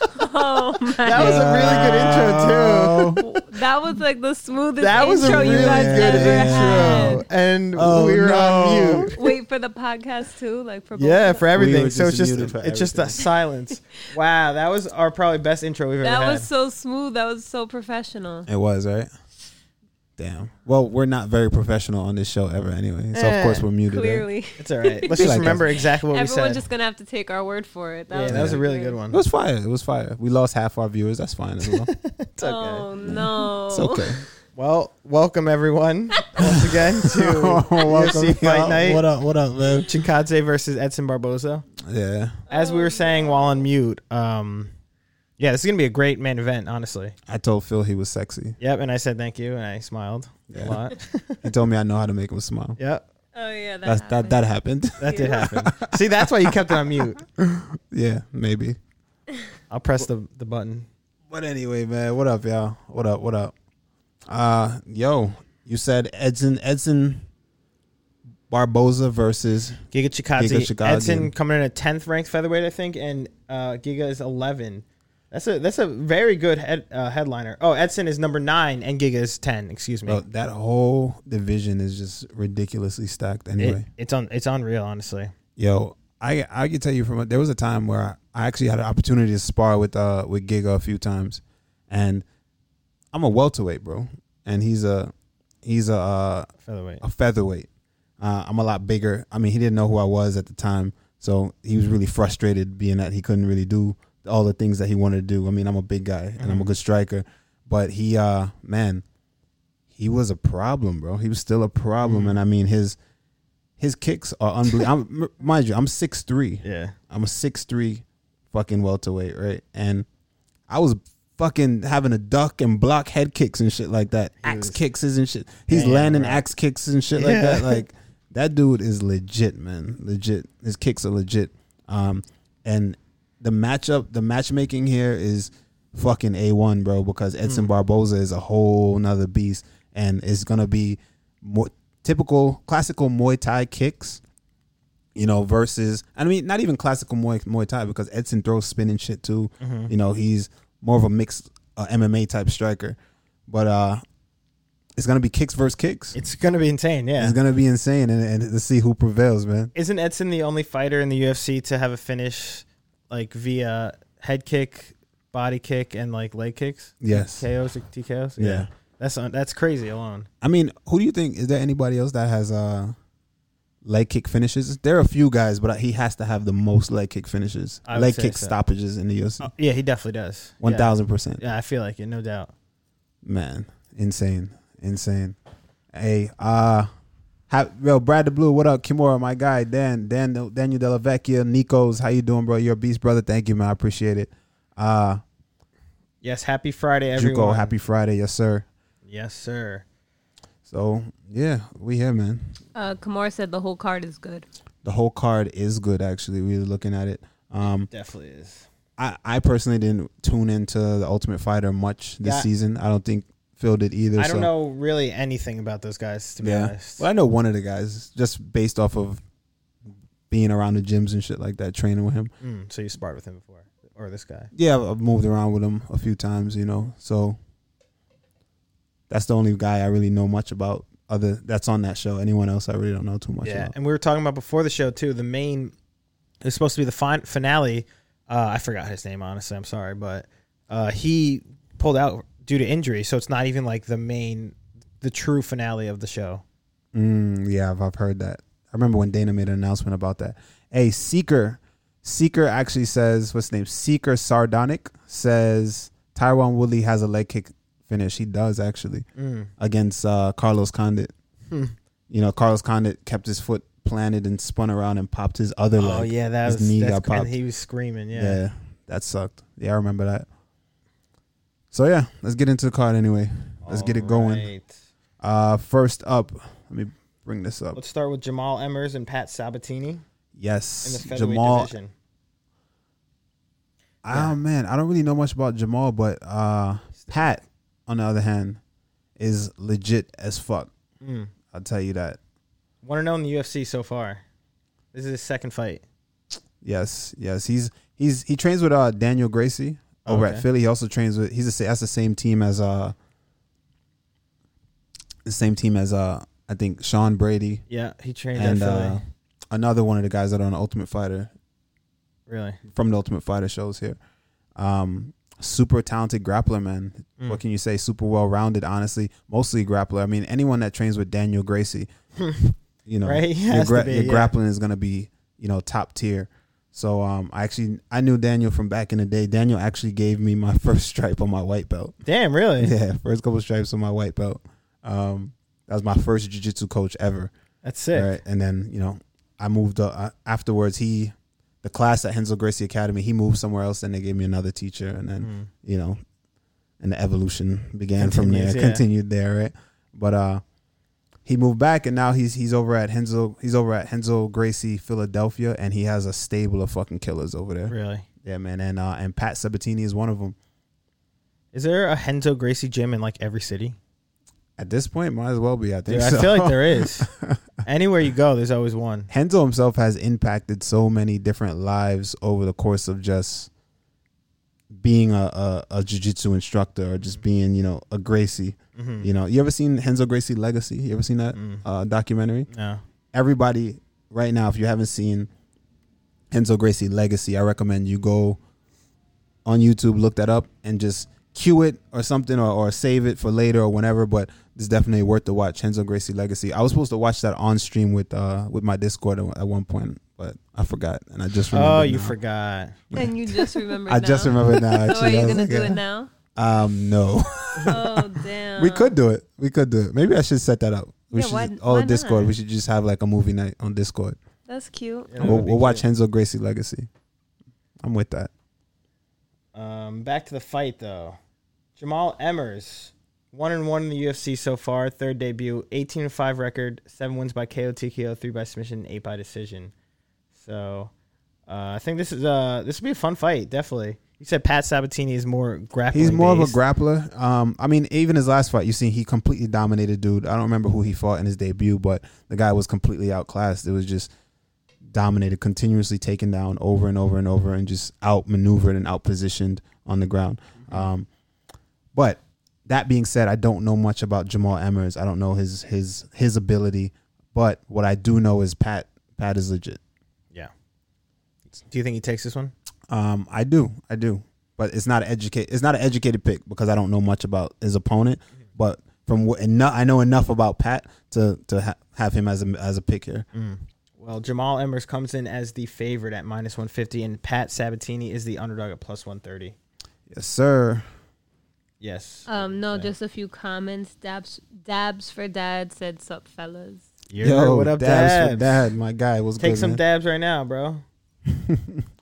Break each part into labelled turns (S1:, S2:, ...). S1: Oh my!
S2: That was a really good intro too.
S1: That was like the smoothest
S2: That was a
S1: intro
S2: really
S1: you guys
S2: good
S1: ever
S2: intro,
S1: had.
S2: and
S3: Oh,
S2: we were
S3: no.
S2: on mute.
S1: Wait for the podcast too, like for both
S2: Yeah,
S1: of us?
S2: for everything.
S3: were
S2: so it's
S3: just
S2: just
S3: muted for
S2: it's just that
S3: everything.
S2: silence. Wow, that was our probably best intro we've ever
S1: that
S2: had.
S1: was so smooth. That was so professional.
S3: It was right. Damn. Well, we're not very professional on this show ever, anyway. So
S2: Eh,
S3: of course we're muted. eh?
S1: Clearly,
S2: it's all right. Let's
S3: Be
S2: just
S3: like
S2: remember
S3: us.
S2: exactly what we
S1: everyone's
S2: said.
S1: just gonna have to take our word for it.
S2: yeah, that was a really good
S1: one.
S2: one.
S3: It was fire. It was fire. We lost half our viewers. That's fine as well.
S2: It's okay.
S1: Oh no!
S3: It's okay.
S2: Well, welcome everyone once again to UFC Fight Night.
S3: What up? What up, man?
S2: Chinkadze versus Edson Barboza.
S3: Yeah,
S2: As we were
S1: Oh.
S2: saying while on mute, um, yeah, this is gonna be a great main event, honestly.
S3: I told Phil he was sexy.
S2: Yep, and I said thank you, and I smiled
S3: Yeah.
S2: a lot.
S3: He told me I know how to make him smile.
S2: yep,
S1: Oh yeah, that
S3: That's that that happened.
S2: that did happen. See, that's why you kept it on mute.
S3: yeah, maybe.
S2: I'll press the, the button.
S3: But anyway, man, what up, y'all? What up? What up? Uh, yo, you said Edson Edson Barboza versus
S2: Giga Chikadze.
S3: Giga Chikadze.
S2: Edson coming in at tenth ranked featherweight, I think, and uh, Giga is eleven. That's a that's a very good head, uh, headliner. Oh, Edson is number nine, and Giga is ten. Excuse me.
S3: bro, that whole division is just ridiculously stacked.
S2: It-
S3: Anyway,
S2: it's on it's unreal, honestly.
S3: yo, I I can tell you from there was a time where I, I actually had an opportunity to spar with uh with Giga a few times, and I'm a welterweight, bro, and he's a he's a uh,
S2: Featherweight.
S3: a featherweight. Uh, I'm a lot bigger. I mean, he didn't know who I was at the time, so he was really frustrated being that he couldn't really do all the things that he wanted to do. I mean, I'm a big guy and I'm a good striker, but he, uh, man, he was a problem, bro. He was still a problem, and I mean his his kicks are unbelievable. I'm, mind you, I'm six three.
S2: Yeah.
S3: I'm a six three fucking welterweight, right? And I was fucking having a duck and block head kicks and shit like that. Axe kicks and shit. He's
S2: Damn,
S3: landing
S2: right.
S3: axe kicks and shit like
S2: Yeah.
S3: that. Like that dude is legit, man. Legit. His kicks are legit. Um and the matchup the matchmaking here is fucking A one, bro, because
S2: Hmm.
S3: Edson Barboza is a whole nother beast and it's gonna be more typical classical Muay Thai kicks you know, versus I mean, not even classical Muay, Muay Thai because Edson throws spinning shit too.
S2: Mm-hmm.
S3: You know, he's more of a mixed uh, MMA type striker, but uh, it's gonna be kicks versus kicks.
S2: It's gonna be insane. Yeah.
S3: It's gonna be insane, and, and to see who prevails, man.
S2: Isn't Edson the only fighter in the UFC to have a finish like via head kick, body kick, and like leg kicks?
S3: Yes.
S2: KOs, like, TKOs.
S3: Yeah.
S2: That's that's crazy alone.
S3: I mean, who do you think? Is there anybody else that has uh leg kick finishes? There are a few guys, but he has to have the most leg kick finishes,
S2: I would
S3: leg
S2: say
S3: kick
S2: so. Uh,
S3: stoppages in the UFC.
S2: Oh. Yeah, he definitely does.
S3: One
S2: Yeah.
S3: thousand percent.
S2: Yeah, I feel like it, no doubt.
S3: Man, insane, insane. Hey, uh, ha- yo, Brad the Blue, what up, Kimura, my guy, Dan, Dan, Daniel Della Vecchia, Nico's, how you doing, bro? You're a beast, brother. Thank you, man. I appreciate it. Uh,
S2: Yes, happy Friday, everyone.
S3: Juco, happy Friday, yes sir.
S2: Yes, sir.
S3: So yeah, we here, man.
S1: Uh, Kamar said the whole card is good.
S3: The whole card is good, actually. We were looking at it. Um,
S2: Definitely is.
S3: I, I personally didn't tune into the Ultimate Fighter much this
S2: Yeah.
S3: season. I don't think Phil did either.
S2: I don't
S3: so.
S2: know really anything about those guys to be honest.
S3: Well, I know one of the guys just based off of being around the gyms and shit like that, training with him.
S2: Mm, so you sparred with him before, or this guy?
S3: Yeah, I've- I've moved around with him a few times, you know. So that's the only guy I really know much about. Other that's on that show. Anyone else I really don't know too much
S2: Yeah,
S3: about.
S2: and we were talking about before the show too. The main it was supposed to be the fin- finale. Uh, I forgot his name. Honestly, I'm sorry, but uh, he pulled out due to injury, so it's not even like the main, the true finale of the show.
S3: Mm, yeah, I've, I've heard that. I remember when Dana made an announcement about that. Hey, Seeker, Seeker actually says what's his name? Seeker Sardonic says Tyron Woodley has a leg kick finish. He does actually
S2: Mm.
S3: against uh, Carlos Condit.
S2: Hmm.
S3: You know, Carlos Condit kept his foot planted and spun around and popped his other leg.
S2: oh yeah, that
S3: his
S2: was
S3: knee
S2: that's,
S3: got popped.
S2: and he was screaming.
S3: yeah.
S2: Yeah.
S3: that sucked. Yeah, I remember that. So yeah, let's get into the card anyway. Let's get it going.
S2: Alright.
S3: Uh, first up, let me bring this up.
S2: Let's start with Jamal Emmers and Pat Sabatini in the
S3: Yes,
S2: featherweight
S3: Jamal
S2: division.
S3: Oh man, I don't really know much about Jamal, but uh, Pat, on the other hand, is legit as fuck. I'll tell you that.
S2: Mm. One and zero in the UFC so far. This is his second fight.
S3: Yes, yes, he's he's he trains with uh Daniel Gracie. over
S2: Okay.
S3: at Philly. He also trains with he's the sa- that's the same team as uh the same team as uh I think Sean Brady
S2: Yeah, he trained
S3: and
S2: at Philly.
S3: uh, another one of the guys that are on the Ultimate Fighter
S2: really.
S3: from the Ultimate Fighter shows here. Um, super talented grappler, man.
S2: Mm.
S3: What can you say? Super well rounded, honestly. Mostly grappler. I mean, anyone that trains with Daniel Gracie, you know,
S2: Right? He
S3: your,
S2: has to
S3: gra-
S2: be,
S3: your
S2: yeah.
S3: grappling is going to be, you know, top tier. So um, I actually I knew Daniel from back in the day. Daniel actually gave me my first stripe on my white belt.
S2: Damn, really?
S3: Yeah, first couple stripes on my white belt. Um, that was my first jiu-jitsu coach ever.
S2: That's sick.
S3: Right. And then, you know, I moved up uh, afterwards. He, the class at Hensel Gracie Academy, he moved somewhere else and they gave me another teacher. And then,
S2: Mm.
S3: you know, and the evolution began from there,
S2: Continues, yeah.
S3: continued there. Right. But, uh, he moved back and now he's he's over at Hensel he's over at Hensel Gracie Philadelphia and he has a stable of fucking killers over there.
S2: Really.
S3: Yeah, man. And uh and Pat Sabatini is one of them.
S2: Is there a Henzo Gracie gym in like every city?
S3: At this point, might as well be. I think.
S2: Dude, I
S3: so.
S2: feel like there is. Anywhere you go, there's always one.
S3: Henzo himself has impacted so many different lives over the course of just being a, a, a jiu-jitsu instructor or just being, you know, a Gracie.
S2: Mhm.
S3: You know, you ever seen Henzo Gracie Legacy? You ever seen that
S2: Mm.
S3: uh, documentary?
S2: No.
S3: Everybody right now, if you haven't seen Henzo Gracie Legacy, I recommend you go on YouTube, look that up and just cue it or something or, or save it for later or whenever, but it's definitely worth the watch. Henzo Gracie Legacy. I was supposed to watch that on stream with uh with my Discord at one point, but I forgot and I just remembered
S2: Oh, you
S3: now.
S2: forgot.
S1: And you just remembered.
S3: I just
S1: now?
S3: remembered now actually.
S1: So are
S3: I
S1: you
S3: was
S1: gonna
S3: like,
S1: do it
S3: yeah.
S1: now?
S3: Um no.
S1: Oh damn.
S3: we could do it. We could do it. Maybe I should set that up. We
S1: Yeah,
S3: should
S1: why-
S3: all
S1: why
S3: Discord.
S1: not?
S3: We should just have like a movie night on Discord.
S1: That's cute.
S2: Yeah, that
S3: we'll
S2: would be
S3: we'll watch
S2: cute.
S3: Henzo Gracie Legacy. I'm with that.
S2: Um, back to the fight though. Jamal Emers, one and one in the UFC so far. Third debut, eighteen and five record, seven wins by KO, TKO, three by submission, and eight by decision. So, uh, I think this is uh this would be a fun fight. Definitely. You said Pat Sabatini is more grappling.
S3: He's more
S2: based.
S3: of a grappler. Um, I mean, even his last fight, you seen he completely dominated dude. I don't remember who he fought in his debut, but the guy was completely outclassed. It was just dominated, continuously taken down over and over and over, and just outmaneuvered and outpositioned on the ground. Um, but that being said, I don't know much about Jamal Emers. I don't know his his his ability, but what I do know is Pat Pat is legit.
S2: Yeah. Do you think he takes this one?
S3: Um, I do, I do, but it's not educate. It's not an educated pick because I don't know much about his opponent. But from what enough, I know enough about Pat to to ha- have him as a as a pick here.
S2: Mm. Well, Jamal Emers comes in as the favorite at minus 150, and Pat Sabatini is the underdog at plus 130.
S3: Yes, sir.
S2: Yes.
S1: Um, no,
S2: Yeah.
S1: just a few comments. Dabs, dabs for dad said, "Sup, fellas."
S2: Yo, what up,
S3: dabs
S2: dabs?
S3: for dad, my guy was
S2: Take
S3: good,
S2: some
S3: man.
S2: dabs right now, bro.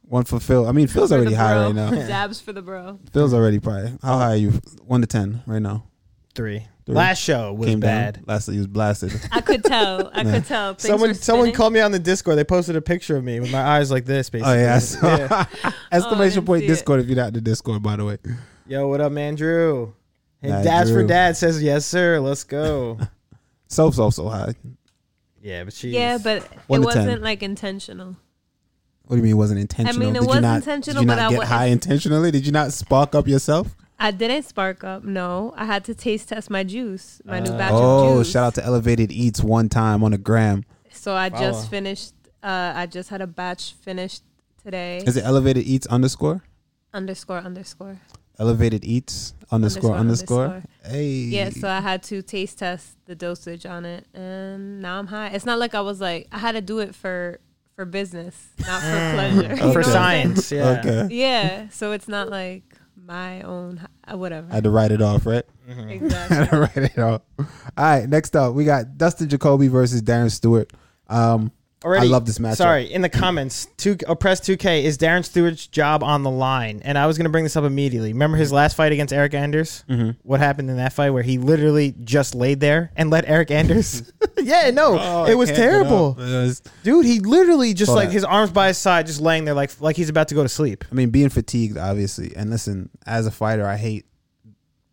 S3: One for Phil. I mean, Phil's
S1: For the
S3: already high
S1: bro.
S3: right now.
S1: Dabs for the bro.
S3: Phil's already probably how high are you? One to ten right now.
S2: Three.
S3: Three.
S2: Last show was bad.
S3: down. Last he was blasted.
S1: I could tell. I could tell. Things
S2: Someone
S1: were
S2: someone
S1: spinning.
S2: called me on the Discord. They posted a picture of me with my eyes like this,
S3: oh
S2: basically.
S3: yeah, I saw.
S2: Oh,
S3: exclamation
S1: didn't
S3: point
S1: see it.
S3: Discord if you're not in the Discord, by the way.
S2: Yo, what up, man, Drew? And
S3: Nah,
S2: dabs for
S3: Drew.
S2: dad says yes, sir. Let's go.
S3: Soap's also high.
S2: yeah, but she's
S1: Yeah, but
S3: One
S1: it
S3: to ten.
S1: wasn't like intentional.
S3: What do you mean it wasn't intentional?
S1: it
S3: did you
S1: was
S3: not,
S1: intentional,
S3: Did you
S1: but
S3: not
S1: I
S3: get
S1: wa-
S3: high intentionally? Did you not spark up yourself?
S1: I didn't spark up. No, I had to taste test my juice, my new
S2: Uh,
S1: batch
S3: Oh,
S1: of juice.
S3: shout out to Elevated Eats one time on a gram.
S1: So I
S2: Follow.
S1: just finished. Uh, I just had a batch finished today.
S3: Is it Elevated Eats underscore?
S1: underscore underscore.
S3: Elevated Eats underscore underscore.
S1: Underscore,
S3: Hey.
S1: Yeah, so I had to taste test the dosage on it, and now I'm high. It's not like I was like I had to do it for for business, not for pleasure. You know
S2: Mm. for
S1: what I'm saying?
S2: science. Yeah.
S3: Okay.
S1: Yeah, so it's not like my own hi- uh, whatever.
S3: I had to write it off, right? I
S1: exactly.
S3: had to write it off. All right, next up, we got Dustin Jacoby versus Darren Stewart. Um,
S2: Already,
S3: I love this matchup.
S2: Sorry, in the comments, two oppressed two K is Darren Stewart's job on the line, and I was going to bring this up immediately. Remember his last fight against Eric Anders? Mm-hmm. What happened in that fight where he literally just laid there and let Eric Anders? yeah, no,
S3: Oh,
S2: it was terrible, dude. He literally just
S3: Saw
S2: like
S3: that.
S2: his arms by his side, just laying there like like he's about to go to sleep.
S3: I mean, being fatigued, obviously. And listen, as a fighter, I hate.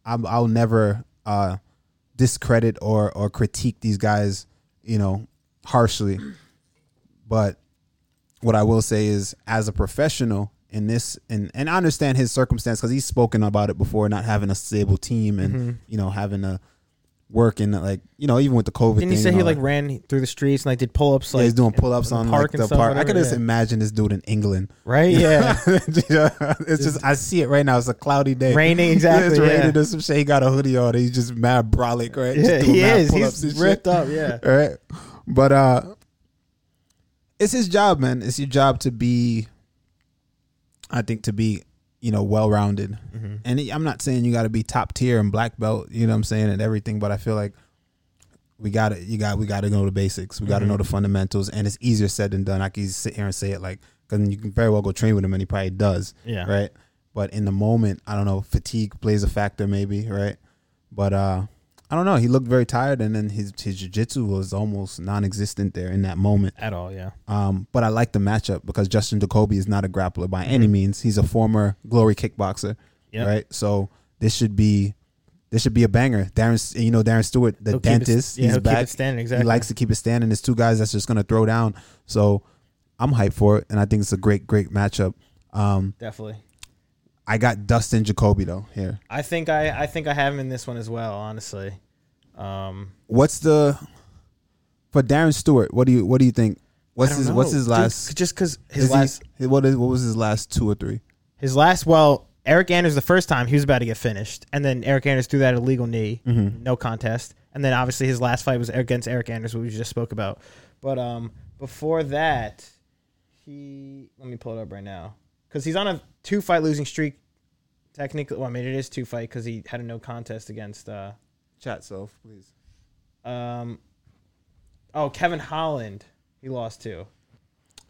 S3: I'm, I'll never uh, discredit or or critique these guys, you know, harshly. But what I will say is, as a professional, in this and and I understand his circumstance because he's spoken about it before, not having a stable team and
S2: Mm-hmm.
S3: you know having to work in like you know even with the COVID.
S2: Didn't he
S3: thing
S2: say
S3: and
S2: he
S3: all
S2: like
S3: that.
S2: ran through the streets and like did pull ups? Like
S3: Yeah, he's doing
S2: in-
S3: pull ups
S2: in
S3: on like the
S2: stuff,
S3: park. I
S2: whatever,
S3: could just
S2: yeah.
S3: imagine this dude in England.
S2: right? Yeah,
S3: it's just I see it right now. It's a cloudy day.
S2: Raining,
S3: Yeah,
S2: exactly,
S3: it's
S2: yeah.
S3: raining or some shit. He got a hoodie on. He's just mad brolic, right? Just
S2: yeah.
S3: doing
S2: He
S3: mad
S2: is.
S3: pull-ups and
S2: He's
S3: shit.
S2: ripped up. Yeah.
S3: All right. But uh it's his job, man. It's your job to be I think to be, you know, well-rounded. And I'm not saying you got to be top tier and black belt, you know what I'm saying, and everything, but I feel like we got to you got we got to know the basics. We got to know the fundamentals and it's easier said than done. I can sit here and say it like cuz you can very well go train with him and he probably does.
S2: Yeah.
S3: Right? But in the moment, I don't know, fatigue plays a factor maybe, right? But uh I don't know. He looked very tired, and then his his jiu-jitsu was almost non-existent there in that moment.
S2: At all, yeah.
S3: Um, but I like the matchup because Justin Jacoby is not a grappler by any means. He's a former Glory kickboxer,
S2: Mm-hmm. Yep.
S3: right? So this should be this should be a banger. Darren, you know Darren Stewart, the
S2: He'll keep it-
S3: dentist.
S2: yeah,
S3: he's
S2: he'll keep it
S3: back.
S2: standing,
S3: He
S2: exactly.
S3: likes to keep it standing. There's two guys that's just gonna throw down. So I'm hyped for it, and I think it's a great, great matchup. Um,
S2: Definitely.
S3: I got Dustin Jacoby though here.
S2: I think I I think I have him in this one as well. Honestly, um,
S3: what's the for Darren Stewart? What do you what do you think? What's
S2: I don't
S3: his
S2: know,
S3: What's his
S2: dude,
S3: last?
S2: c- just because
S3: is
S2: his
S3: he-
S2: last
S3: hi- what is what was his last two or three?
S2: his last well Eric Anders the first time he was about to get finished, and then Eric Anders threw that illegal knee,
S3: Mm-hmm.
S2: no contest, and then obviously his last fight was against Eric Anders, what we just spoke about. But um, before that, he let me pull it up right now because he's on a two fight losing streak. Technically, well, I mean it is two fight because he had a no contest against uh,
S3: Chat self, please.
S2: um, oh Kevin Holland he lost to.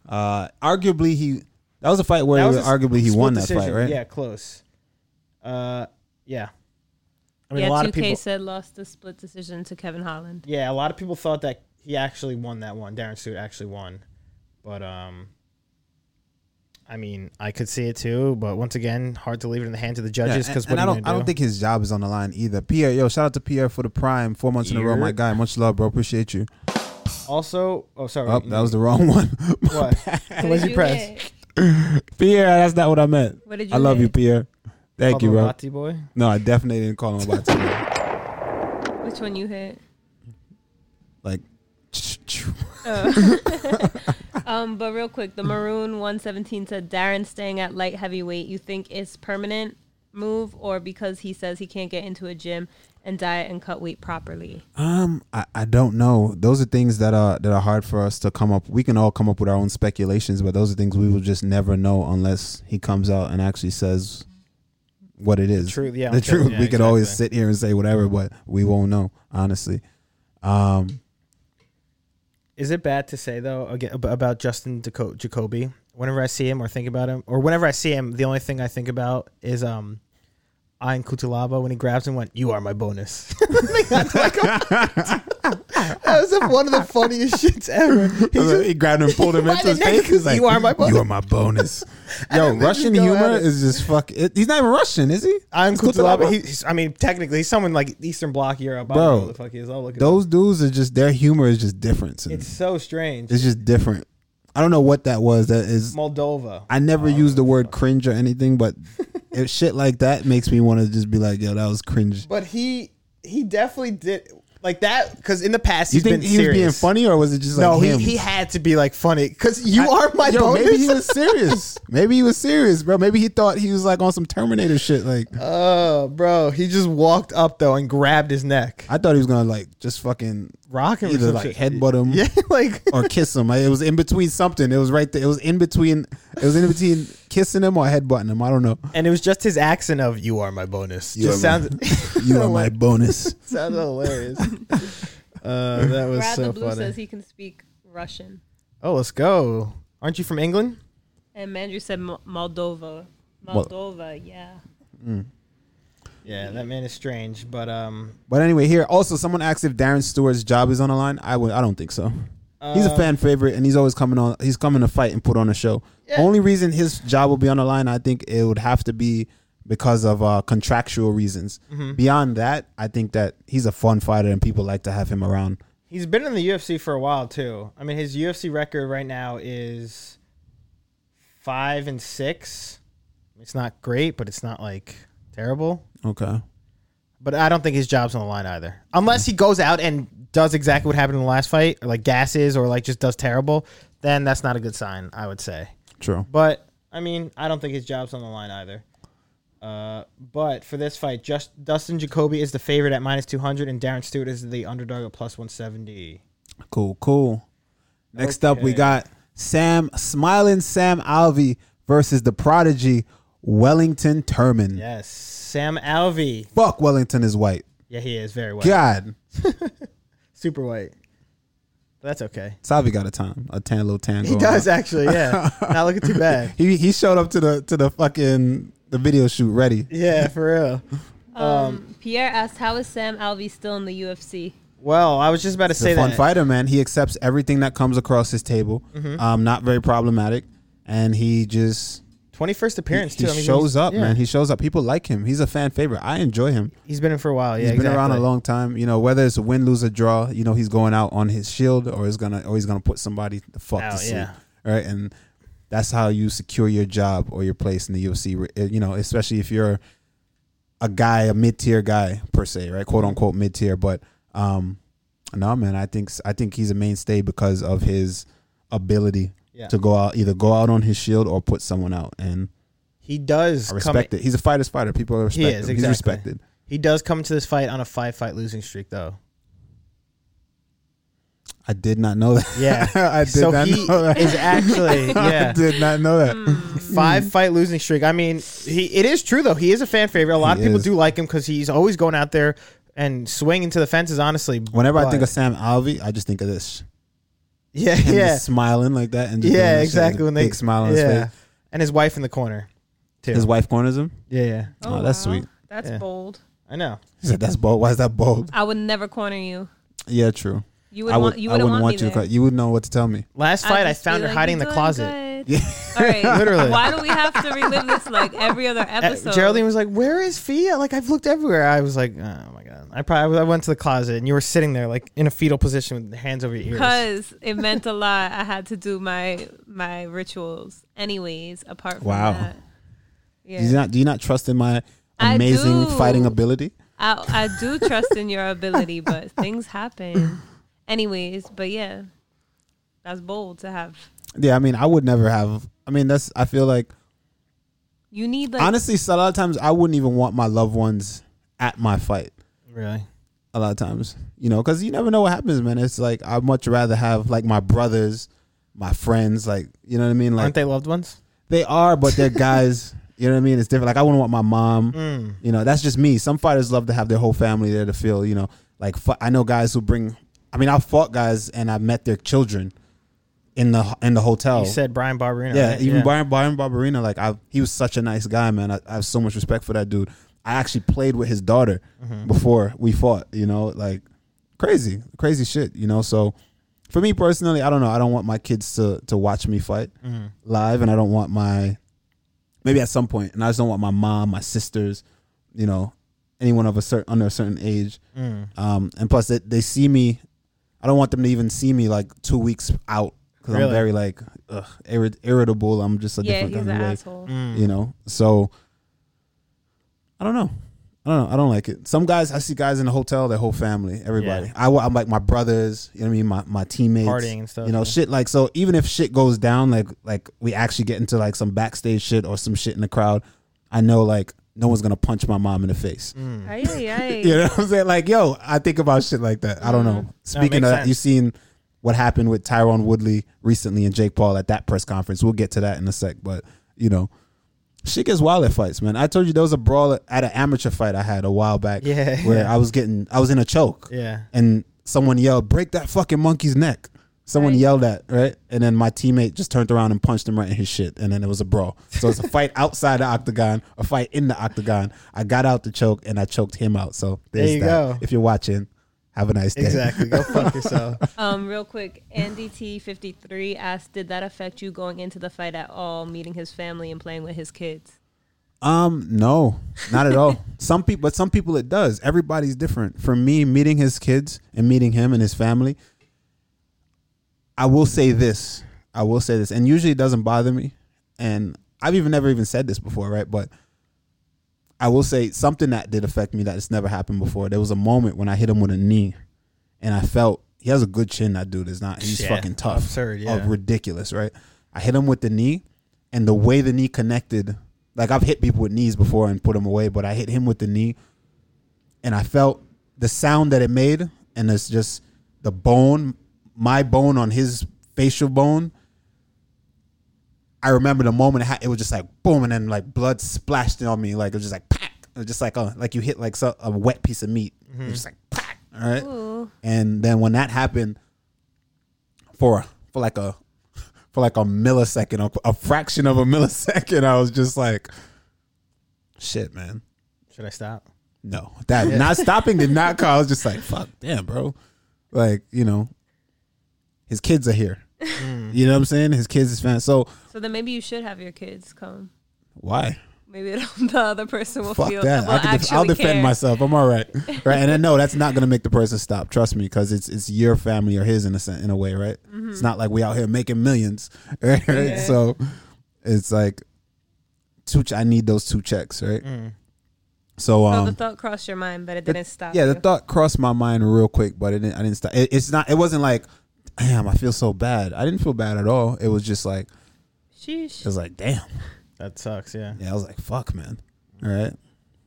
S3: Uh, arguably he that was a fight where
S2: That was a s-
S3: arguably he
S2: split
S3: won that
S2: decision.
S3: fight, right?
S2: Yeah, close. Uh, yeah. I mean,
S1: yeah,
S2: a lot
S1: 2K
S2: of people.
S1: said lost the split decision to Kevin Holland.
S2: Yeah, a lot of people thought that he actually won that one. Darren Stewart actually won, but um, I mean, I could see it too. But once again, hard to leave it in the hands of the
S3: Yeah,
S2: judges because
S3: and, and
S2: what
S3: I
S2: are
S3: don't
S2: you gonna
S3: I don't
S2: do?
S3: think his job is on the line either. Pierre, yo, shout out to Pierre for the prime four months in a row, my
S2: Pierre.
S3: guy. Much love, bro. Appreciate you.
S2: Also, oh sorry,
S3: Oh, that was the wrong one.
S2: what?
S1: What
S2: What'd
S1: did
S2: you press?
S1: get?
S3: Pierre, that's not what I meant.
S1: What did you
S3: I love
S1: get?
S3: you, Pierre. Thank you, bro.
S2: Bati boy.
S3: No, I definitely didn't call him about to
S1: Which one you hit?
S3: like.
S1: Oh. um, but real quick, the maroon one seventeen said Darren staying at light heavyweight. You think is permanent move or because he says he can't get into a gym and diet and cut weight properly?
S3: Um, I, I don't know. Those are things that are that are hard for us to come up. We can all come up with our own speculations, but those are things we will just never know unless he comes out and actually says what it is.
S2: truth, yeah,
S3: the
S2: I'm sure-
S3: truth.
S2: yeah,
S3: we could always
S2: exactly.
S3: sit here and say whatever, but we won't know honestly. Um,
S2: Is it bad to say though aga ab- about Justin Jaco- Jacoby? Whenever I see him or think about him, or whenever I see him, the only thing I think about is um, Ian Kutulaba when he grabs him went, "You are my bonus." that was like one of the funniest shits ever. He just-
S3: he grabbed him, pulled him
S2: Why
S3: into his
S2: did they-
S3: face. He's like,
S2: You are my bonus."
S3: You are my bonus. Yo,
S2: then they
S3: Russian
S2: just go
S3: humor
S2: at it.
S3: is just fuck. It, he's not even Russian, is he?
S2: Ian
S3: Kutulaba.
S2: Kutulaba. he- he's, I mean, technically, he's someone like Eastern Bloc Europe. I
S3: Bro,
S2: don't know who the fuck he is. I'll look at
S3: Those dudes are just their humor is just different. to me.
S2: It's so strange.
S3: It's just different. I don't know what that was. That is,
S2: Moldova.
S3: I never use the word cringe or anything, but if shit like that makes me want to just be like, yo, that was cringe.
S2: but he he definitely did like that because in the past
S3: You
S2: he's been
S3: think he was being
S2: serious.
S3: funny or was it just like
S2: No,
S3: him?
S2: he, he had to be like funny because you are my
S3: yo,
S2: bonus.
S3: maybe he was serious. maybe he was serious, bro. Maybe he thought he was like on some Terminator shit. Like
S2: oh, bro, he just walked up though and grabbed his neck,
S3: I thought he was gonna like just fucking
S2: rock him or
S3: either
S2: some shit.
S3: like headbutt him
S2: Yeah, like
S3: or kiss him. Like, it was in between something. It was right there. It was in between. It was in between kissing him or headbutting him. I don't know.
S2: and it was just his accent of "you are my bonus."
S3: You
S2: just
S3: are my-
S2: sounds
S3: You are my bonus.
S2: sounds hilarious. Uh, that was
S1: Brad
S2: so
S1: the Blue
S2: funny.
S1: says he can speak Russian,
S2: oh, let's go. Aren't you from England?
S1: and Mandrew said Mo- Moldova. Moldova, yeah.
S2: Yeah, that man is strange, but um,
S3: But anyway, here also someone asked if Darren Stewart's job is on the line. I would, I don't think so. he's a fan favorite, and he's always coming on. He's coming to fight and put on a show. Only reason his job will be on the line, I think, it would have to be because of uh, contractual reasons. Beyond that, I think that he's a fun fighter, and people like to have him around.
S2: He's been in the UFC for a while too. I mean, his UFC record right now is five and six. It's not great, but it's not like terrible.
S3: Okay.
S2: But I don't think his job's on the line either. Unless he goes out and does exactly what happened in the last fight, or like gasses, or like just does terrible, then that's not a good sign, I would say.
S3: True.
S2: But I mean, I don't think his job's on the line either. Uh, but for this fight, just Dustin Jacoby is the favorite at minus two hundred, and Darren Stewart is the underdog at plus one seventy.
S3: Cool, cool. Next up, we
S2: Okay.
S3: got Sam Smiling Sam Alvey versus the prodigy Wellington Turman.
S2: Yes, Sam Alvey.
S3: Fuck, Wellington is white.
S2: Yeah, he is very white,
S3: God,
S2: super white. But that's okay.
S3: Salvi got a time, a tan, little tan.
S2: He
S3: going
S2: does
S3: on.
S2: actually. Yeah, not looking too bad.
S3: He he showed up to the to the fucking the video shoot ready.
S2: Yeah, for real.
S1: Um, Pierre asked, "How is Sam Alvey still in the UFC?"
S2: Well, I was just about to
S3: He's
S2: say
S3: a fun
S2: that.
S3: fighter, man. He accepts everything that comes across his table.
S2: Mm-hmm.
S3: Um, not very problematic, and he just
S2: Twenty first appearance
S3: he
S2: too. I mean,
S3: shows
S2: he's-
S3: up,
S2: yeah.
S3: man. He shows up. People like him. He's a fan favorite. I enjoy him.
S2: He's been in for a while. Yeah,
S3: He's been around a
S2: exactly.
S3: long time. You know, whether it's a win, lose, or draw, you know, he's going out on his shield or he's gonna or he's gonna put somebody the fuck to
S2: Out,
S3: sleep.
S2: yeah.
S3: Right. And that's how you secure your job or your place in the UFC. re- eh, You know, especially if you're a guy, a mid tier guy per se, right?
S2: Mm-hmm.
S3: Quote unquote mid tier. But um no man, I think I think he's a mainstay because of his ability
S2: Yeah.
S3: to go out either go out on his shield or put someone out. And
S2: He does
S3: I
S2: come,
S3: respect it. He's a fighter's fighter. People respect
S2: He
S3: him.
S2: is,
S3: He's
S2: exactly.
S3: respected.
S2: He does come to this fight on a five fight losing streak though.
S3: I did not know that.
S2: Yeah.
S3: I did
S2: so
S3: not
S2: he
S3: know that.
S2: is actually
S3: I
S2: yeah Hmm.
S3: did not know that.
S2: five fight losing streak. I mean, he it is true though. He is a fan favorite. A lot
S3: He
S2: of people
S3: is.
S2: do like him because he's always going out there and swinging to the fences. Honestly,
S3: Whenever I think
S2: but-
S3: of Sam Alvey, I just think of this.
S2: yeah
S3: Him
S2: yeah
S3: just smiling like that and just doing
S2: yeah
S3: this shit with
S2: exactly
S3: a
S2: when they
S3: big smile
S2: yeah.
S3: on his face.
S2: and his wife in the corner too.
S3: His wife corners him.
S2: yeah yeah
S3: Oh, that's sweet.
S1: That's
S2: Yeah.
S1: bold.
S2: I know.
S3: He said, "That's bold. Why is that bold?"
S1: I would never corner you.
S3: Yeah, true.
S1: You would,
S3: I would.
S1: want. You
S3: I
S1: wouldn't want,
S3: want
S1: me
S3: you.
S1: there.
S3: To, you would know what to tell me.
S2: Last fight,
S1: I'd
S2: I
S1: just
S2: found
S1: be
S2: her
S1: like,
S2: hiding in
S1: "You're
S2: the
S1: doing
S2: closet.
S1: good."
S3: Yeah.
S1: All right.
S2: Literally.
S1: Why do we have to relive this like every other
S2: Uh,
S1: episode?
S2: Geraldine was like, "Where is Fia?" Like I've looked everywhere. I was like, "Oh my god!" I probably I went to the closet and you were sitting there like in a fetal position with hands over your ears.
S1: because it meant a lot. I had to do my my rituals, anyways. Apart from
S3: Wow.
S1: that, yeah,
S3: Do you not? Do you not trust in my
S1: I
S3: amazing
S1: do.
S3: fighting ability?
S1: I I do trust in your ability, but things happen, anyways. But yeah, that's bold to have.
S3: Yeah, I mean, I would never have. I mean, that's. I feel like
S1: You need like
S3: honestly, so a lot of times I wouldn't even want my loved ones at my fight.
S2: Really?
S3: a lot of times, you know, because you never know what happens, man. It's like I'd much rather have like my brothers, my friends, like you know what I mean. Like
S2: Aren't
S3: they-,
S2: they loved ones?
S3: are, but they're guys. you know what I mean? It's different. Like I wouldn't want my mom. You know, that's just me. Some fighters love to have their whole family there to feel. You know, like fu- I know guys who bring. I mean, I fought guys and I met their children in the in the hotel.
S2: You said Brian Barberino.
S3: Oh. Yeah,
S2: right?
S3: even Brian Brian Barberina, like I, he was such a nice guy, man. I, I have so much respect for that dude. I actually played with his daughter before we fought. You know, like crazy, crazy shit. You know, so for me personally, I don't know. I don't want my kids to to watch me fight live, and I don't want my maybe at some point, and I just don't want my mom, my sisters, you know, anyone of a certain under a certain age. Um, and plus, they, they see me. I don't want them to even see me like two weeks out because I'm
S2: Really?
S3: very like ugh, irri- irritable. I'm just a
S1: yeah,
S3: different
S1: he's an
S3: kind of way,
S1: asshole.
S2: Mm.
S3: you know. So I don't know. I don't know. I don't like it. Some guys, I see guys in the hotel, their whole family, everybody.
S2: Yeah.
S3: I, wa- I'm like my brothers, you know what I mean? My, my teammates.
S2: Partying and stuff,
S3: You know,
S2: yeah.
S3: shit like, so even if shit goes down, like, like we actually get into like some backstage shit or some shit in the crowd, I know like no one's going to punch my mom in the
S2: Mm.
S3: face.
S1: Ay, ay, ay.
S3: You know what I'm saying? Like, yo, I think about shit like that. I don't know. Speaking
S2: Mm-hmm. makes
S3: of that,
S2: sense.
S3: you seen what happened with Tyron Woodley recently and Jake Paul at that press conference. We'll get to that in a sec, but you know, shit gets wild at fights, man. I told you there was a brawl at an amateur fight I had a while back.
S2: Yeah.
S3: Where I was getting I was in a choke.
S2: Yeah.
S3: And someone yelled, Break that fucking monkey's neck. Someone
S1: Right.
S3: yelled at, right? And then my teammate just turned around and punched him right in his shit. And then it was a brawl. So it's a fight outside the octagon, a fight in the octagon. I got out the choke and I choked him out. So there's
S2: There you
S3: that.
S2: go.
S3: If you're watching, have a nice day.
S2: Exactly. Go fuck yourself.
S1: Um, real quick, NDT53 asked, did that affect you going into the fight at all, meeting his family and playing with his kids?
S3: Um, no, not at all. some people, but some people it does. Everybody's different. For me, meeting his kids and meeting him and his family, I will say this. I will say this, and usually it doesn't bother me. and I've even never even said this before, right? But I will say something that did affect me that has never happened before. There was a moment when I hit him with a knee, and I felt he has a good chin. That dude is not. He's
S2: Yeah,
S3: fucking tough,
S2: absurd, yeah.
S3: uh, ridiculous, right? I hit him with the knee, and the way the knee connected, like I've hit people with knees before and put them away, but I hit him with the knee, and I felt the sound that it made, and it's just the bone, my bone on his facial bone. I remember the moment it, ha- it was just like boom, and then like blood splashed in on me, like it was just like pack, it was just like uh, like you hit like so, a wet piece of meat, It was just like pack, all right.
S1: Ooh.
S3: And then when that happened, for for like a for like a millisecond, a, a fraction of a millisecond, I was just like, shit, man.
S2: Should I stop?
S3: No, that not stopping did not call. I was just like, fuck, damn, bro. Like you know, his kids are here. You know what I'm saying? His kids, his fans. So
S1: So then maybe you should have your kids come.
S3: why?
S1: Maybe it'll, the other person will
S3: Fuck
S1: feel.
S3: that.
S1: will
S3: I can def- I'll
S1: actually
S3: defend
S1: care.
S3: myself. I'm all right. Right. And I know that's not going to make the person stop. Trust me, because it's it's your family or his in a, sen- in a way, right? It's not like we out here making millions. Right.
S1: Mm-hmm. Yeah.
S3: So it's like, two. Ch- I need those two checks, right?
S2: Hmm.
S3: So,
S1: So
S3: um,
S1: the thought crossed your mind, but it didn't stop.
S3: yeah, the
S1: you.
S3: thought crossed my mind real quick, but it didn't, I didn't stop. It, it's not. It wasn't like, damn, I feel so bad. I didn't feel bad at all. It was just like, it
S1: Sheesh.
S3: was like, damn.
S2: That sucks. Yeah.
S3: Yeah, I was like, fuck, man. All right.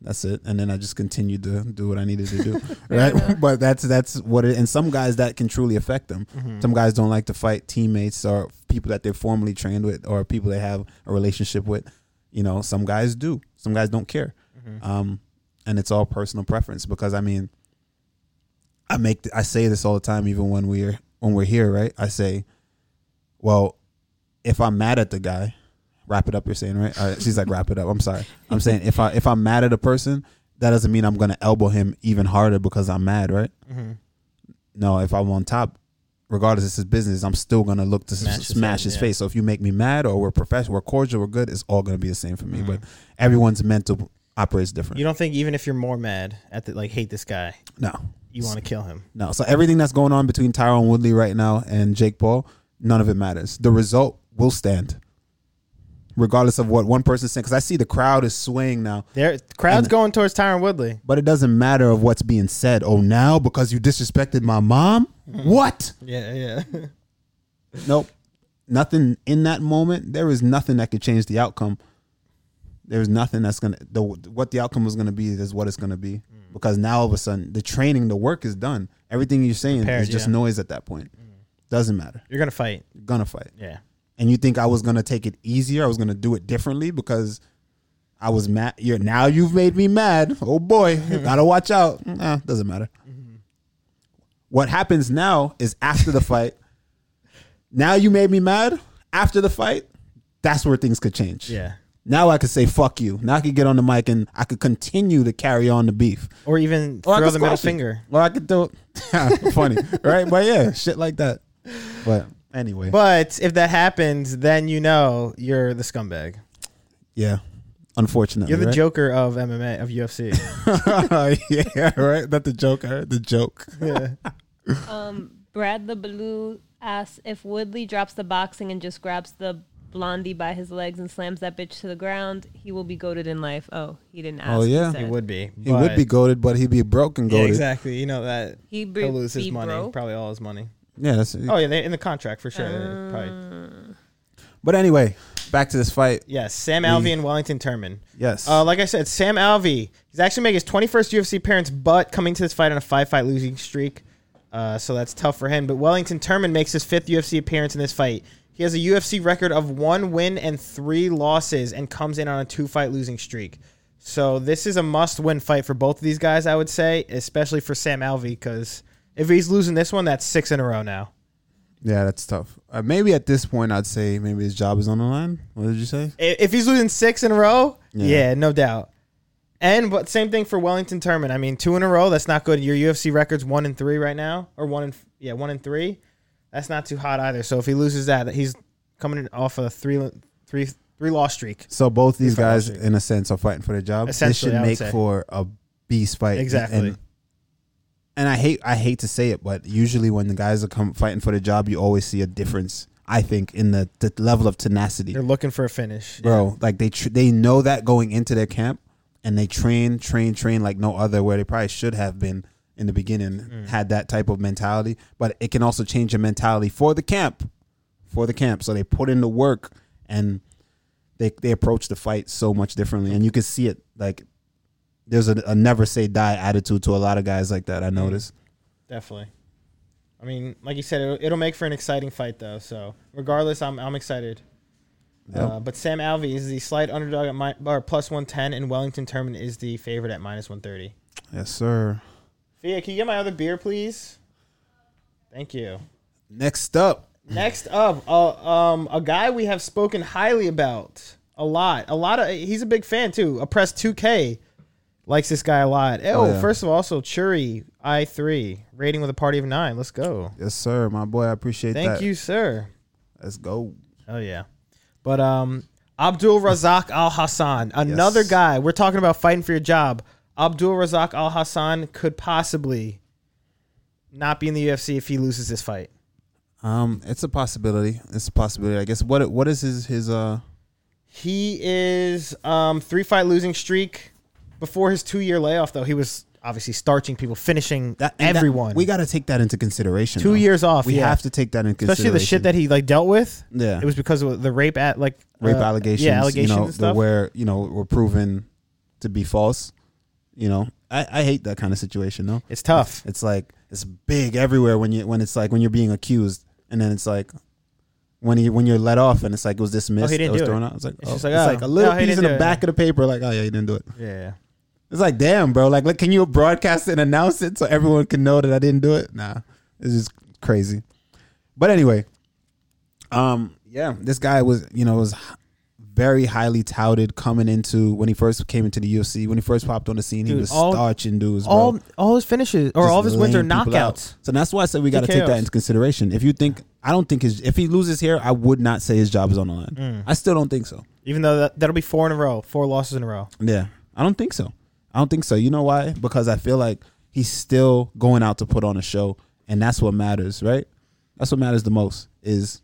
S3: That's it. And then I just continued to do what I needed to do. right. but that's that's what it and some guys that can truly affect them. Some guys don't like to fight teammates or people that they're formally trained with or people they have a relationship with. You know, some guys do. Some guys don't care. Um and it's all personal preference because I mean I make th- I say this all the time even when we're when we're here, right? I say, Well, if I'm mad at the guy, wrap it up. You're saying right? All right, she's like, wrap it up. I'm sorry. I'm saying if I if I'm mad at a person, that doesn't mean I'm gonna elbow him even harder because I'm mad, right?
S2: Mm-hmm.
S3: No, if I'm on top, regardless it's his business, I'm still gonna look to s-
S2: Smash his
S3: smash
S2: head,
S3: his
S2: yeah.
S3: face. So if you make me mad or we're professional, we're cordial, we're good, it's all gonna be the same for me.
S2: Mm-hmm.
S3: But everyone's mental operates different.
S2: You don't think even if you're more mad at the like hate this guy,
S3: no,
S2: you want to kill him?
S3: no. So everything that's going on between Tyron Woodley right now and Jake Paul, none of it matters. The result will stand. Regardless of what one person's saying, because I see the crowd is swaying now.
S2: There, the crowd's going towards Tyron Woodley.
S3: but it doesn't matter of what's being said. Oh, now because you disrespected my mom? What?
S2: Yeah, yeah.
S3: Nope. Nothing in that moment. There is nothing that could change the outcome. There is nothing that's gonna the what the outcome was gonna be is what it's gonna be
S2: Mm.
S3: because now all of a sudden the training, the work is done. Everything you're saying
S2: Prepared,
S3: is just
S2: yeah. Mm.
S3: noise at that point. Doesn't matter.
S2: you're gonna fight.
S3: You're gonna fight.
S2: Yeah.
S3: And you think I was gonna take it easier? I was gonna do it differently because I was mad. You're now you've made me mad. Oh boy, gotta watch out. Nah, doesn't matter. What happens now is after the fight. Now you made me mad. After the fight, that's where things could change.
S2: Yeah.
S3: Now I could say fuck you. Now I could get on the mic and I could continue to carry on the beef.
S2: Or even
S3: Or I
S2: throw
S3: could
S2: the middle
S3: squash it.
S2: finger.
S3: Or I could do it. funny, right? But yeah, shit like that. But anyway,
S2: But if that happens, then you know you're the scumbag.
S3: yeah. Unfortunately,
S2: You're the
S3: right?
S2: Joker of MMA of UFC.
S3: yeah, right. Not the joke. I heard the joke.
S2: yeah.
S1: Um, Brad the Blue asks if Woodley drops the boxing and just grabs the blondie by his legs and slams that bitch to the ground, he will be goaded in life. Oh, he didn't ask.
S3: Oh, yeah. He
S1: said.
S2: He would be.
S3: He would be goaded, but he'd be broken
S2: Yeah,
S3: goaded. Yeah,
S2: exactly. You know that
S1: He be,
S2: he'll lose
S1: be
S2: his money,
S1: broke?
S2: probably all his money.
S3: that's
S2: Oh yeah, they're in the contract for sure. They
S1: Um,
S2: probably.
S3: But anyway, back to this fight.
S2: Yes, Sam Alvey and Wellington Turman.
S3: Yes.
S2: Uh, like I said, Sam Alvey. He's actually making his 21st UFC appearance, but coming to this fight on a five-fight losing streak. Uh, so that's tough for him. But Wellington Turman makes his fifth UFC appearance in this fight. He has a UFC record of one win and three losses, and comes in on a two-fight losing streak. So this is a must-win fight for both of these guys, I would say, especially for Sam Alvey, because if he's losing this one, that's six in a row now.
S3: yeah, that's tough. Uh, maybe at this point, I'd say maybe his job is on the line. What did you say?
S2: I- if he's losing six in a row,
S3: Yeah.
S2: yeah, no doubt. And but same thing for Wellington Turman. I mean, two in a row, that's not good. Your UFC record's one and three right now, or one and f- yeah, one and three. That's not too hot either. So if he loses that, he's coming in off a three three three loss streak.
S3: So both these
S2: If I'm
S3: guys,
S2: watching.
S3: in a sense, are fighting for their job. This
S2: Essentially,
S3: should
S2: I would
S3: make
S2: say.
S3: for a beast fight.
S2: Exactly.
S3: And, and I hate I hate to say it, but usually when the guys are come fighting for the job, you always see a difference. I think in the, the level of tenacity,
S2: They're looking for a finish,
S3: bro. Like they tr- they know that going into their camp, and they train, train, train like no other. Where they probably should have been in the beginning
S2: Mm.
S3: had that type of mentality, but it can also change your mentality for the camp, for the camp. So they put in the work and they they approach the fight so much differently, and you can see it like. There's a, a never say die attitude to a lot of guys like
S2: Mm.
S3: that. I noticed.
S2: Definitely. I mean, like you said, it'll, it'll make for an exciting fight, though. So, regardless, I'm I'm excited. Uh, but Sam Alvey is the slight underdog at my, or plus 110, and Wellington Terman is the favorite at minus 130.
S3: Yes, sir.
S2: Fia, can you get my other beer, please? Thank you.
S3: Next up,
S2: Next up, uh, um, a guy we have spoken highly about a lot. A lot of he's a big fan too. Oppressed 2K likes this guy a lot. Oh,
S3: yeah.
S2: first of all, also Churi i3 rating with a party of nine. Let's go.
S3: yes, sir, my boy. I appreciate
S2: Thank
S3: that.
S2: you, sir.
S3: Let's go.
S2: Oh yeah, but um, Abdul Razak Al Hassan, another guy. We're talking about fighting for your job. Abdul Razak Al Hassan could possibly not be in the UFC if he loses this fight.
S3: Um, it's a possibility. It's a possibility. I guess what what is his his uh
S2: He is um three fight losing streak. Before his two year layoff, though, he was obviously starching people, finishing
S3: and that-
S2: everyone.
S3: we got to take that into consideration.
S2: Two
S3: though.
S2: years off,
S3: We
S2: yeah.
S3: have to take that into
S2: especially the shit that he like dealt with.
S3: Yeah.
S2: it was because of the rape at like
S3: rape
S2: uh,
S3: allegations,
S2: yeah, allegations
S3: you know,
S2: and
S3: the-
S2: stuff.
S3: where you know were proven to be false. You know, I, I hate that kind of situation. though.
S2: it's tough.
S3: it's like it's big everywhere when you when it's like when you're being accused, and then it's like. When you when you're let off and it's like it was dismissed,
S2: didn't
S3: it was
S2: do it.
S3: thrown out. It's like
S2: It's
S3: oh,
S2: just like,
S3: it's
S2: oh,
S3: like a little
S2: no, he
S3: piece
S2: didn't
S3: in the
S2: do it.
S3: back of the paper. Like oh yeah, you didn't do it.
S2: yeah.
S3: It's like, damn, bro. Like, like, can you broadcast it and announce it so everyone can know that I didn't do it? Nah, it's just crazy. But anyway, um, yeah, this guy was, you know, was h- very highly touted coming into when he first came into the UFC. When he first popped on the scene, he
S2: Dude,
S3: was
S2: all-
S3: starching dudes, bro.
S2: All all his finishes or
S3: Just
S2: all of his winter
S3: laying people
S2: knockouts.
S3: out. So that's why I said we got to take that
S2: TKOs.
S3: into consideration. If you think, I don't think his, if he loses here, I would not say his job is on the line.
S2: Mm.
S3: I still don't think so.
S2: Even though that, that'll be four in a row, four losses in a row.
S3: Yeah, I don't think so. I don't think so. You know why? Because I feel like he's still going out to put on a show, and that's what matters, right? That's what matters the most is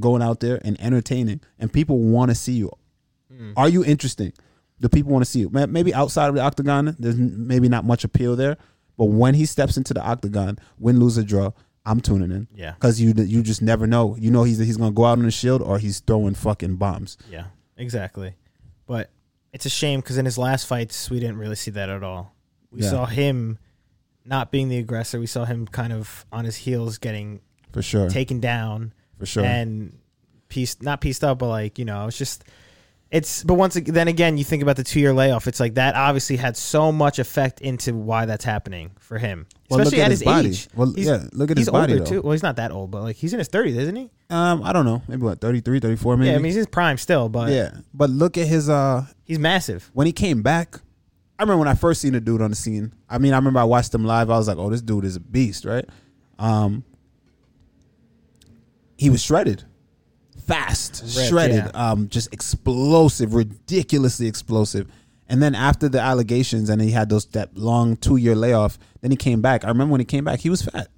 S3: going out there and entertaining, and people want to see you. Are you interesting? Do people want to see you? Ma- Maybe outside of the octagon, there's n- maybe not much appeal there, but when he steps into the octagon, win, lose, or draw, I'm tuning in.
S2: Yeah.
S3: because you you just never know. You know he's he's gonna go out on the shield or he's throwing fucking bombs.
S2: Yeah, exactly. But it's a shame because in his last fights, we didn't really see that at all. We
S3: Yeah.
S2: saw him not being the aggressor. We saw him kind of on his heels, getting
S3: For sure.
S2: taken down.
S3: For sure.
S2: And pieced, not pieced up, but like you know, it's just. It's but once ag- then again, you think about the two year layoff. It's like that obviously had so much effect into why that's happening for him,
S3: Well, look
S2: especially
S3: at
S2: at
S3: his
S2: his,
S3: body.
S2: age.
S3: Well,
S2: He's-
S3: yeah, look at
S2: he's
S3: his body,
S2: older
S3: though.
S2: too. Well, he's not that old, but like he's in his thirties, isn't he?
S3: Um, I don't know. Maybe what 33, 34 maybe.
S2: Yeah, I mean he's in his prime still, but
S3: yeah. But look at his uh
S2: he's massive.
S3: when he came back. I remember when I first seen the dude on the scene. I mean, I remember I watched him live. I was like, "Oh, this dude is a beast, right?" Um he was shredded. Fast,
S2: Ripped,
S3: shredded,
S2: yeah.
S3: um just explosive, ridiculously explosive. And then after the allegations and he had those that long 2-year layoff, then he came back. I remember when he came back, he was fat.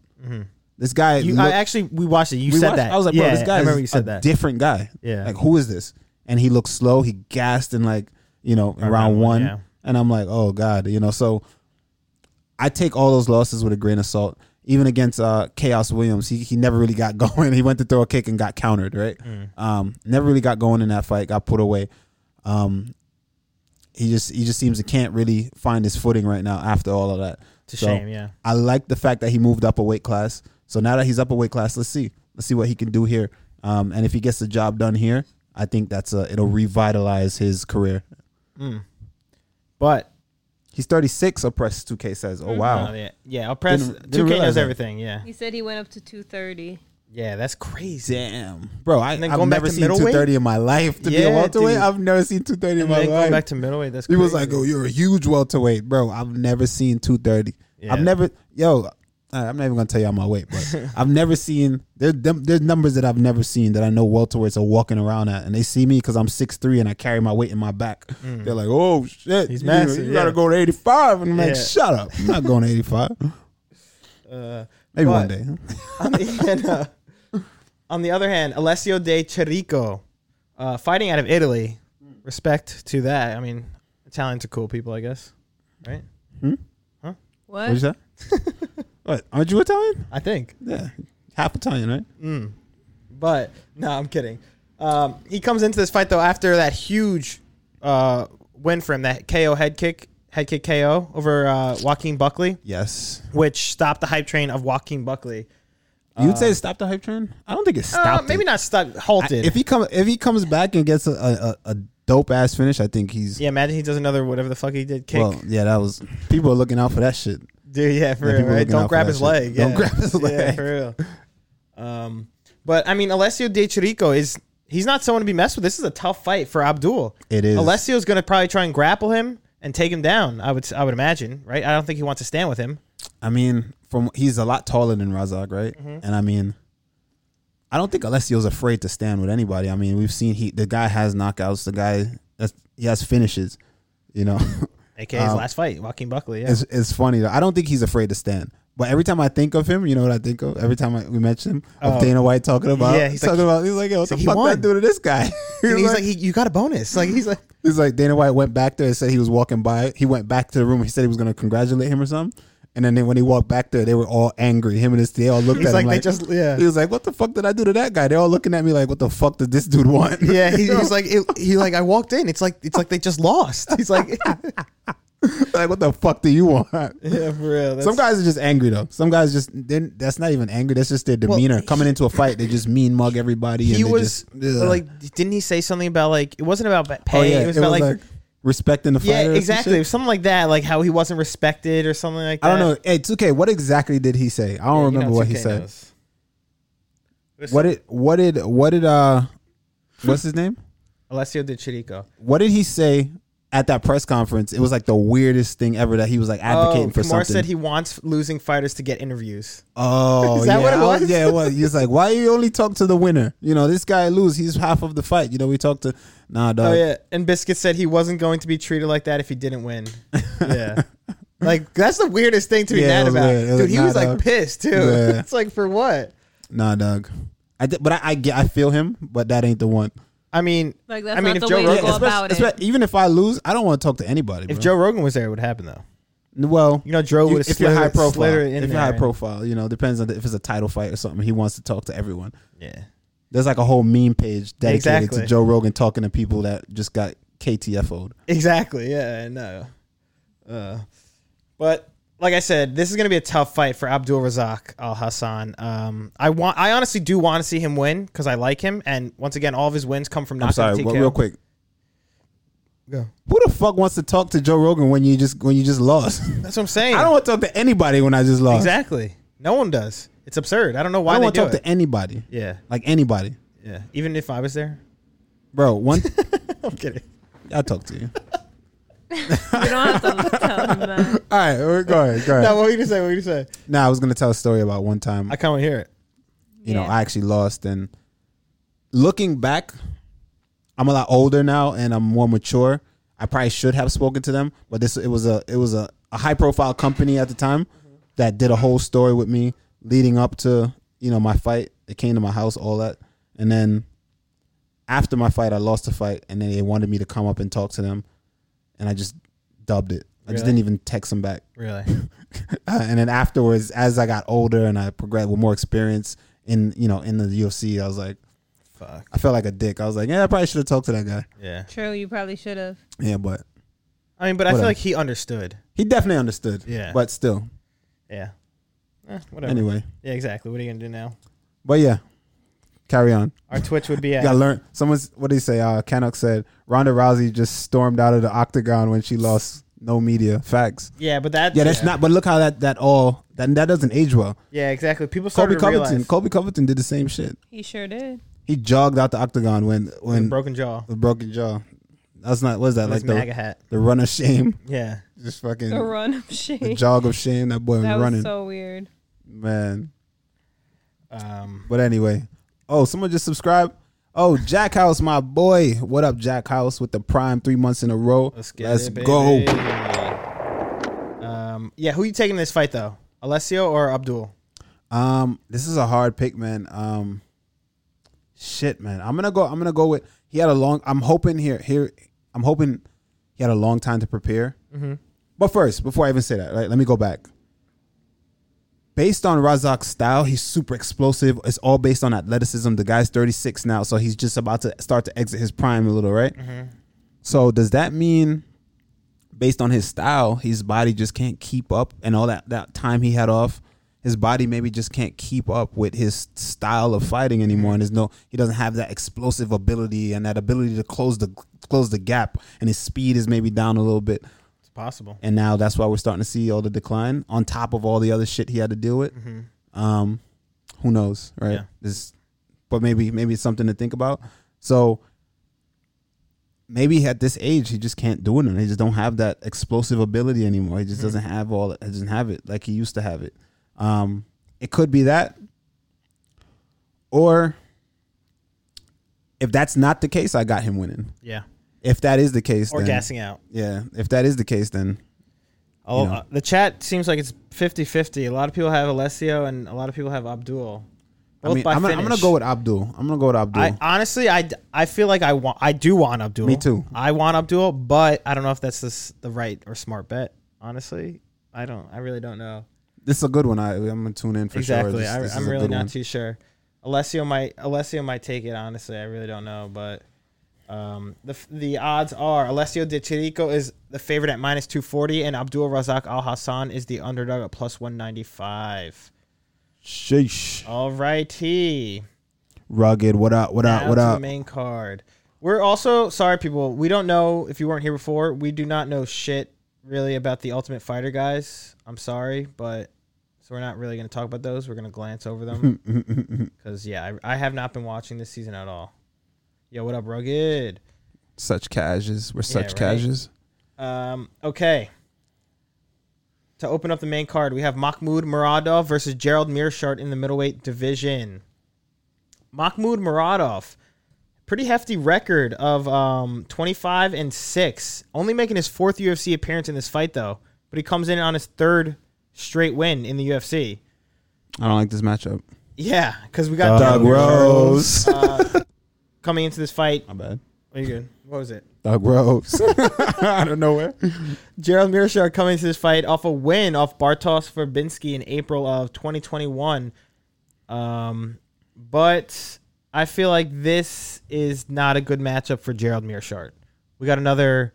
S3: This guy
S2: Mm-hmm. You, I
S3: looked-
S2: actually we watched it. You
S3: we
S2: said
S3: watched-
S2: that.
S3: I was like, bro,
S2: yeah,
S3: this guy
S2: I remember
S3: is
S2: you said
S3: a
S2: that.
S3: different guy.
S2: Yeah.
S3: Like, who is this? And he looked slow. He gassed in like, you know, around,
S2: Around
S3: one.
S2: one, yeah.
S3: And I'm like, oh God, you know, so I take all those losses with a grain of salt. Even against uh, Chaos Williams, he, he never really got going. He went to throw a kick and got countered, right?
S2: Mm.
S3: Um, never really got going in that fight, got put away. Um, he just he just seems to can't really find his footing right now after all of that.
S2: It's a shame, yeah.
S3: I like the fact that he moved up a weight class. So now that he's up a weight class, let's see. Let's see what he can do here. Um, and if he gets the job done here, I think that's a it'll revitalize his career.
S2: But
S3: He's 36, oppressed 2K says. Oh wow.
S2: Oh, yeah, yeah. I'll press.
S3: Didn't- didn't
S2: Two K
S3: realize
S2: knows
S3: that.
S2: everything. Yeah,
S1: He said he went up to 230.
S2: yeah. That's crazy.
S3: Damn. Bro, I,
S2: And then
S3: I've
S2: going back
S3: never
S2: to
S3: seen
S2: middleweight?
S3: 230 in my life. To be a
S2: Yeah,
S3: welterweight,
S2: dude.
S3: I've never seen 230 in
S2: And
S3: my
S2: then
S3: life.
S2: going back to middleweight, that's
S3: he
S2: crazy.
S3: was like, "Oh, you're a huge welterweight, bro. I've never seen 230. I've
S2: Yeah.
S3: never, yo, uh, I'm not even gonna tell y'all my weight, but I've never seen there. Them, there's numbers that I've never seen that I know welterweights are walking around at, and they see me because I'm 6'3 and I carry my weight in my back. They're like, "Oh shit,
S2: Mm. He's
S3: you,
S2: massive,
S3: You gotta
S2: yeah.
S3: go to 85." And I'm like,
S2: Yeah.
S3: "Shut up, I'm not going to 85.
S2: uh,
S3: Maybe
S2: But-
S3: one day."
S2: on the end, uh, On the other hand, Alessio De Chirico, uh, fighting out of Italy. Respect to that. I mean, Italians are cool people, I guess. Right?
S1: What?
S3: What is that? what? Aren't you Italian?
S2: I think.
S3: Yeah, half Italian, right?
S2: But no, I'm kidding. Um, he comes into this fight though after that huge uh, win for him, that KO head kick, head kick KO over uh, Joaquin Buckley,
S3: Yes.
S2: which stopped the hype train of Joaquin Buckley.
S3: You'd say stop the hype train? I don't think it
S2: Uh,
S3: stopped.
S2: maybe
S3: it.
S2: not stopped,
S3: I-
S2: halted.
S3: If he come, if he comes back and gets a, a, a- a dope ass finish, I think he's.
S2: yeah, imagine he does another whatever the fuck he did kick.
S3: Well, yeah, that was people are looking out for that shit.
S2: Dude, yeah, for
S3: Yeah,
S2: real,
S3: people
S2: right?
S3: looking out
S2: Don't
S3: for
S2: grab
S3: that
S2: his
S3: shit.
S2: leg.
S3: Don't
S2: yeah.
S3: grab his
S2: Yeah,
S3: leg.
S2: for real. Um, but I mean, Alessio De Chirico is he's not someone to be messed with. This is a tough fight for Abdul.
S3: It is.
S2: Alessio's going to probably try and grapple him and take him down. I would I would imagine, right? I don't think he wants to stand with him.
S3: I mean, from he's a lot taller than Razak, right?
S2: Mm-hmm.
S3: And I mean, I don't think Alessio's afraid to stand with anybody. I mean, we've seen he the guy has knockouts. The guy that's, he has finishes. You know,
S2: AKA his
S3: Um,
S2: last fight, Joaquin Buckley. Yeah.
S3: it's it's funny though. I don't think he's afraid to stand. But every time I think of him, you know what I think of? Every time I, we mention him,
S2: Oh.
S3: of Dana White talking about,
S2: Yeah,
S3: yeah,
S2: he's
S3: he's
S2: like-
S3: talking about, he's like, yo, what
S2: he's like,
S3: the
S2: he
S3: fuck
S2: won.
S3: that do to this guy?
S2: And he's like, he, you got a bonus. Like he's like,
S3: It's like Dana White went back there and said he was walking by. He went back to the room. He said he was going to congratulate him or something. And then they- when he walked back there, they were all angry. Him and his they all looked
S2: He's
S3: at
S2: like,
S3: him
S2: they
S3: like
S2: just- yeah.
S3: He was like, "What the fuck did I do to that guy?" They're all looking at me like, "What the fuck did this dude want?"
S2: yeah. He, he's like, it, he like, I walked in. It's like, it's like they just lost. He's like,
S3: like, "What the fuck do you want?"
S2: yeah, for real. That's-
S3: Some guys are just angry though. Some guys just then that's not even angry. That's just their demeanor. Coming into a fight, they just mean mug everybody.
S2: he
S3: and they
S2: was
S3: just, ugh.
S2: like, didn't he say something about like it wasn't about ba- pay?
S3: Oh, yeah,
S2: It was about like,
S3: respecting the
S2: yeah,
S3: fighter or some
S2: exactly,
S3: shit.
S2: It was something like that, like how he wasn't respected or something like that.
S3: I don't know. Hey, it's okay. What exactly did he say? I don't
S2: You know,
S3: remember what he
S2: 2K
S3: said.
S2: knows.
S3: What did what did what did uh what's his name?
S2: Alessio De Chirico.
S3: What did he say at that press conference? It was like the weirdest thing ever that he was like advocating
S2: oh,
S3: for
S2: Kimura
S3: something.
S2: said he wants losing fighters to get interviews.
S3: oh,
S2: Is that
S3: yeah,
S2: what it
S3: I was-
S2: was?
S3: yeah, it was. He was like, "Why you only talk to the winner? You know, this guy lose. He's half of the fight. You know, we talk to nah,
S2: Oh
S3: dog.
S2: yeah, and Biscuit said he wasn't going to be treated like that if he didn't win. Yeah, like that's the weirdest thing to be
S3: Yeah, it
S2: mad
S3: was
S2: about,
S3: weird. It was
S2: dude. He
S3: like,
S2: was
S3: nah,
S2: like
S3: dog.
S2: pissed too.
S3: Yeah.
S2: it's like for what?
S3: Nah, dog. I did, but I, I get I feel him, but that ain't the one.
S2: I mean,
S1: Like, that's
S2: I mean,
S1: not
S2: if
S1: the
S2: Joe
S1: way to go
S2: Rogan,
S1: about
S3: Especially-
S1: it.
S3: especially- even if I lose, I don't want to talk to anybody.
S2: if
S3: bro.
S2: Joe Rogan was there, it would happen though.
S3: well,
S2: You know, Joe
S3: you-
S2: would
S3: if you're high profile,
S2: in
S3: if you're high
S2: there.
S3: profile, you know, depends on the, if it's a title fight or something. He wants to talk to everyone.
S2: yeah.
S3: There's like a whole meme page dedicated
S2: Exactly.
S3: to Joe Rogan talking to people that just got KTFO'd.
S2: Exactly. Yeah, I know. Uh, but like I said, this is going to be a tough fight for Abdul Razak Al Hassan. Um, I want. I honestly do want to see him win because I like him. And once again, all of his wins come from
S3: I'm
S2: knockout.
S3: sorry,
S2: TKO.
S3: well, real quick.
S2: Go.
S3: Who the fuck wants to talk to Joe Rogan when you just when you just lost?
S2: That's what I'm saying.
S3: I don't want to talk to anybody when I just lost.
S2: exactly. No one does. It's absurd. I don't know
S3: I
S2: why
S3: don't
S2: they
S3: want to
S2: do
S3: talk
S2: it.
S3: to anybody,
S2: yeah,
S3: like anybody,
S2: yeah. Even if I was there,
S3: bro. One,
S2: I'm kidding.
S3: I talk to you.
S1: You don't have to tell him that.
S3: All right, all right, go ahead, go
S2: No,
S3: ahead.
S2: what were you gonna say? What were you gonna say?
S3: Now I was gonna tell a story about one time.
S2: I can't hear it.
S3: you know,
S1: Yeah.
S3: I actually lost. And looking back, I'm a lot older now and I'm more mature. I probably should have spoken to them, but this it was a it was a, a high profile company at the time that did a whole story with me leading up to you know my fight. They came to my house, all that, and then after my fight, I lost the fight, and then they wanted me to come up and talk to them, and I just dubbed it. I just
S2: Really?
S3: didn't even text them back.
S2: Really?
S3: Uh, and then afterwards, as I got older and I progressed with more experience in you know in the UFC, I was like,
S2: Fuck.
S3: I felt like a dick. I was like, yeah, I probably should have talked to that guy.
S2: Yeah.
S1: True, you probably should have.
S3: Yeah, but
S2: I mean, but I feel
S3: Whatever.
S2: like he understood.
S3: he definitely understood.
S2: Yeah.
S3: but still,
S2: Yeah. Eh, whatever.
S3: anyway,
S2: Yeah, exactly. What are you gonna do now?
S3: but yeah, carry on.
S2: Our Twitch would be
S3: You gotta
S2: at.
S3: learn. Someone's what did he say? Uh, Canuck said Ronda Rousey just stormed out of the octagon when she lost no media facts.
S2: Yeah, but that.
S3: Yeah, that's not. But look how that that all that that doesn't age well.
S2: Yeah, exactly. People
S3: Kobe
S2: started to
S3: Covington,
S2: realize
S3: Kobe Covington did the same shit.
S1: He sure did.
S3: He jogged out the octagon when
S2: with a
S3: when
S2: broken jaw,
S3: with broken jaw. That's not what's that
S2: with
S3: like
S2: his
S3: the
S2: MAGA hat.
S3: the run of shame,
S2: Yeah,
S3: just fucking
S1: The run of
S3: the
S1: shame.
S3: jog of shame. That boy was
S1: That
S3: running,
S1: was so weird.
S3: man.
S2: um,
S3: But anyway, oh, someone just subscribe. Oh, Jack House, my boy. What up, Jack House? With the prime three months in a row.
S2: let's get it, baby.
S3: go.
S2: Um, yeah, who you taking in this fight though, Alessio or Abdul?
S3: Um, this is a hard pick, man. Um, shit, man. I'm gonna go. I'm gonna go with. He had a long. I'm hoping here. Here. I'm hoping he had a long time to prepare. But first, before I even say that, right, let me go back. Based on Razak's style, he's super explosive. It's all based on athleticism. The guy's 36 now, so he's just about to start to exit his prime a little, right? So does that mean, based on his style, his body just can't keep up, and all that that time he had off, his body maybe just can't keep up with his style of fighting anymore, and there's no he doesn't have that explosive ability and that ability to close the close the gap, and his speed is maybe down a little bit,
S2: It's possible.
S3: and now that's why we're starting to see all the decline on top of all the other shit he had to deal with. Um, who knows, right?
S2: Mm-hmm. Yeah.
S3: This, but maybe maybe it's something to think about. So maybe at this age he just can't do it, and he just don't have that explosive ability anymore. He just
S2: Mm-hmm.
S3: doesn't have all, he doesn't have it like he used to have it. Um, it could be that, or if that's not the case, I got him winning.
S2: Yeah.
S3: If that is the case,
S2: Or
S3: then,
S2: gassing out.
S3: Yeah, if that is the case, then
S2: Oh,
S3: know.
S2: uh, the chat seems like it's 50-50. A lot of people have Alessio and a lot of people have Abdul. Both
S3: I mean,
S2: by
S3: I'm, gonna, I'm gonna
S2: finish.
S3: go with Abdul. I'm gonna go with Abdul.
S2: I honestly, I, I feel like I want, I do want Abdul.
S3: Me too.
S2: I want Abdul, but I don't know if that's the, s- the right or smart bet. Honestly, I don't. I really don't know
S3: this is a good one. I, I'm gonna tune in for sure.
S2: exactly.
S3: This- this
S2: I,
S3: is
S2: I'm
S3: a
S2: really
S3: good
S2: not
S3: one.
S2: too sure. Alessio might Alessio might take it. Honestly, I really don't know, but. Um, the f- the odds are Alessio De Chirico is the favorite at minus two forty, and Abdul Razak Al Hassan is the underdog at plus one ninety five.
S3: Sheesh.
S2: All righty.
S3: Rugged. What up? What up?
S2: Now
S3: What
S2: to the
S3: up?
S2: main card. We're also sorry, people. We don't know if you weren't here before. We do not know shit really about the Ultimate Fighter guys. I'm sorry, but so we're not really going to talk about those. We're going to glance over them because yeah, I, I have not been watching this season at all. Yo, what up, rugged?
S3: Such cages. We're such
S2: right.
S3: cages.
S2: Um, okay. To open up the main card, we have Mahmoud Muradov versus Gerald Mearshart in the middleweight division. Mahmoud Muradov, pretty hefty record of um, 25 and 6. Only making his fourth UFC appearance in this fight, though. But he comes in on his third straight win in the UFC.
S3: I don't like this matchup.
S2: Yeah, because we got Gerald
S3: Doug
S2: Mearshart
S3: Rose.
S2: coming into this fight.
S3: My bad.
S2: Are you good? What was it?
S3: Doug Rose. Out of nowhere.
S2: Gerald Mearshart coming to this fight off a win off Bartosz Verbinski in April of 2021. Um, but I feel like this is not a good matchup for Gerald Mearshart. We got another.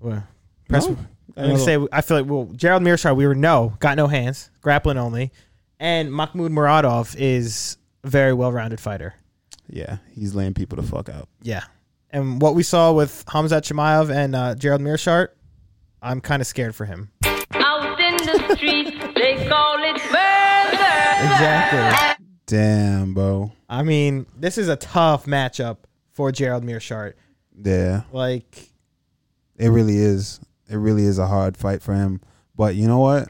S2: Well, press.
S3: No.
S2: I'm gonna say I feel like well Gerald Mearshart we were no got no hands grappling only, and Mahmoud Muradov is a very well rounded fighter.
S3: Yeah, he's laying people the fuck out.
S2: Yeah. And what we saw with Hamzat Chimaev and uh, Gerald Mearshart, I'm kind of scared for him.
S4: Out in the street, they call it murder.
S2: Exactly.
S3: Damn, bro.
S2: I mean, this is a tough matchup for Gerald Mearshart.
S3: Yeah,
S2: Like,
S3: it really is. It really is a hard fight for him. But you know what?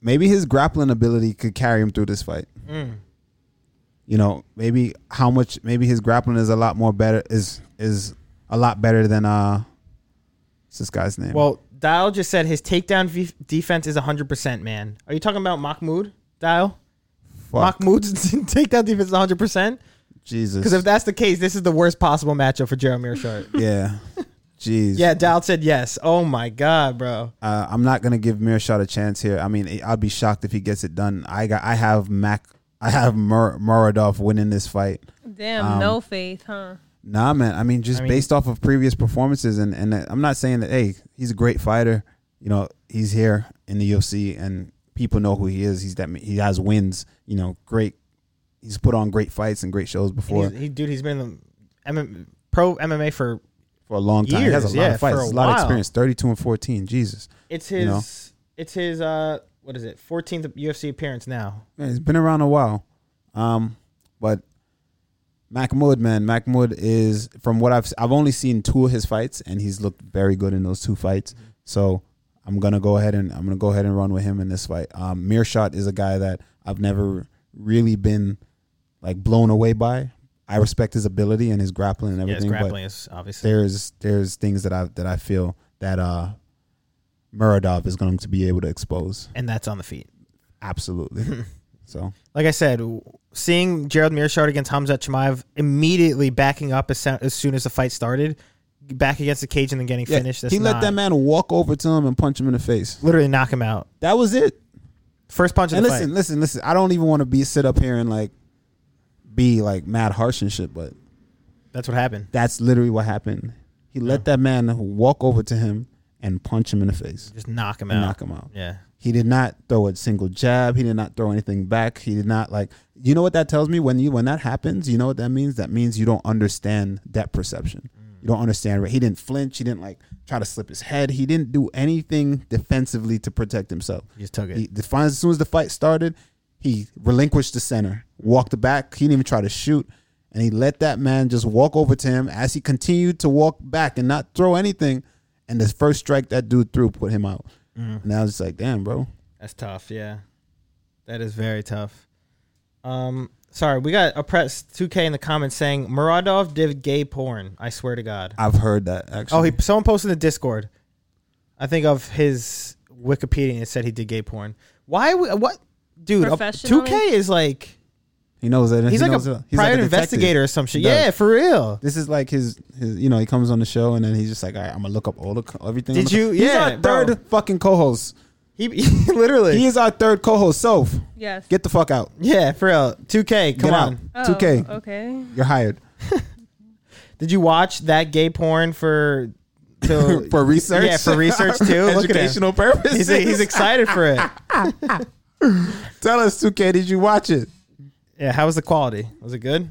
S3: Maybe his grappling ability could carry him through this fight.
S2: Mm.
S3: you know maybe how much maybe his grappling is a lot more better is is a lot better than uh what's this guy's name
S2: well, Dial just said his takedown v- defense is 100%, man. Are you talking about Mahmoud, Dial?
S3: Fuck,
S2: Mahmoud's takedown defense is 100%?
S3: jesus
S2: Because if that's the case, this is the worst possible matchup for Gerald Mearshart.
S3: yeah jeez
S2: yeah, Dial said yes. Oh, my God, bro.
S3: uh, i'm not gonna give Mearshot a chance here i mean i'd be shocked if he gets it done i got i have mac i have Mur- muradov winning this fight
S1: Damn,
S3: Um,
S1: no faith, huh?
S3: Nah, man. I mean, just
S2: I mean-
S3: based off of previous performances, and and I'm not saying that. Hey, he's a great fighter. You know, he's here in the UFC, and people know who he is. He's that he has wins. You know, great. He's put on great fights and great shows before
S2: He's, he, dude, he's been in the MM, pro MMA for
S3: for a long time. he has a
S2: years,
S3: lot
S2: yeah,
S3: of fights,
S2: for a
S3: a, lot of
S2: while.
S3: experience. Thirty-two and fourteen. Jesus,
S2: It's his.
S3: You know?
S2: It's his. Uh, what is it? Fourteenth UFC appearance now.
S3: man, he's been around a while. Um, but Mahmoud, man, Mahmoud is from what I've s- I've only seen two of his fights, and he's looked very good in those two fights. So I'm gonna go ahead and I'm gonna go ahead and run with him in this fight. Um, Mearshot is a guy that I've never really been like blown away by. I respect his ability and his grappling and everything, but
S2: is obviously.
S3: there's there's things that I that I feel that uh Muradov is going to be able to expose.
S2: And that's on the feet.
S3: Absolutely. So
S2: like I said, w- seeing Gerald Mearshard against Hamzat Chimaev immediately backing up as, sou- as soon as the fight started, back against the cage and then getting
S3: yeah,
S2: finished. That's
S3: he let
S2: not-
S3: that man walk over to him and punch him in the face.
S2: literally knock him out.
S3: That was it.
S2: First punch of
S3: And
S2: the
S3: listen,
S2: fight.
S3: listen, listen. I don't even want to be sit up here and like be like mad harsh and shit, but
S2: That's what happened.
S3: that's literally what happened. He let that man walk over to him and punch him in the face
S2: Just knock him
S3: and
S2: out.
S3: knock him out.
S2: Yeah.
S3: He did not throw a single jab. He did not throw anything back. He did not like. You know what that tells me when you when that happens. You know what that means. That means you don't understand that perception. You don't understand. He didn't flinch. He didn't like try to slip his head. He didn't do anything defensively to protect himself.
S2: He just took it.
S3: He, the, fin- as soon as the fight started, he relinquished the center, walked the back. He didn't even try to shoot, and he let that man just walk over to him as he continued to walk back and not throw anything. And the first strike that dude threw put him out.
S2: Mm-hmm.
S3: And I was just like, damn, bro.
S2: That's tough. Yeah, that is very tough. Um, sorry, we got a press 2K in the comments saying Muradov did gay porn. I swear to God.
S3: I've heard that actually.
S2: Oh, he someone posted in the Discord. I think of his Wikipedia and it said he did gay porn. Why? w- What, dude? a- 2K
S1: Professionally?
S2: is like
S3: he knows that.
S2: he's
S3: he
S2: like
S3: knows
S2: a
S3: that. He's like
S2: private
S3: a detective.
S2: investigator or some shit.
S3: He does.
S2: Yeah, for real.
S3: This is like his, his, you know, he comes on the show and then he's just like, all right, I'm gonna look up all the co- everything.
S2: Did
S3: I'm gonna-
S2: you-
S3: He's
S2: yeah,
S3: our third
S2: bro.
S3: fucking co-host.
S2: He, literally.
S3: He is our third co-host. So
S1: Yes. Oh,
S3: get the fuck out.
S2: yeah, for real. 2K, come
S3: Get
S2: on.
S3: out. 2K.
S1: Okay.
S3: You're hired.
S2: Did you watch that gay porn for to,
S3: For research?
S2: Yeah, for research too. Look at him.
S3: Educational
S2: He's,
S3: purposes.
S2: he's excited for it.
S3: Tell us, 2K, did you watch it?
S2: Yeah, how was the quality? Was it good?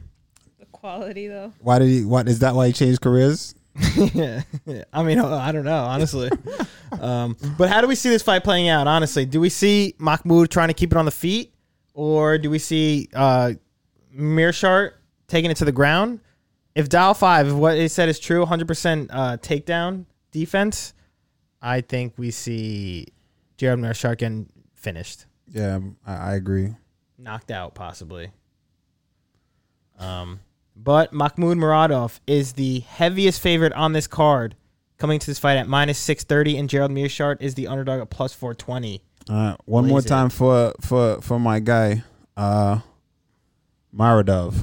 S1: The quality though.
S3: Why did he? What is that? Why he changed careers?
S2: yeah. I mean, uh, I don't know, honestly. um, but how do we see this fight playing out, honestly? Do we see Mahmoud trying to keep it on the feet? Or do we see uh, Mearshart taking it to the ground? If Dial 5, if what they said is true, 100% uh, takedown defense, I think we see Jared Mearshart getting finished,
S3: Yeah, um, I, I agree.
S2: knocked out, possibly. Um, but Mahmoud Muradov is the heaviest favorite on this card, coming to this fight at minus six thirty, and Gerald Mearshart is the underdog at plus four twenty.
S3: Uh, one
S2: Blaze
S3: more
S2: it.
S3: time for for for my guy, uh, Maradov.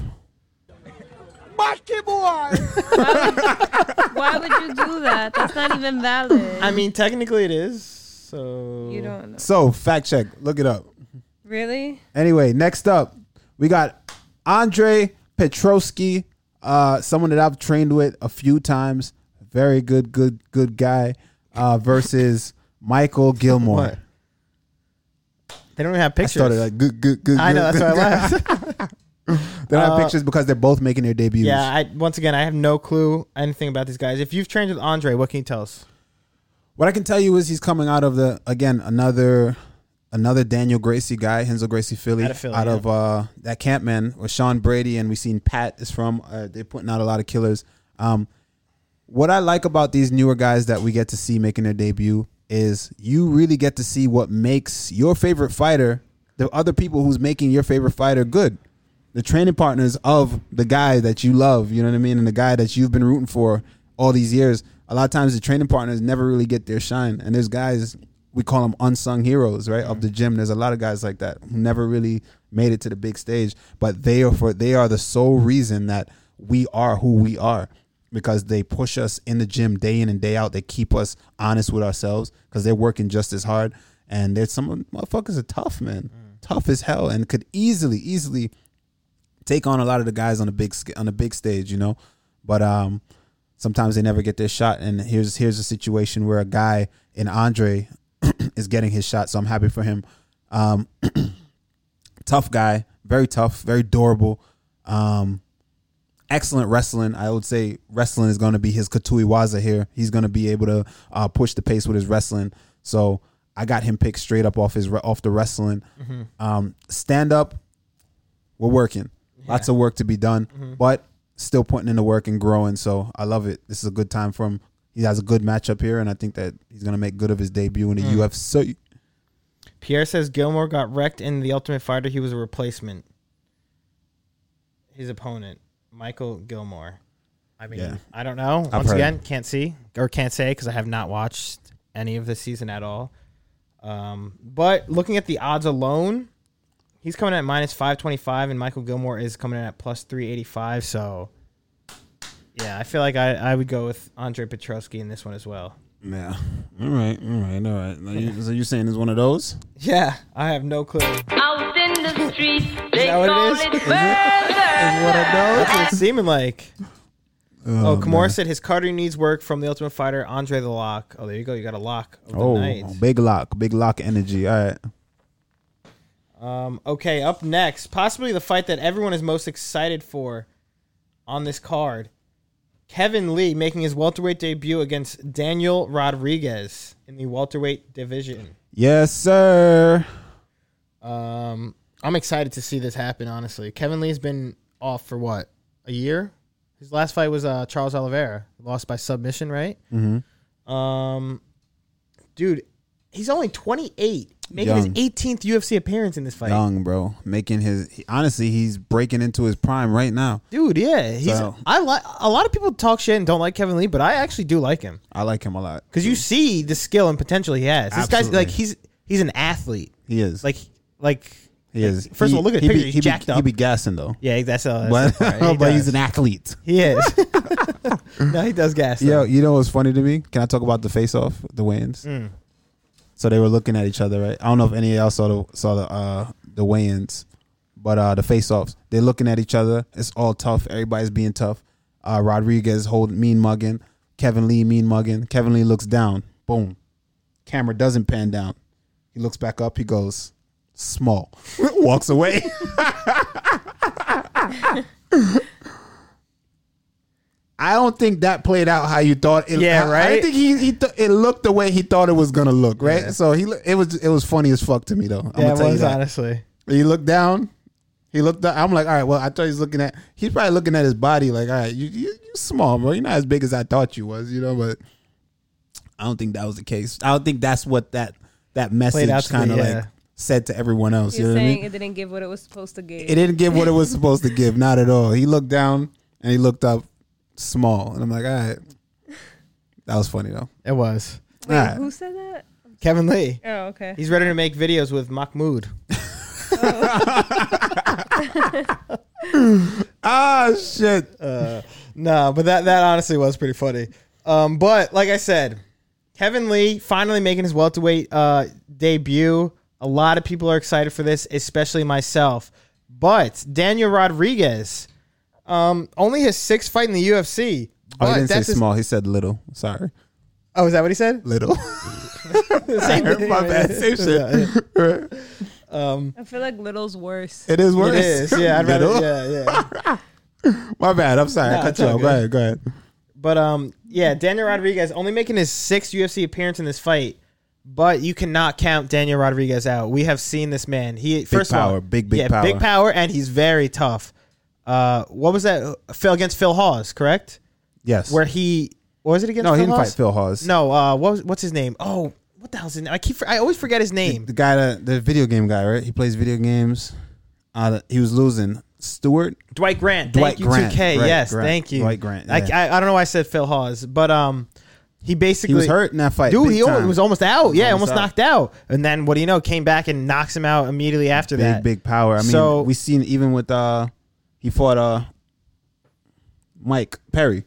S1: Why would you do that? That's not even valid.
S2: I mean, technically it is. So
S1: you don't know.
S3: So fact check. Look it up.
S1: Really?
S3: Anyway, next up, we got Andre Petrosky, uh, someone that I've trained with a few times. Very good, good, good guy. Uh, versus Michael Gilmore.
S2: What? They don't even have
S3: I
S2: pictures. I,
S3: started like good, good, good. good,
S2: know that's
S3: good.
S2: why I laughed.
S3: They don't have
S2: Uh,
S3: pictures because they're both making their debuts.
S2: yeah, I, once again, I have no clue anything about these guys. If you've trained with Andre, what can you tell us?
S3: What I can tell you is he's coming out of the again another another Daniel Gracie guy, Hensel Gracie Philly,
S2: Out of Philly,
S3: out
S2: yeah.
S3: of uh, that campman with Sean Brady, and we seen Pat is from. Uh, they're putting out a lot of killers. Um, what I like about these newer guys that we get to see making their debut is you really get to see what makes your favorite fighter, the other people who's making your favorite fighter good. The training partners of the guy that you love, you know what I mean? And the guy that you've been rooting for all these years. A lot of times the training partners never really get their shine. And there's guys, we call them unsung heroes, right? Of the gym. There's a lot of guys like that who never really made it to the big stage, but they are for they are the sole reason that we are who we are because they push us in the gym day in and day out. They keep us honest with ourselves because they're working just as hard. And there's some motherfuckers are tough, man, tough as hell, and could easily, easily take on a lot of the guys on the big sc- on the big stage, you know. But um, sometimes they never get their shot. And here's here's a situation where a guy in Andre is getting his shot, so I'm happy for him. Um, tough guy, very tough, very durable. Um, excellent wrestling. I would say wrestling is going to be his Katuiwaza here. He's going to be able to uh, push the pace with his wrestling. So I got him picked straight up off his re- off the wrestling. Um, stand up, we're working. Lots of work to be done, but still putting in the work and growing. So I love it. This is a good time for him. He has a good matchup here, and I think that he's going to make good of his debut in the UFC.
S2: Pierre says Gilmore got wrecked in The Ultimate Fighter. He was a replacement. His opponent, Michael Gilmore. I mean,
S3: Yeah.
S2: I don't know. Once
S3: heard.
S2: again, can't see or can't say because I have not watched any of this season at all. Um, but looking at the odds alone, He's coming in at minus five twenty five, and Michael Gilmore is coming in at plus three eighty five. So, yeah, I feel like I, I would go with Andre Petrovsky in this one as well.
S3: Yeah. All right. All right. All right. Now you- So you're saying it's one of those?
S2: Yeah, I have no clue. Is
S4: Out in the street, they
S2: that what
S4: call
S2: it is?
S4: it
S2: Is it- is
S4: murder.
S2: one of those? That's what it's seeming like. Oh, Kamora
S3: man.
S2: said his Carter needs work from the Ultimate Fighter, Andre the Lock. Oh, there you go. You got a lock of the
S3: Oh,
S2: night.
S3: big lock. Big lock energy. All right.
S2: Um, okay, up next, possibly the fight that everyone is most excited for on this card. Kevin Lee making his welterweight debut against Daniel Rodriguez in the welterweight division.
S3: Yes, sir.
S2: Um, I'm excited to see this happen, honestly. Kevin Lee's been off for what, a year? His last fight was uh, Charles Oliveira. Lost by submission, right? Mm-hmm. Um, dude, he's only 28, making his
S3: Young.
S2: 18th UFC appearance in this fight.
S3: Young, bro. Making his. he- honestly, he's breaking into his prime right now.
S2: Dude, yeah, he's.
S3: So-
S2: I like a lot of people talk shit and don't like Kevin Lee, but I actually do like him
S3: I like him a lot.
S2: because you see the skill and potential he has. This
S3: Absolutely.
S2: guy's like he's he's an athlete.
S3: He is.
S2: Like like
S3: he is.
S2: First of all, look at the
S3: He
S2: picture.
S3: Be,
S2: He's
S3: he
S2: jacked
S3: be,
S2: up.
S3: He be gassing though.
S2: yeah, that's all.
S3: But,
S2: That's all right. he,
S3: but
S2: does.
S3: he's an athlete.
S2: he is. no, he does gas.
S3: Yo,
S2: though.
S3: you know what's funny to me? Can I talk about the face off, the weigh-ins?
S2: Mm.
S3: So they were looking at each other, right? I don't know if any of y'all saw the saw the uh the weigh-ins, but uh the face offs. They're looking at each other. It's all tough. Everybody's being tough. Uh Rodriguez holding mean mugging. Kevin Lee mean mugging. Kevin Lee looks down. Boom. Camera doesn't pan down. He looks back up, he goes, small. Walks away. I don't think that played out how you thought. It,
S2: Yeah,
S3: I- I,
S2: right?
S3: didn't think he, he th- it looked the way he thought it was gonna look, right?
S2: Yeah.
S3: So he lo- it was it was funny as fuck to me though. I'm
S2: yeah,
S3: gonna
S2: it
S3: tell you
S2: was
S3: that.
S2: honestly.
S3: He looked down. He looked. Up, I'm like, all right. Well, I thought he's looking at. He's probably looking at his body. Like, all right, you you, you small, bro. You're not as big as I thought you was. You know, but I don't think that was the case. I don't think that's what that that message
S2: out to
S3: kind of
S2: me, yeah.
S3: like said to everyone else. you
S1: You're
S3: know what I
S1: saying
S3: mean?
S1: it didn't give what it was supposed to give.
S3: it didn't give what it was supposed to give, not at all. He looked down and he looked up small. And I'm like, all right. That was funny though.
S2: It was
S1: Wait,
S3: Alright.
S1: who said that?
S2: Kevin Lee.
S1: Oh, okay.
S2: He's ready to make videos with Mahmoud.
S3: Ah shit.
S2: Uh, no, but that that honestly was pretty funny. Um, but like I said, Kevin Lee finally making his welterweight uh, debut. A lot of people are excited for this, especially myself. But Daniel Rodriguez, um, only his sixth fight in the UFC.
S3: Oh, he
S2: but
S3: didn't say
S2: that's his-
S3: small. He said little. Sorry,
S2: Oh, is that what he said?
S3: little.
S2: Same thing,
S3: My
S2: right?
S3: bad. Same shit.
S1: I feel like little's worse.
S3: It is
S2: It
S3: worse.
S2: is. Yeah, I'd rather.
S3: Little.
S2: Yeah, yeah.
S3: My bad. I'm sorry.
S2: Nah,
S3: I cut
S2: it's
S3: you
S2: all
S3: off. Go
S2: good.
S3: ahead. Go ahead.
S2: But um, yeah, Daniel Rodriguez only making his sixth UFC appearance in this fight, but you cannot count Daniel Rodriguez out. We have seen this man. He first of all-
S3: power, big, big
S2: yeah,
S3: power.
S2: big power, and he's very tough. Uh, what was that? Phil against Phil Hawes, correct?
S3: Yes.
S2: Where he what was it against?
S3: no,
S2: Phil
S3: he didn't
S2: Hawes?
S3: fight Phil Hawes.
S2: No, uh, what was, what's his name? Oh, what the hell's his name? I keep I always forget his name.
S3: the guy that the video game guy, right? He plays video games. Uh, he was losing. Stewart.
S2: Dwight Grant.
S3: Dwight
S2: thank you,
S3: Grant,
S2: 2K.
S3: right,
S2: yes,
S3: Grant,
S2: thank you.
S3: Dwight Grant,
S2: I,
S3: yeah.
S2: I, I don't know why I said Phil Hawes, but um, he basically
S3: He was hurt in that fight.
S2: Dude,
S3: big
S2: he
S3: time.
S2: was almost out.
S3: was
S2: yeah, almost,
S3: almost out.
S2: knocked out. And then what do you know? Came back and knocks him out immediately after
S3: big
S2: that.
S3: big power. I mean,
S2: So-
S3: we seen even with uh, he fought uh, Mike Perry.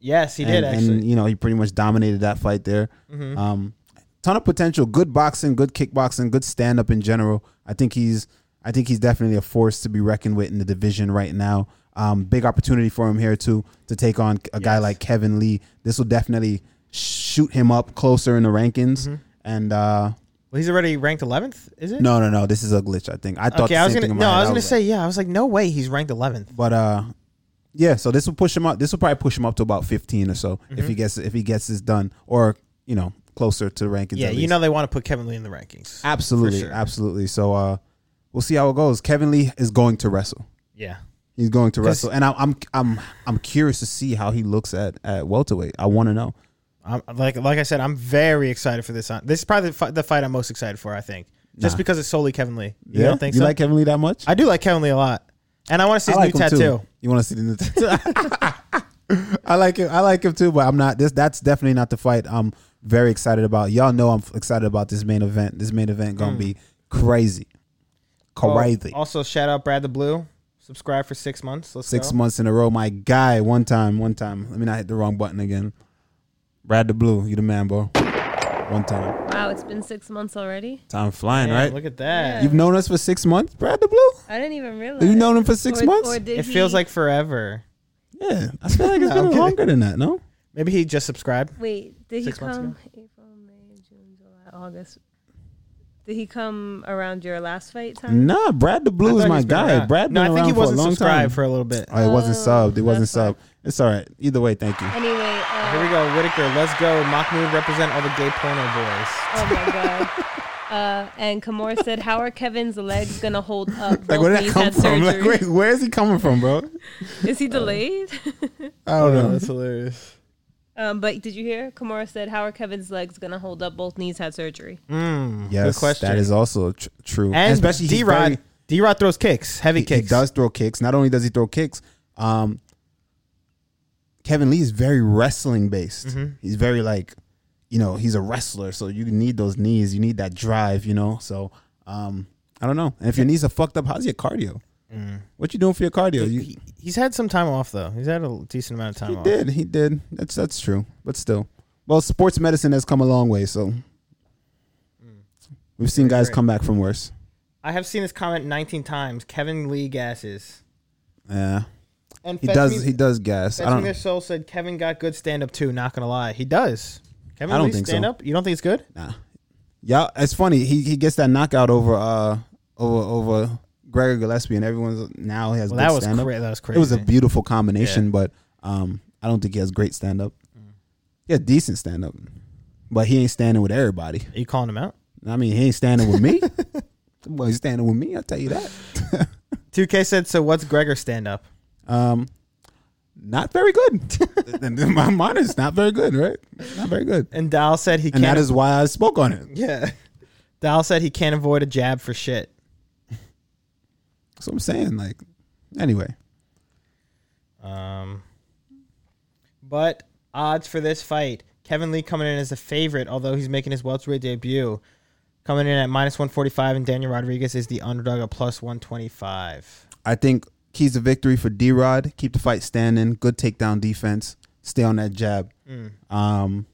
S2: Yes, he did
S3: and,
S2: actually. Mm-hmm.
S3: and, you know he pretty much dominated that fight there. Um, ton of potential, good boxing, good kickboxing, good stand up in general. I think he's I think he's definitely a force to be reckoned with in the division right now. Um, big opportunity for him here too to take on a guy like Kevin Lee. This will definitely shoot him up closer in the rankings.
S2: Mm-hmm.
S3: And uh,
S2: well, he's already ranked 11th, is it?
S3: no, no, no, this is a glitch. I think I thought
S2: Okay,
S3: the
S2: I was
S3: same
S2: gonna
S3: thing in my
S2: no,
S3: head.
S2: I was gonna
S3: like-
S2: say yeah. I was like, no way, he's ranked 11th.
S3: but uh, yeah. So this will push him up. This will probably push him up to about fifteen or so if
S2: Mm-hmm.
S3: he gets if he gets this done, or you know, closer to rankings.
S2: Yeah,
S3: at
S2: you
S3: least.
S2: know they want to put Kevin Lee in the rankings.
S3: absolutely,
S2: for sure.
S3: absolutely. So uh, we'll see how it goes. Kevin Lee is going to wrestle.
S2: Yeah,
S3: He's going to
S2: 'Cause-
S3: wrestle, and I, I'm I'm I'm curious to see how he looks at at welterweight. I want to know.
S2: I'm, like like I said, I'm very excited for this. On this is probably the, fi- the fight I'm most excited for. I think just
S3: Nah.
S2: because it's solely Kevin Lee. You
S3: yeah,
S2: don't think
S3: you
S2: so?
S3: like Kevin Lee that much?
S2: I do like Kevin Lee a lot, and I want to see his new
S3: him,
S2: tattoo.
S3: too. You want to see the new tattoo? I like him. I like him too, but I'm not. This that's definitely not the fight. I'm very
S2: Hmm.
S3: excited about. Y'all know I'm excited about this main event. This main event gonna be crazy. Crazy.
S2: Also, shout out Brad the Blue. Subscribe for six months. Let's
S3: Six
S2: go.
S3: months in a row, my guy. One time, one time. Let me not hit the wrong button again. Brad the Blue, you the man, bro. One time.
S1: Wow, it's been six months already.
S3: Time flying,
S2: Damn,
S3: right?
S2: Look at that.
S1: Yeah.
S3: You've known us for six months, Brad the Blue.
S1: I didn't even realize.
S3: You've known him for six
S1: Or-
S3: months.
S1: Or did
S2: It
S1: he-
S2: feels like forever.
S3: yeah, I feel like
S2: No, I'm
S3: it's been
S2: kidding.
S3: longer than that. No,
S2: Maybe he just subscribed.
S1: Wait, did he
S2: Six months
S1: come April, May, June, July, August? Did he come around your last fight time?
S3: nah. Brad the
S2: I
S3: Blue is
S2: thought
S3: my
S2: he's been
S3: guy.
S2: around.
S3: Brad been
S2: No, I think
S3: around
S2: he wasn't
S3: for a long time.
S2: subscribed for a little bit.
S3: oh, it wasn't
S1: Oh,
S3: subbed. It wasn't
S1: that's why.
S3: subbed. It's all right. Either way, thank you.
S1: Anyway, uh,
S2: Here we go, Whitaker. Let's go. Mahmoud represent all the gay porno boys.
S1: Oh my god. Uh, and Kamora said, "How are Kevin's legs gonna hold up?
S3: Like,
S1: Both
S3: where did that
S1: knees
S3: come
S1: had
S3: from? Like,
S1: surgery.
S3: wait, where is he coming from, bro?
S1: Is he delayed?"
S3: I don't know.
S2: Oh, that's hilarious.
S1: um, but did you hear? Kamora said, "How are Kevin's legs gonna hold up? Both knees had surgery."
S3: Yes,
S2: Good question.
S3: that is also tr- true.
S2: and
S3: especially
S2: especially
S3: he's
S2: D Rod.
S3: very-
S2: D Rod throws kicks, heavy
S3: he, he
S2: kicks.
S3: does throw kicks. Not only does he throw kicks, um, Kevin Lee is very wrestling based. He's very like, you know, he's a wrestler, so you need those knees. You need that drive, you know. So um, I don't know. And if your knees are fucked up, how's your cardio? What you doing for your cardio? You,
S2: He- he's had some time off though. He's had a decent amount of time
S3: he
S2: off.
S3: did. He did. That's that's true. But still, well, sports medicine has come a long way. So we've seen guys
S2: great.
S3: come back from worse.
S2: I have seen this comment 19 times. Kevin Lee gasses.
S3: Yeah,
S2: And
S3: he
S2: Fetch
S3: does.
S2: Me-
S3: he does gas. I
S2: Fetch Me
S3: don't.
S2: Their Soul said Kevin got good stand up too. Not gonna lie, he does. Kevin
S3: I don't
S2: Lee's
S3: think so.
S2: stand up. You don't think it's good?
S3: Nah. Yeah, it's funny. He he gets that knockout over uh over over Gregor Gillespie, and everyone's now he has
S2: Well,
S3: good
S2: that was
S3: stand-up.
S2: cra- that was crazy.
S3: It was a beautiful combination,
S2: Yeah. Mm.
S3: but um, I don't think he has great stand up. He has decent stand up, but he ain't standing with everybody.
S2: Are you calling him out?
S3: I mean, he ain't standing with me. Well, he's standing with me. I'll tell you that.
S2: 2K said, "So what's Gregor stand up?"
S3: Um, not very good. My mind is not very good, right? Not very good,
S2: And Dal said he
S3: and
S2: can't.
S3: that is why I spoke on it.
S2: yeah. Dal said he can't avoid a jab for shit.
S3: So I'm saying, like, anyway,
S2: Um, but odds for this fight: Kevin Lee coming in as a favorite, although he's making his welterweight debut, coming in at minus one forty five, and Daniel Rodriguez is the underdog at plus one twenty five.
S3: I think keys to victory for D Rod. Keep the fight standing. Good takedown defense. Stay on that jab. Um,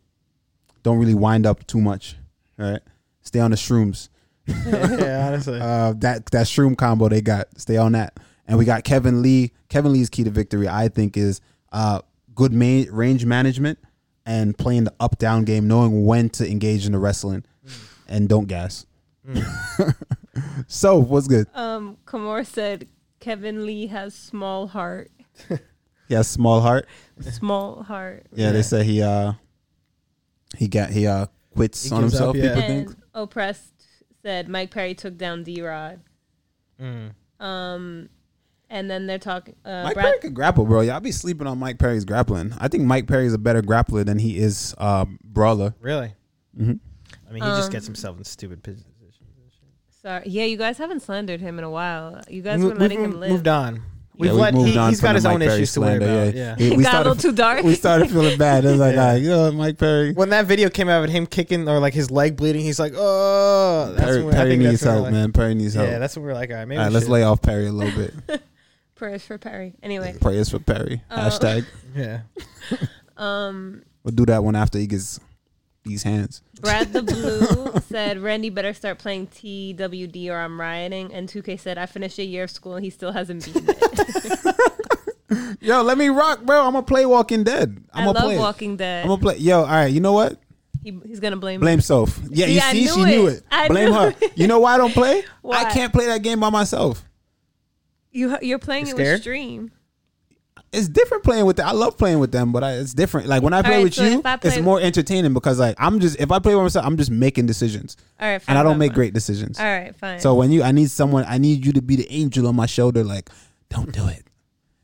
S3: don't really wind up too much. All right. Stay on the shrooms.
S2: yeah, honestly.
S3: Uh, that that shroom combo they got. Stay on that. And we got Kevin Lee. Kevin Lee's key to victory, I think, is uh, good ma- range management and playing the up down game, knowing when to engage in the wrestling, and don't gas. so what's good?
S1: Um, Kamora said, "Kevin Lee has small heart.
S3: He has small heart.
S1: Small heart."
S3: Yeah,
S2: Yeah.
S3: they say he uh he got he uh quits
S2: He
S3: on
S2: gives
S3: himself.
S2: up, yeah.
S3: People think
S1: And oppressed said, "Mike Perry took down D Rod." Um, and then they're talking. Uh,
S3: Mike
S1: Brad-
S3: Perry could grapple, bro. Y'all be sleeping on Mike Perry's grappling. I think Mike Perry's a better grappler than he is uh, brawler.
S2: really.
S3: Mm-hmm.
S2: I mean, he just
S1: Um,
S2: gets himself in stupid positions.
S1: Sorry. Yeah, you guys haven't slandered him in a while. You guys
S2: Mo-
S1: were letting
S2: we've
S1: him live.
S2: moved on. We've
S3: Yeah,
S2: let
S3: moved
S2: he,
S3: on
S2: he's
S3: from
S2: got
S3: the
S2: his
S3: Mike
S2: own
S3: Perry
S2: issues to worry
S3: slander,
S2: about. Yeah.
S3: We,
S1: It got a
S3: we started,
S1: little too dark.
S3: We started feeling bad. It was like, all right, you know, Mike Perry.
S2: When that video came out of him kicking or like his leg bleeding, he's like, "Oh, that's
S3: Perry,
S2: when- I
S3: Perry
S2: think that's
S3: needs
S2: when we're
S3: help,
S2: like-
S3: man. Perry needs help.
S2: Yeah, that's when we we're like, "All right, maybe
S3: all right,
S2: we
S3: let's
S2: should-
S3: lay off Perry a little bit.
S1: Prayers for Perry. Anyway,
S3: Prayers for Perry.
S1: Oh.
S3: Hashtag.
S2: Yeah,
S3: We'll do that one after he gets these hands.
S1: Brad the Blue said, Randy better start playing TWD or I'm rioting. And 2K said, I finished a year of school and he still hasn't beaten it.
S3: Yo, let me rock, bro. I'm gonna play Walking Dead.
S1: I
S3: I'm gonna
S1: love
S3: play. it.
S1: Walking Dead.
S3: I'm gonna play. Yo, all right. You know what?
S1: he, he's going to blame,
S3: Blame Soph. Yeah,
S1: See,
S3: you
S1: I
S3: see,
S1: knew
S3: she knew
S1: it.
S3: it.
S1: I
S3: Blame
S1: knew
S3: her.
S1: it.
S3: You know why I don't play?
S1: Why?
S3: I can't play that game by myself.
S1: you. You're playing
S2: You
S1: it with
S2: scared?
S1: stream.
S3: It's different playing with them. I love playing with them, but I, it's different. Like when I play
S1: right,
S3: with
S1: so
S3: you,
S1: if I
S3: it's
S1: play-
S3: more entertaining because like I'm just if I play by myself, I'm just making decisions,
S1: All right, fine.
S3: and I don't
S1: fine,
S3: make
S1: fine.
S3: great decisions.
S1: All right, fine.
S3: So when you, I need someone. I need you to be the angel on my shoulder. Like, don't do it.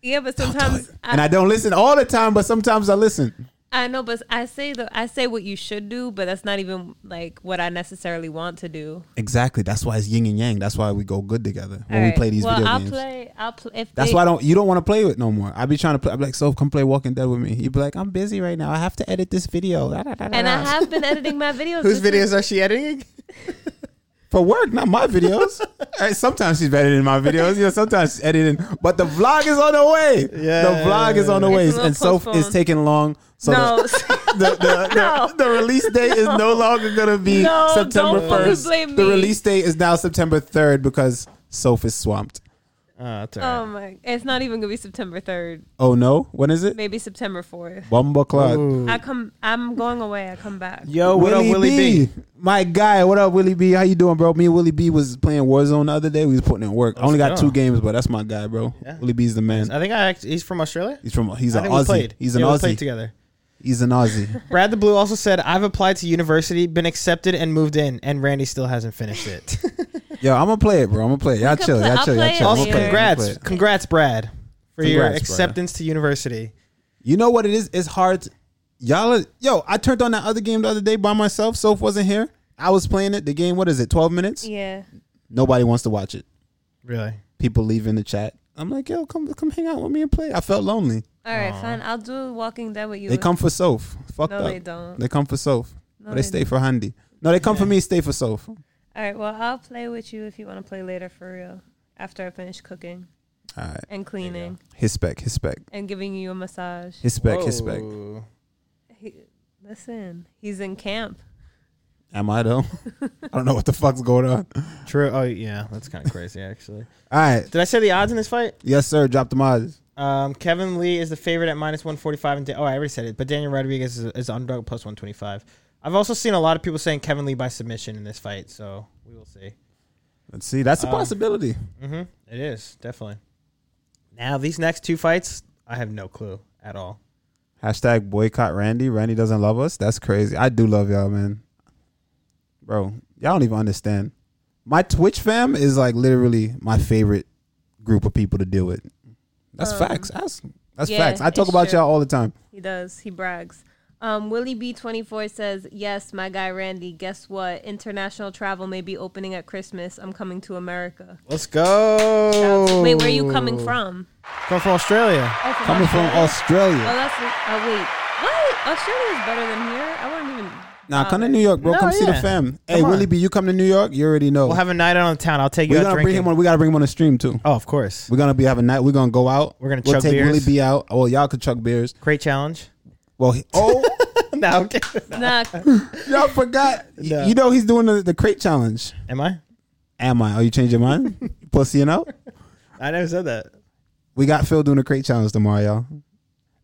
S1: yeah, but
S3: Don't do
S1: sometimes
S3: it. and
S1: I,
S3: I don't listen all the time, but sometimes I listen.
S1: I know, but I say the I say what you should do, but that's not even like what I necessarily want to do.
S3: Exactly. That's why it's yin and yang. That's why we go good together
S1: All
S3: when we
S1: right.
S3: play these
S1: well,
S3: video
S1: I'll
S3: games.
S1: play. I'll play. If
S3: That's
S1: they,
S3: why I don't. You don't want to play with no more. I be trying to play. I be like, so come play Walking Dead with me. You be like, I'm busy right now. I have to edit this video. Da, da, da, da,
S1: And I
S3: da.
S1: have been editing my videos.
S2: whose
S1: this week.
S2: videos are she editing?
S3: for work, not my videos. Hey, Sometimes she's better than my videos. You know, sometimes she's editing, but the vlog is on the way.
S2: Yeah.
S3: the vlog is on the
S1: It's
S3: way,
S1: a little
S3: and Soph is
S1: postponed.
S3: taking long. So
S1: no,
S3: the, the, the,
S1: No.
S3: the release date is no longer going to be
S1: No,
S3: September
S1: don't fully
S3: 1st.
S1: blame
S3: The
S1: me.
S3: release date is now September 3rd because Soph is swamped.
S2: Oh, that's all right.
S1: oh my, it's not even gonna be September third.
S3: Oh no, when is it?
S1: Maybe September fourth.
S3: Bumble Cloud.
S1: I come. I'm going away. I come back.
S2: Yo, what up, Willie B?
S3: My guy, what up, Willie B? How you doing, bro? Me and Willie B was playing Warzone the other day. We was putting in work. I only got
S2: go.
S3: two games, but that's my guy, bro.
S2: Yeah.
S3: Willie B's the man.
S2: I think I act- he's from Australia.
S3: He's from he's
S2: I
S3: an
S2: think we
S3: Aussie.
S2: played.
S3: He's an
S2: Yeah, we played
S3: Aussie.
S2: together.
S3: He's an Aussie.
S2: Brad the Blue also said, "I've applied to university, been accepted, and moved in, and Randy still hasn't finished it."
S3: Yo, I'm gonna play it, bro. I'm gonna play it. Y'all
S1: can
S3: chill.
S1: play-
S3: Y'all
S1: I'll
S3: chill.
S1: play
S3: Y'all
S1: it
S3: chill. I'ma
S2: also,
S1: later.
S3: play I'ma play
S2: congrats,
S3: it.
S2: congrats, Brad, for your
S3: Congrats, brother.
S2: acceptance to university.
S3: You know what it is? It's hard. to- y'all, are- yo, I turned on that other game the other day by myself. Soph wasn't here. I was playing it. The game, what is it? Twelve minutes.
S1: Yeah.
S3: Nobody wants to watch it.
S2: Really?
S3: People leave in the chat. I'm like, yo, come come hang out with me and play. I felt lonely.
S1: All right, fine. I'll do Walking Dead with you.
S3: They come for Soph. Fucked
S1: No,
S3: up.
S1: they don't.
S3: They come for Soph.
S1: No,
S3: but they,
S1: they
S3: stay for Handy. No, they come for me. Stay for Soph. All
S1: All right. Well, I'll play with you if you want to play later for real. After I finish cooking
S3: right.
S1: and cleaning
S3: His spec. His spec.
S1: and giving you a massage.
S3: His spec. His spec.
S2: Whoa.
S1: He, listen, he's in camp.
S3: Am I though? I don't know what the fuck's going on. All
S2: True. Oh yeah, that's kind of crazy actually.
S3: right.
S2: Did I say the odds in this fight?
S3: Yes, sir. Drop the mods.
S2: Um, Kevin Lee is the favorite at minus one forty five, and da- oh, I already said it. But Daniel Rodriguez is, is underdog plus one twenty five. I've also seen a lot of people saying Kevin Lee by submission in this fight, so we will see.
S3: Let's see. That's a
S2: Um,
S3: possibility.
S2: Mm-hmm. It is definitely. Now these next two fights, I have no clue at all.
S3: Hashtag boycott Randy. Randy doesn't love us. That's crazy. I do love y'all, man. Bro, y'all don't even understand. My Twitch fam is like literally my favorite group of people to deal with. That's
S1: Um,
S3: facts. That's that's
S1: yeah,
S3: facts. I talk
S1: it's
S3: about
S1: true.
S3: y'all all the time.
S1: He does. He brags. Um, Willie B24 says, Yes, my guy Randy, guess what? International travel may be opening at Christmas. I'm coming to America.
S2: Let's go.
S1: Wait, where are you coming from?
S2: Come from Australia.
S1: Oh, from
S3: Oh. Coming from
S1: Australia. Oh,
S3: Australia.
S1: that's. Oh, wait. What? Australia's better than here? I wouldn't even.
S3: Nah, come to
S1: bother.
S3: New York, bro.
S2: No,
S3: come see the
S2: yeah.
S3: fam. hey,
S2: Come on.
S3: Willie B, you come to New York, you already know.
S2: We'll have a night out on the town. I'll take you
S3: we
S2: out
S3: gotta bring
S2: drinking.
S3: him on. We gotta bring him on the stream too.
S2: oh, of course.
S3: We're gonna be having night. We're gonna go out.
S2: We're gonna
S3: we'll
S2: chug
S3: take
S2: beers.
S3: Willie B out. Oh, y'all could chuck beers.
S2: Great challenge.
S3: Well, he- oh.
S2: no, I'm kidding.
S1: Nah,
S3: Y'all forgot.
S2: No.
S3: You know he's doing the, the crate challenge.
S2: Am I?
S3: Am I? Oh, you changed your mind? Pussy, you know?
S2: I never said that.
S3: We got Phil doing the crate challenge tomorrow, y'all.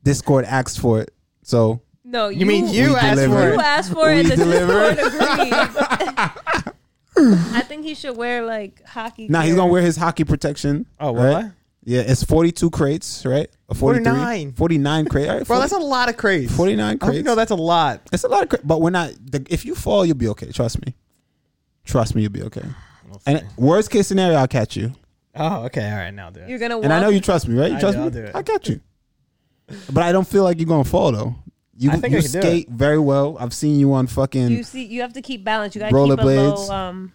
S3: Discord asked for it. So
S1: no, you,
S2: You mean you
S3: We
S2: asked
S3: delivered.
S2: for
S1: You
S2: it?
S1: asked for it.
S3: We
S1: The
S3: delivered.
S1: Discord agreed. I think he should wear like hockey.
S3: now he's
S1: gear.
S3: going to wear his hockey protection.
S2: Oh, will
S3: right?
S2: I?
S3: Yeah, it's 42 crates, right? Or 43?
S2: 49.
S3: 49 crates. All right,
S2: Bro,
S3: 40
S2: that's a lot of crates.
S3: 49 crates.
S2: No, that's a lot.
S3: it's a lot of crates. But we're not, the, if you fall, you'll be okay. Trust me. Trust me, you'll be okay. And worst case scenario, I'll catch you.
S2: Oh, okay. All right, now I'll do it.
S1: You're gonna. Walk.
S3: And I know you trust me, right? You
S2: I
S3: trust
S2: do,
S3: me?
S2: I'll do it.
S3: I got you. But I don't feel like you're gonna fall though. You,
S2: I think
S3: you
S2: I can do it.
S3: skate very well. I've seen you on fucking.
S1: You see, you have to keep balance. You gotta keep a
S3: Rollerblades.
S1: low. Um,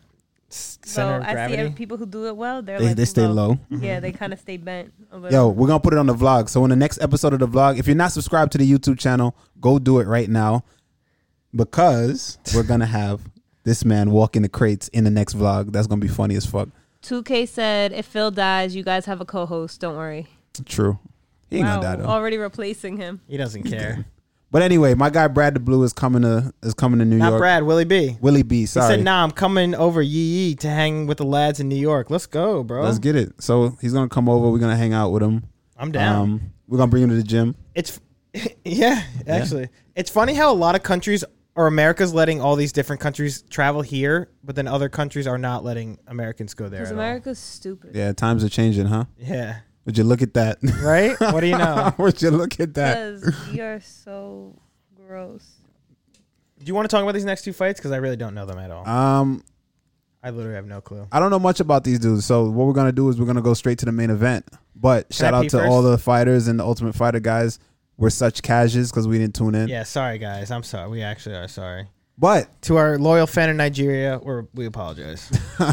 S2: S-
S1: low.
S2: Center of
S1: I see
S2: gravity. Mm-hmm.
S1: every- people who do it well. They're
S3: They-
S1: like
S3: they stay low.
S1: Yeah, they kind of stay bent. A little.
S3: yo, we're gonna put it on the vlog. So in the next episode of the vlog, if you're not subscribed to the YouTube channel, go do it right now, because we're gonna have this man walking the crates in the next vlog. That's gonna be funny as fuck.
S1: 2K said, "If Phil dies, you guys have a co-host. Don't worry." Oh,
S3: True. He ain't gonna die though.
S1: already replacing him.
S2: He doesn't care.
S3: But anyway, my guy Brad the Blue is coming to is coming to New
S2: Not
S3: York.
S2: Brad, Willie B.
S3: Willie B.
S2: He
S3: Sorry.
S2: said, "Nah, I'm coming over yee yee to hang with the lads in New York. Let's go, bro.
S3: Let's get it. So he's gonna come over. We're gonna hang out with him.
S2: I'm down.
S3: Um, we're gonna bring him to the gym.
S2: it's yeah, actually, it's funny how a lot of countries or America's letting all these different countries travel here, but then other countries are not letting Americans go there.
S1: Because
S2: At all.
S1: America's stupid.
S3: Yeah, times are changing, huh?
S2: Yeah,
S3: Would you look at that?
S2: right. what do you know?
S3: Would you look at that?
S1: Because we are so gross.
S2: Do you want to talk about these next two fights? Because I really don't know them at all.
S3: Um,
S2: I literally have no clue.
S3: I don't know much about these dudes. So what we're gonna do is we're gonna go straight to the main event. But shout
S2: I
S3: out
S2: pee
S3: to all
S2: first?
S3: the fighters and the Ultimate Fighter guys. We're such cashes because we didn't tune in.
S2: Yeah, sorry guys. I'm sorry. We actually are sorry.
S3: But
S2: To our loyal fan in Nigeria, we're, we apologize.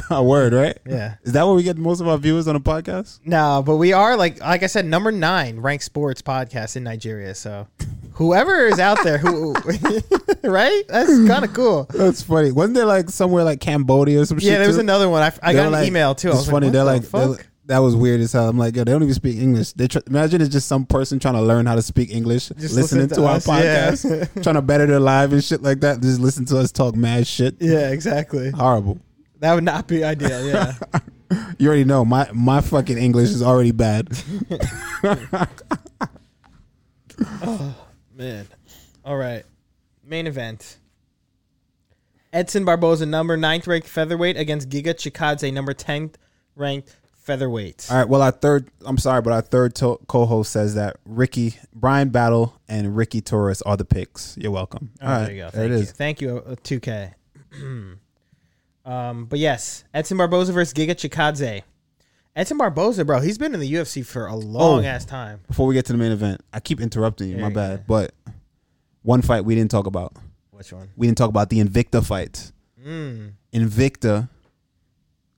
S3: a word, right?
S2: Yeah.
S3: Is that where we get most of our viewers on the podcast?
S2: no, but we are like like I said, number nine ranked sports podcast in Nigeria. So Whoever is out there, who right? That's kind of cool.
S3: That's funny. Wasn't there like somewhere like Cambodia or some shit?
S2: Yeah, there was
S3: too?
S2: another one. I, f- I
S3: They're
S2: got an
S3: like-
S2: email too. I
S3: It's
S2: was
S3: funny.
S2: Like,
S3: they're
S2: what
S3: like
S2: the
S3: they're-
S2: fuck?
S3: that was weird as hell. I'm like, yo, they don't even speak English. They tr- imagine it's just some person trying to learn how to speak English,
S2: Just listen
S3: listening to,
S2: to
S3: our
S2: us, yeah.
S3: podcast, trying to better their life and shit like that. Just listen to us talk mad shit.
S2: yeah, exactly.
S3: Horrible.
S2: That would not be ideal. Yeah,
S3: You already know my my fucking English is already bad.
S2: man. All right, main event. Edson Barboza, number ninth ranked featherweight, against Giga Chikadze, number tenth ranked featherweight.
S3: All right. Well, our third. I'm sorry, but our third to- co-host says that Ricky Brian Battle and Ricky Torres are the picks. You're welcome. All right.
S2: Oh, there you go. Thank
S3: it
S2: you.
S3: is.
S2: Thank you, uh, two K. um, but yes, Edson Barboza versus Giga Chikadze. Edson Barboza, bro, he's been in the UFC for a
S3: Oh.
S2: long ass time.
S3: Before we get to the main event, I keep interrupting you.
S2: Yeah,
S3: my
S2: yeah.
S3: bad. But one fight we didn't talk about.
S2: Which one?
S3: We didn't talk about the Invicta fight.
S2: Mm.
S3: Invicta.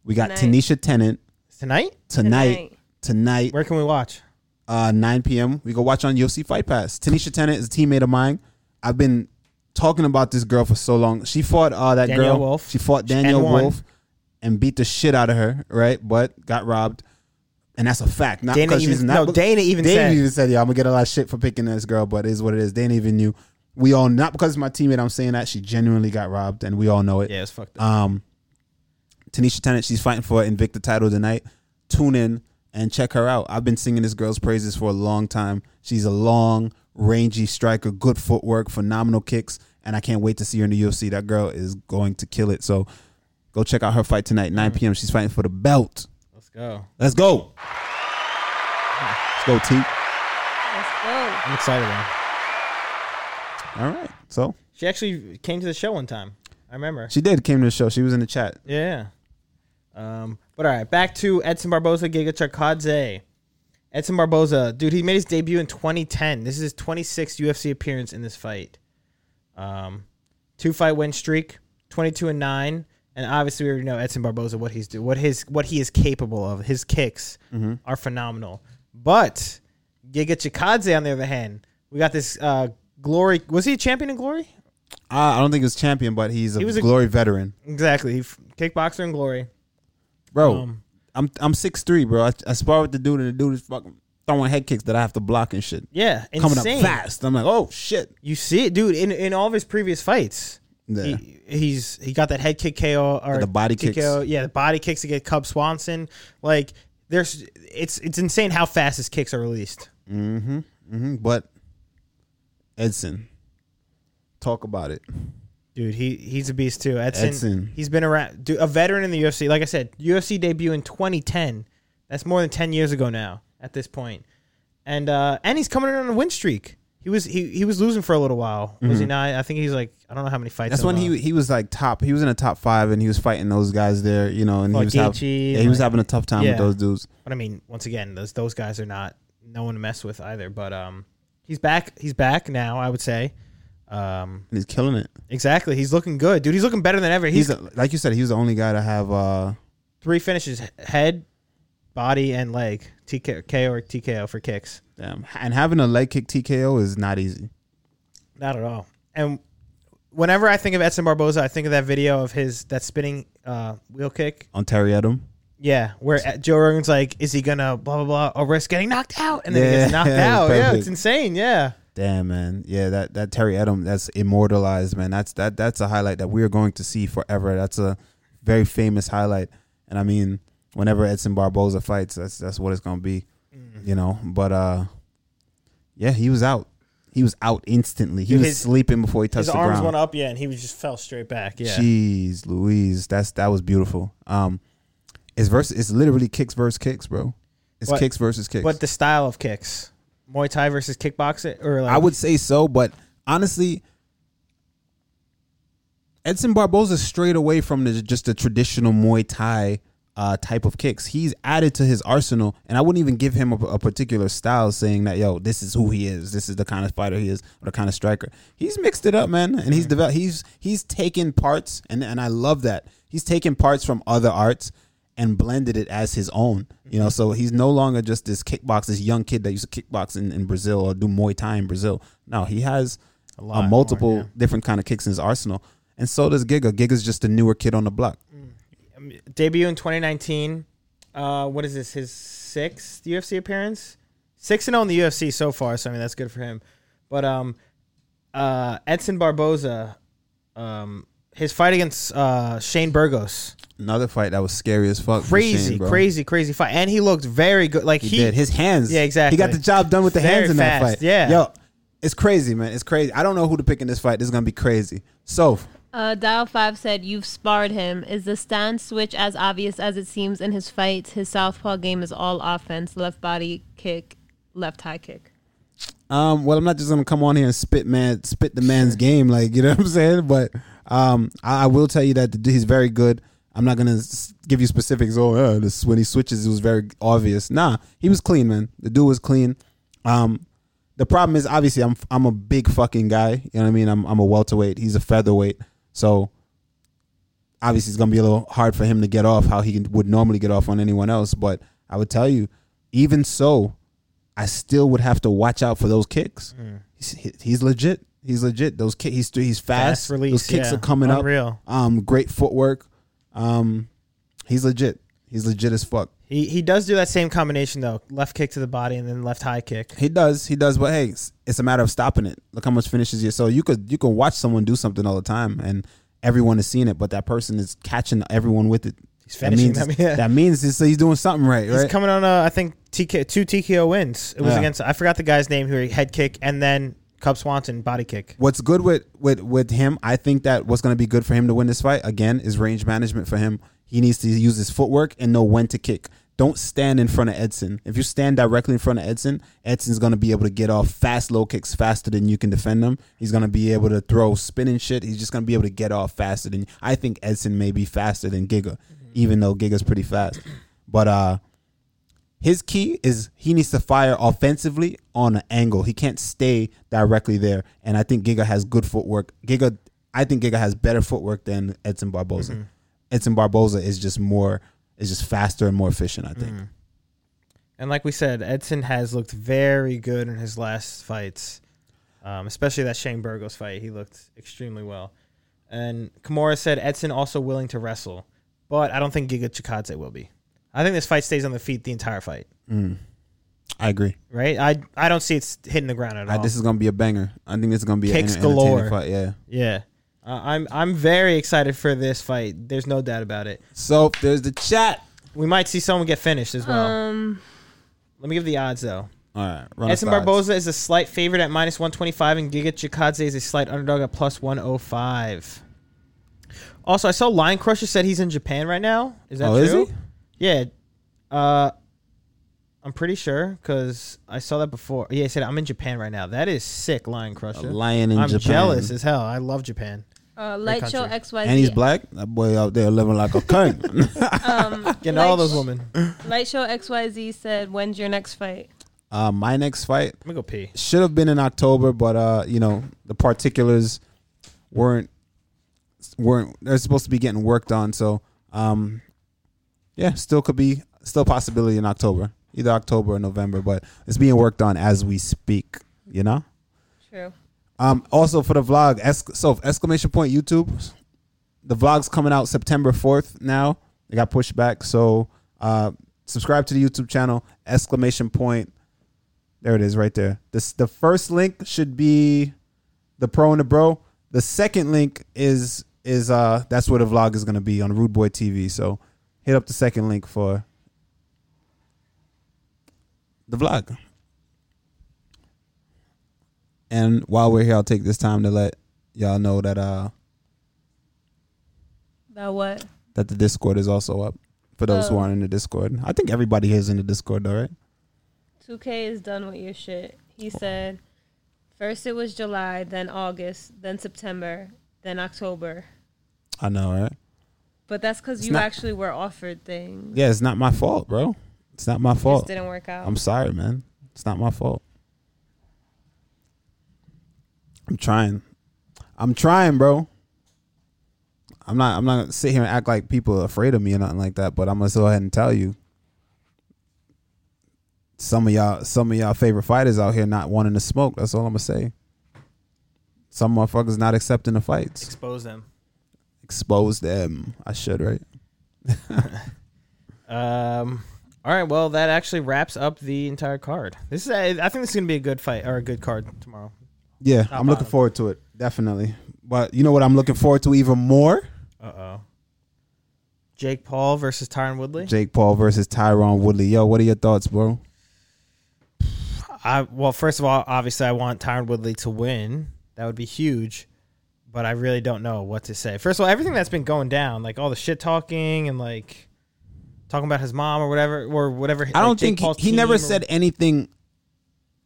S3: We got
S1: Tonight.
S3: Tanisha Tennant
S2: Tonight?
S3: tonight. Tonight,
S2: Where can we watch?
S3: uh, 9 p.m. We go watch on UFC Fight Pass. Tanisha Tennant is a teammate of mine. I've been talking about this girl for so long. She fought uh, that
S2: Danielle
S3: girl.
S2: Wolfe.
S3: She fought Daniel
S2: And won.
S3: Wolf and beat the shit out of her, right? But got robbed. And that's a fact. Not
S2: Dana
S3: because she's
S2: even-
S3: not.
S2: no, Dana even
S3: Dana
S2: said-
S3: even said, "Yeah, I'm gonna get a lot of shit for picking this girl, but it is what it is." Dana even knew. We all not because it's my teammate. I'm saying that she genuinely got robbed, and we all know it.
S2: Yeah, it's fucked up.
S3: Um, Tanisha Tennant, she's fighting for an Invicta title tonight. Tune in and check her out. I've been singing this girl's praises for a long time. She's a long, rangy striker, good footwork, phenomenal kicks, and I can't wait to see her in the UFC. That girl is going to kill it. So go check out her fight tonight, 9
S2: Mm.
S3: p.m. She's fighting for the belt.
S2: Let's go.
S3: Let's go. Let's go, T.
S1: Let's go.
S2: I'm excited. Man.
S3: All right. So
S2: She actually came to the show one time. I remember.
S3: she did came to the show. She was in the chat.
S2: Yeah. Um, but all right, back to Edson Barboza, Giga Chakadze. Edson Barboza, dude, he made his debut in 2010. This is his 26th UFC appearance in this fight. Um, two fight win streak, 22 and nine, and obviously we already know Edson Barboza what he's do, what his what he is capable of. His kicks are phenomenal. But Giga Chikadze, on the other hand, we got this uh, glory. Was he a champion in glory?
S3: I I don't think he was champion, but he's a
S2: was a-
S3: glory veteran.
S2: Exactly, he f- kickboxer in glory.
S3: bro.
S2: Um,
S3: I'm I'm six three, bro. I, I spar with the dude, and the dude is fucking throwing head kicks that I have to block and shit.
S2: Yeah,
S3: Coming
S2: insane.
S3: up fast. I'm like, oh shit.
S2: You see it, dude. In in all of his previous fights,
S3: Yeah.
S2: he, he's he got that head kick KO or
S3: The body kicks.
S2: TKO. Yeah, the body kicks to get Cub Swanson. Like there's, it's it's insane how fast his kicks are released.
S3: hmm But Edson, talk about it.
S2: Dude, he he's a beast too. Edson,
S3: Edson.
S2: he's been around, dude, a veteran in the UFC. Like I said, UFC debut in 2010. That's more than 10 years ago now. At this point, and uh, and he's coming in on a win streak. He was he, he was losing for a little while, was he not? I think he's like I don't know how many fights.
S3: Mm-hmm. That's
S2: in a
S3: when
S2: row.
S3: he he was like top. He was in the top five, and he was fighting those guys there, you know. And he
S2: Like
S3: was having,
S2: Gaethje,
S3: yeah, he was
S2: like-
S3: having a tough time
S2: Yeah.
S3: with those dudes.
S2: But I mean, once again, those those guys are not no one to mess with either. But um, he's back. He's back now. I would say. Um,
S3: And he's killing it.
S2: exactly. He's looking good, dude. He's looking better than ever. He's,
S3: He's a, like you said, he was the only guy to have. uh
S2: three finishes: head, body, and leg. TKO or TKO for kicks.
S3: Damn, and having a leg kick TKO is not easy.
S2: Not at all. And whenever I think of Edson Barboza, I think of that video of his that spinning uh, wheel kick.
S3: On Terry Edom,
S2: Yeah, where uh, Joe Rogan's like, "Is he gonna blah blah blah or risk getting knocked out?" And then he gets
S3: Yeah,
S2: knocked
S3: it's
S2: out. Yeah,
S3: perfect.
S2: it's insane. Yeah.
S3: Damn man, yeah, that that Terry Edom, that's immortalized, man. That's that that's a highlight that we are going to see forever. That's a very famous highlight, and I mean, whenever Edson Barboza fights, that's that's what it's gonna be,
S2: Mm.
S3: you know. But uh, yeah, he was out. He was out instantly. He
S2: Dude,
S3: was
S2: his-
S3: sleeping before he touched
S2: His
S3: the
S2: arms
S3: ground.
S2: went up, yeah, and he was just fell straight back. Yeah.
S3: Jeez, Louise, that's that was beautiful. Um, it's verse. It's literally kicks versus kicks, bro. It's
S2: But-
S3: kicks versus kicks.
S2: But the style of kicks, Muay Thai versus kickboxing, or like
S3: I would say so, but honestly, Edson Barboza strayed away from the, just the traditional Muay Thai uh, type of kicks. He's added to his arsenal, and I wouldn't even give him a, a particular style, saying that yo, this is who he is, this is the kind of fighter he is, or the kind of striker. He's mixed it up, man, and
S2: Mm-hmm.
S3: he's developed. He's he's taken parts, and and I love that he's taken parts from other arts and blended it as his own. You
S2: Mm-hmm.
S3: know, so he's no longer just this kickbox, this young kid that used to kickbox in, in Brazil or do Muay Thai in Brazil. No, he has
S2: A
S3: a
S2: lot more,
S3: multiple
S2: yeah.
S3: different kind of kicks in his arsenal, and so does Giga. Giga's just a newer kid on the block.
S2: um, debut in 2019. Uh, what is this? His sixth UFC appearance. Six and zero in the UFC so far. So I mean that's good for him. But um, uh, Edson Barboza, um, his fight against uh, Shane Burgos,
S3: Another fight that was scary as fuck. for
S2: crazy,
S3: Shane, bro.
S2: crazy, crazy fight, and he looked very good. Like
S3: He,
S2: he,
S3: did his hands.
S2: Yeah, exactly.
S3: He got the job done with the
S2: Very
S3: hands in that
S2: fast,
S3: fight.
S2: yeah.
S3: yo, it's crazy, man. It's crazy. I don't know who to pick in this fight. This is gonna be crazy. So
S1: Uh, Dial 5 said, You've sparred him. Is the stand switch as obvious as it seems in his fights? His southpaw game is all offense left body kick, left high kick.
S3: Um, well, I'm not just gonna come on here and spit man, spit the man's game, like you know what I'm saying. But um, I, I will tell you that the, he's very good. I'm not gonna s- give you specifics. Oh, uh, this, when he switches, it was very obvious. Nah, he was clean, man. The dude was clean. Um, the problem is obviously I'm I'm a big fucking guy. You know what I mean? I'm I'm a welterweight. He's a featherweight. So obviously it's gonna be a little hard for him to get off how he can, would normally get off on anyone else. But I would tell you, even so, I still would have to watch out for those kicks. He's, he- he's legit. He's legit. Those kick, he's he's
S2: Mm.
S3: fast.
S2: Fast release,
S3: those kicks
S2: yeah.
S3: are coming
S2: Unreal.
S3: up. Um, great footwork. Um, he's legit. He's legit as fuck.
S2: he he does do that same combination though, left kick to the body and then left high kick.
S3: He does. He does. But hey, it's, it's a matter of stopping it. Look how much finishes you. So you could you can watch someone do something all the time, and everyone is seeing it, but that person is catching everyone with it.
S2: He's finishing
S3: that means
S2: them, yeah.
S3: that means he's, he's doing something right.
S2: He's
S3: Right.
S2: coming on, uh, I think TK, two TKO wins. It was
S3: Yeah.
S2: against I forgot the guy's name who he head kick and then Cub Swanson body kick.
S3: What's good with with with him? I think that what's going to be good for him to win this fight again is range management for him. He needs to use his footwork and know when to kick. Don't stand in front of Edson. If you stand directly in front of Edson, Edson's going to be able to get off fast low kicks faster than you can defend them. He's going to be able to throw spinning shit. He's just going to be able to get off faster than I think Edson may be faster than Giga, even though Giga's pretty fast. But uh his key is he needs to fire offensively on an angle. He can't stay directly there. And I think Giga has good footwork. Giga, I think Giga has better footwork than Edson Barboza.
S2: Mm-hmm.
S3: Edson Barboza is just more, is just faster and more efficient. I think.
S2: Mm. And like we said, Edson has looked very good in his last fights, um, especially that Shane Burgos fight. He looked extremely well. And Kimura said Edson also willing to wrestle, but I don't think Giga Chikadze will be. I think this fight stays on the feet the entire fight,
S3: I agree.
S2: right? I I don't see it's hitting the ground at all.
S3: I, this is gonna be a banger. I think it's gonna be
S2: Kicks
S3: a enter- entertaining
S2: galore.
S3: Fight. Yeah.
S2: yeah. Uh, I'm I'm very excited for this fight. There's no doubt about it.
S3: So there's the chat.
S2: We might see someone get finished as well.
S1: Um,
S2: Let me give the odds though.
S3: All right. Run us
S2: Edson
S3: odds.
S2: Barboza is a slight favorite at minus 125, and Giga Chikadze is a slight underdog at plus 105. Also, I saw Lion Crusher said he's in Japan right now. Is that
S3: Oh, is
S2: true?
S3: he?
S2: Yeah. Uh, I'm pretty sure because I saw that before. Yeah, he said, I'm in Japan right now. That is sick, Lion Crusher.
S3: lion in
S2: I'm
S3: Japan.
S2: jealous as hell. I love Japan.
S1: uh, Light Show
S2: country.
S1: XYZ.
S3: And he's black. That boy out there living like a cunt.
S2: Getting
S1: Like-
S2: all those women. I'm
S1: Light Show XYZ said, When's your next fight?
S3: uh, my next fight.
S2: going to go pee.
S3: should have been in October, but uh, you know, the particulars weren't weren't they're supposed to be getting worked on. So um yeah, still could be still a possibility in October. Either October or November, but it's being worked on as we speak, you know?
S1: True.
S3: Um also for the vlog, esc- so exclamation point YouTube. The vlog's coming out September 4th now. It got pushed back. So uh subscribe to the YouTube channel, exclamation point there it is, right there. This the first link should be the pro and the bro. The second link is is uh that's where the vlog is gonna be on Rude Boy TV. So hit up the second link for the vlog. And while we're here, I'll take this time to let y'all know that uh
S1: That what?
S3: that the Discord is also up for those who
S1: Oh.
S3: aren't in the Discord. I think everybody here is in the Discord, though, right?
S1: 2K is done with your shit. He said, First it was July, then August, then September, then October.
S3: I know, right?
S1: But that's because
S3: It's
S1: you
S3: not-
S1: actually were offered things.
S3: Yeah, it's not my fault, bro. It's not my
S1: Just
S3: fault.
S1: didn't work out.
S3: I'm sorry, man. It's not my fault. I'm trying. I'm trying, bro. I'm not. I'm not gonna sit here and act like people are afraid of me or nothing like that. But I'm gonna go ahead and tell you. Some of y'all, some of y'all favorite fighters out here not wanting to smoke. That's all I'm gonna say. some motherfuckers not accepting the fights.
S2: Expose them.
S3: Expose them. I should, right?
S2: Um. All right. Well, that actually wraps up the entire card. This is. I think this is gonna be a good fight or a good card tomorrow.
S3: Yeah, I'm looking
S2: bottom.
S3: forward to it. Definitely. But you know what I'm looking forward to even more?
S2: Uh oh. Jake Paul versus Tyron Woodley.
S3: Jake Paul versus Tyron Woodley. Yo, what are your thoughts, bro?
S2: I well, first of all, obviously, I want Tyron Woodley to win. That would be huge. But I really don't know what to say. First of all, everything that's been going down, like all the shit talking and like talking about his mom or whatever, or whatever.
S3: I don't think he, he never said anything.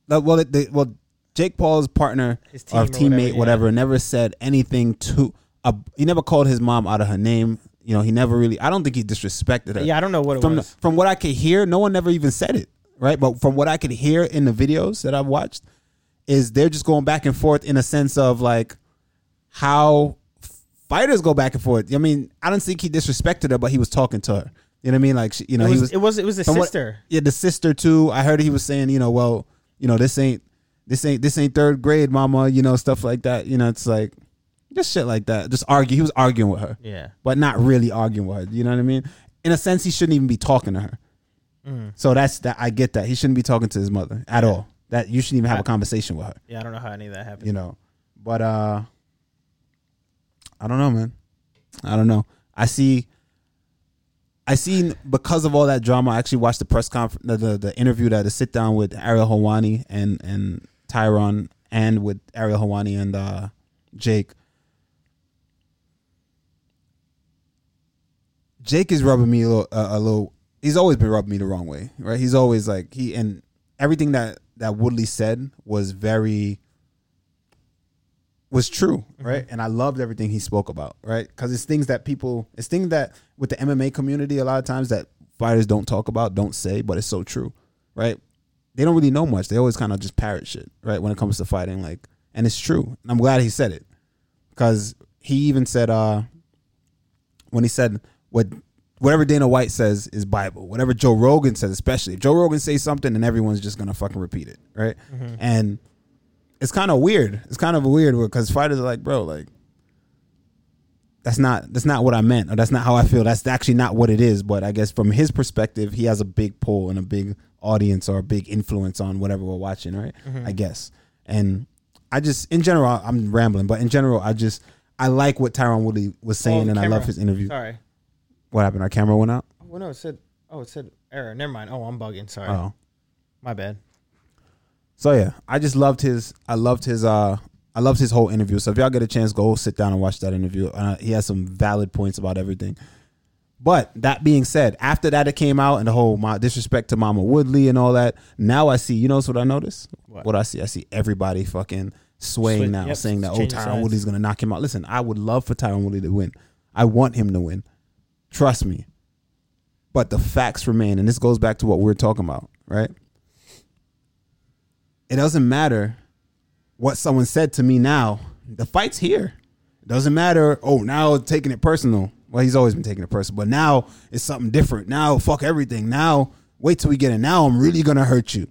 S3: like, well, it- the, well, Jake Paul's partner
S2: His team
S3: or
S2: or
S3: teammate,
S2: whatever, yeah.
S3: whatever, never said anything to. Uh, he never called his mom out of her name. You know, he never really. I don't think he disrespected her.
S2: Yeah, I don't know what it
S3: from
S2: was.
S3: from what I could hear, no one never even said it, right? But from what I could hear in the videos that I've watched, is they're just going back and forth in a sense of like how fighters go back and forth. I mean, I don't think he disrespected her, but he was talking to her. You know what I mean? Like, she, you know,
S2: it, was,
S3: he was
S2: it was. It was a
S3: from what-
S2: sister.
S3: yeah, the sister too. I heard he was saying, you know, well, you know, this ain't this ain't this ain't third grade, mama. You know, stuff like that. You know, it's like just shit like that. Just argue. He was arguing with her,
S2: Yeah.
S3: but not really arguing with her. You know what I mean? In a sense, he shouldn't even be talking to her. So that's that. I get that he shouldn't be talking to his mother at all. That you shouldn't even have a conversation with her.
S2: Yeah, I don't know how any of that happened.
S3: You know, but uh, I don't know, man. I don't know. I see. I seen because of all that drama. I actually watched the press conference, the, the the interview that the sit down with Ariel Hawani and and Tyron, and with Ariel Hawani and uh, Jake. Jake is rubbing me a little, uh, a little. He's always been rubbing me the wrong way, right? He's always like he and everything that that Woodley said was very was true, right? And I loved everything he spoke about, right? Because it's things that people, it's things that with the MMA community, a lot of times that fighters don't talk about, don't say, but it's so true, right? They don't really know much. They always kind of just parrot shit, right? When it comes to fighting, like, and it's true. And I'm glad he said it because he even said, uh, when he said what whatever Dana White says is Bible, whatever Joe Rogan says, especially if Joe Rogan says something, and everyone's just gonna fucking repeat it, right? And it's kind of weird. It's kind of weird because fighters are like, bro, like that's not that's not what I meant, or that's not how I feel. That's actually not what it is. But I guess from his perspective, he has a big pull and a big audience or a big influence on whatever we're watching, right?
S2: Mm-hmm.
S3: I guess. And I just, in general, I'm rambling, but in general, I just I like what Tyron Woodley was saying,
S2: Oh,
S3: and I
S2: camera.
S3: love his interview.
S2: Sorry.
S3: What happened? Our camera went out.
S2: Well, no, it said. Oh, it said error. Never mind. Oh, I'm bugging. Sorry.
S3: Oh,
S2: My bad.
S3: so yeah, I just loved his. I loved his. Uh, I loved his whole interview. So if y'all get a chance, go sit down and watch that interview. Uh, he has some valid points about everything. But that being said, after that it came out and the whole my disrespect to Mama Woodley and all that. Now I see. You notice what I notice?
S2: What?
S3: I see? I see everybody fucking swaying
S2: Sway-
S3: now,
S2: yep,
S3: saying that oh
S2: changing
S3: Tyron
S2: sides.
S3: Woodley's gonna knock him out. Listen, I would love for Tyron Woodley to win. I want him to win. Trust me. But the facts remain, and this goes back to what we we're talking about, right? It doesn't matter what someone said to me now. The fight's here. It doesn't matter. Oh, now taking it personal. Well, he's always been taking it personal, but now it's something different. Now, fuck everything. Now, wait till we get it. Now, I'm really gonna hurt you.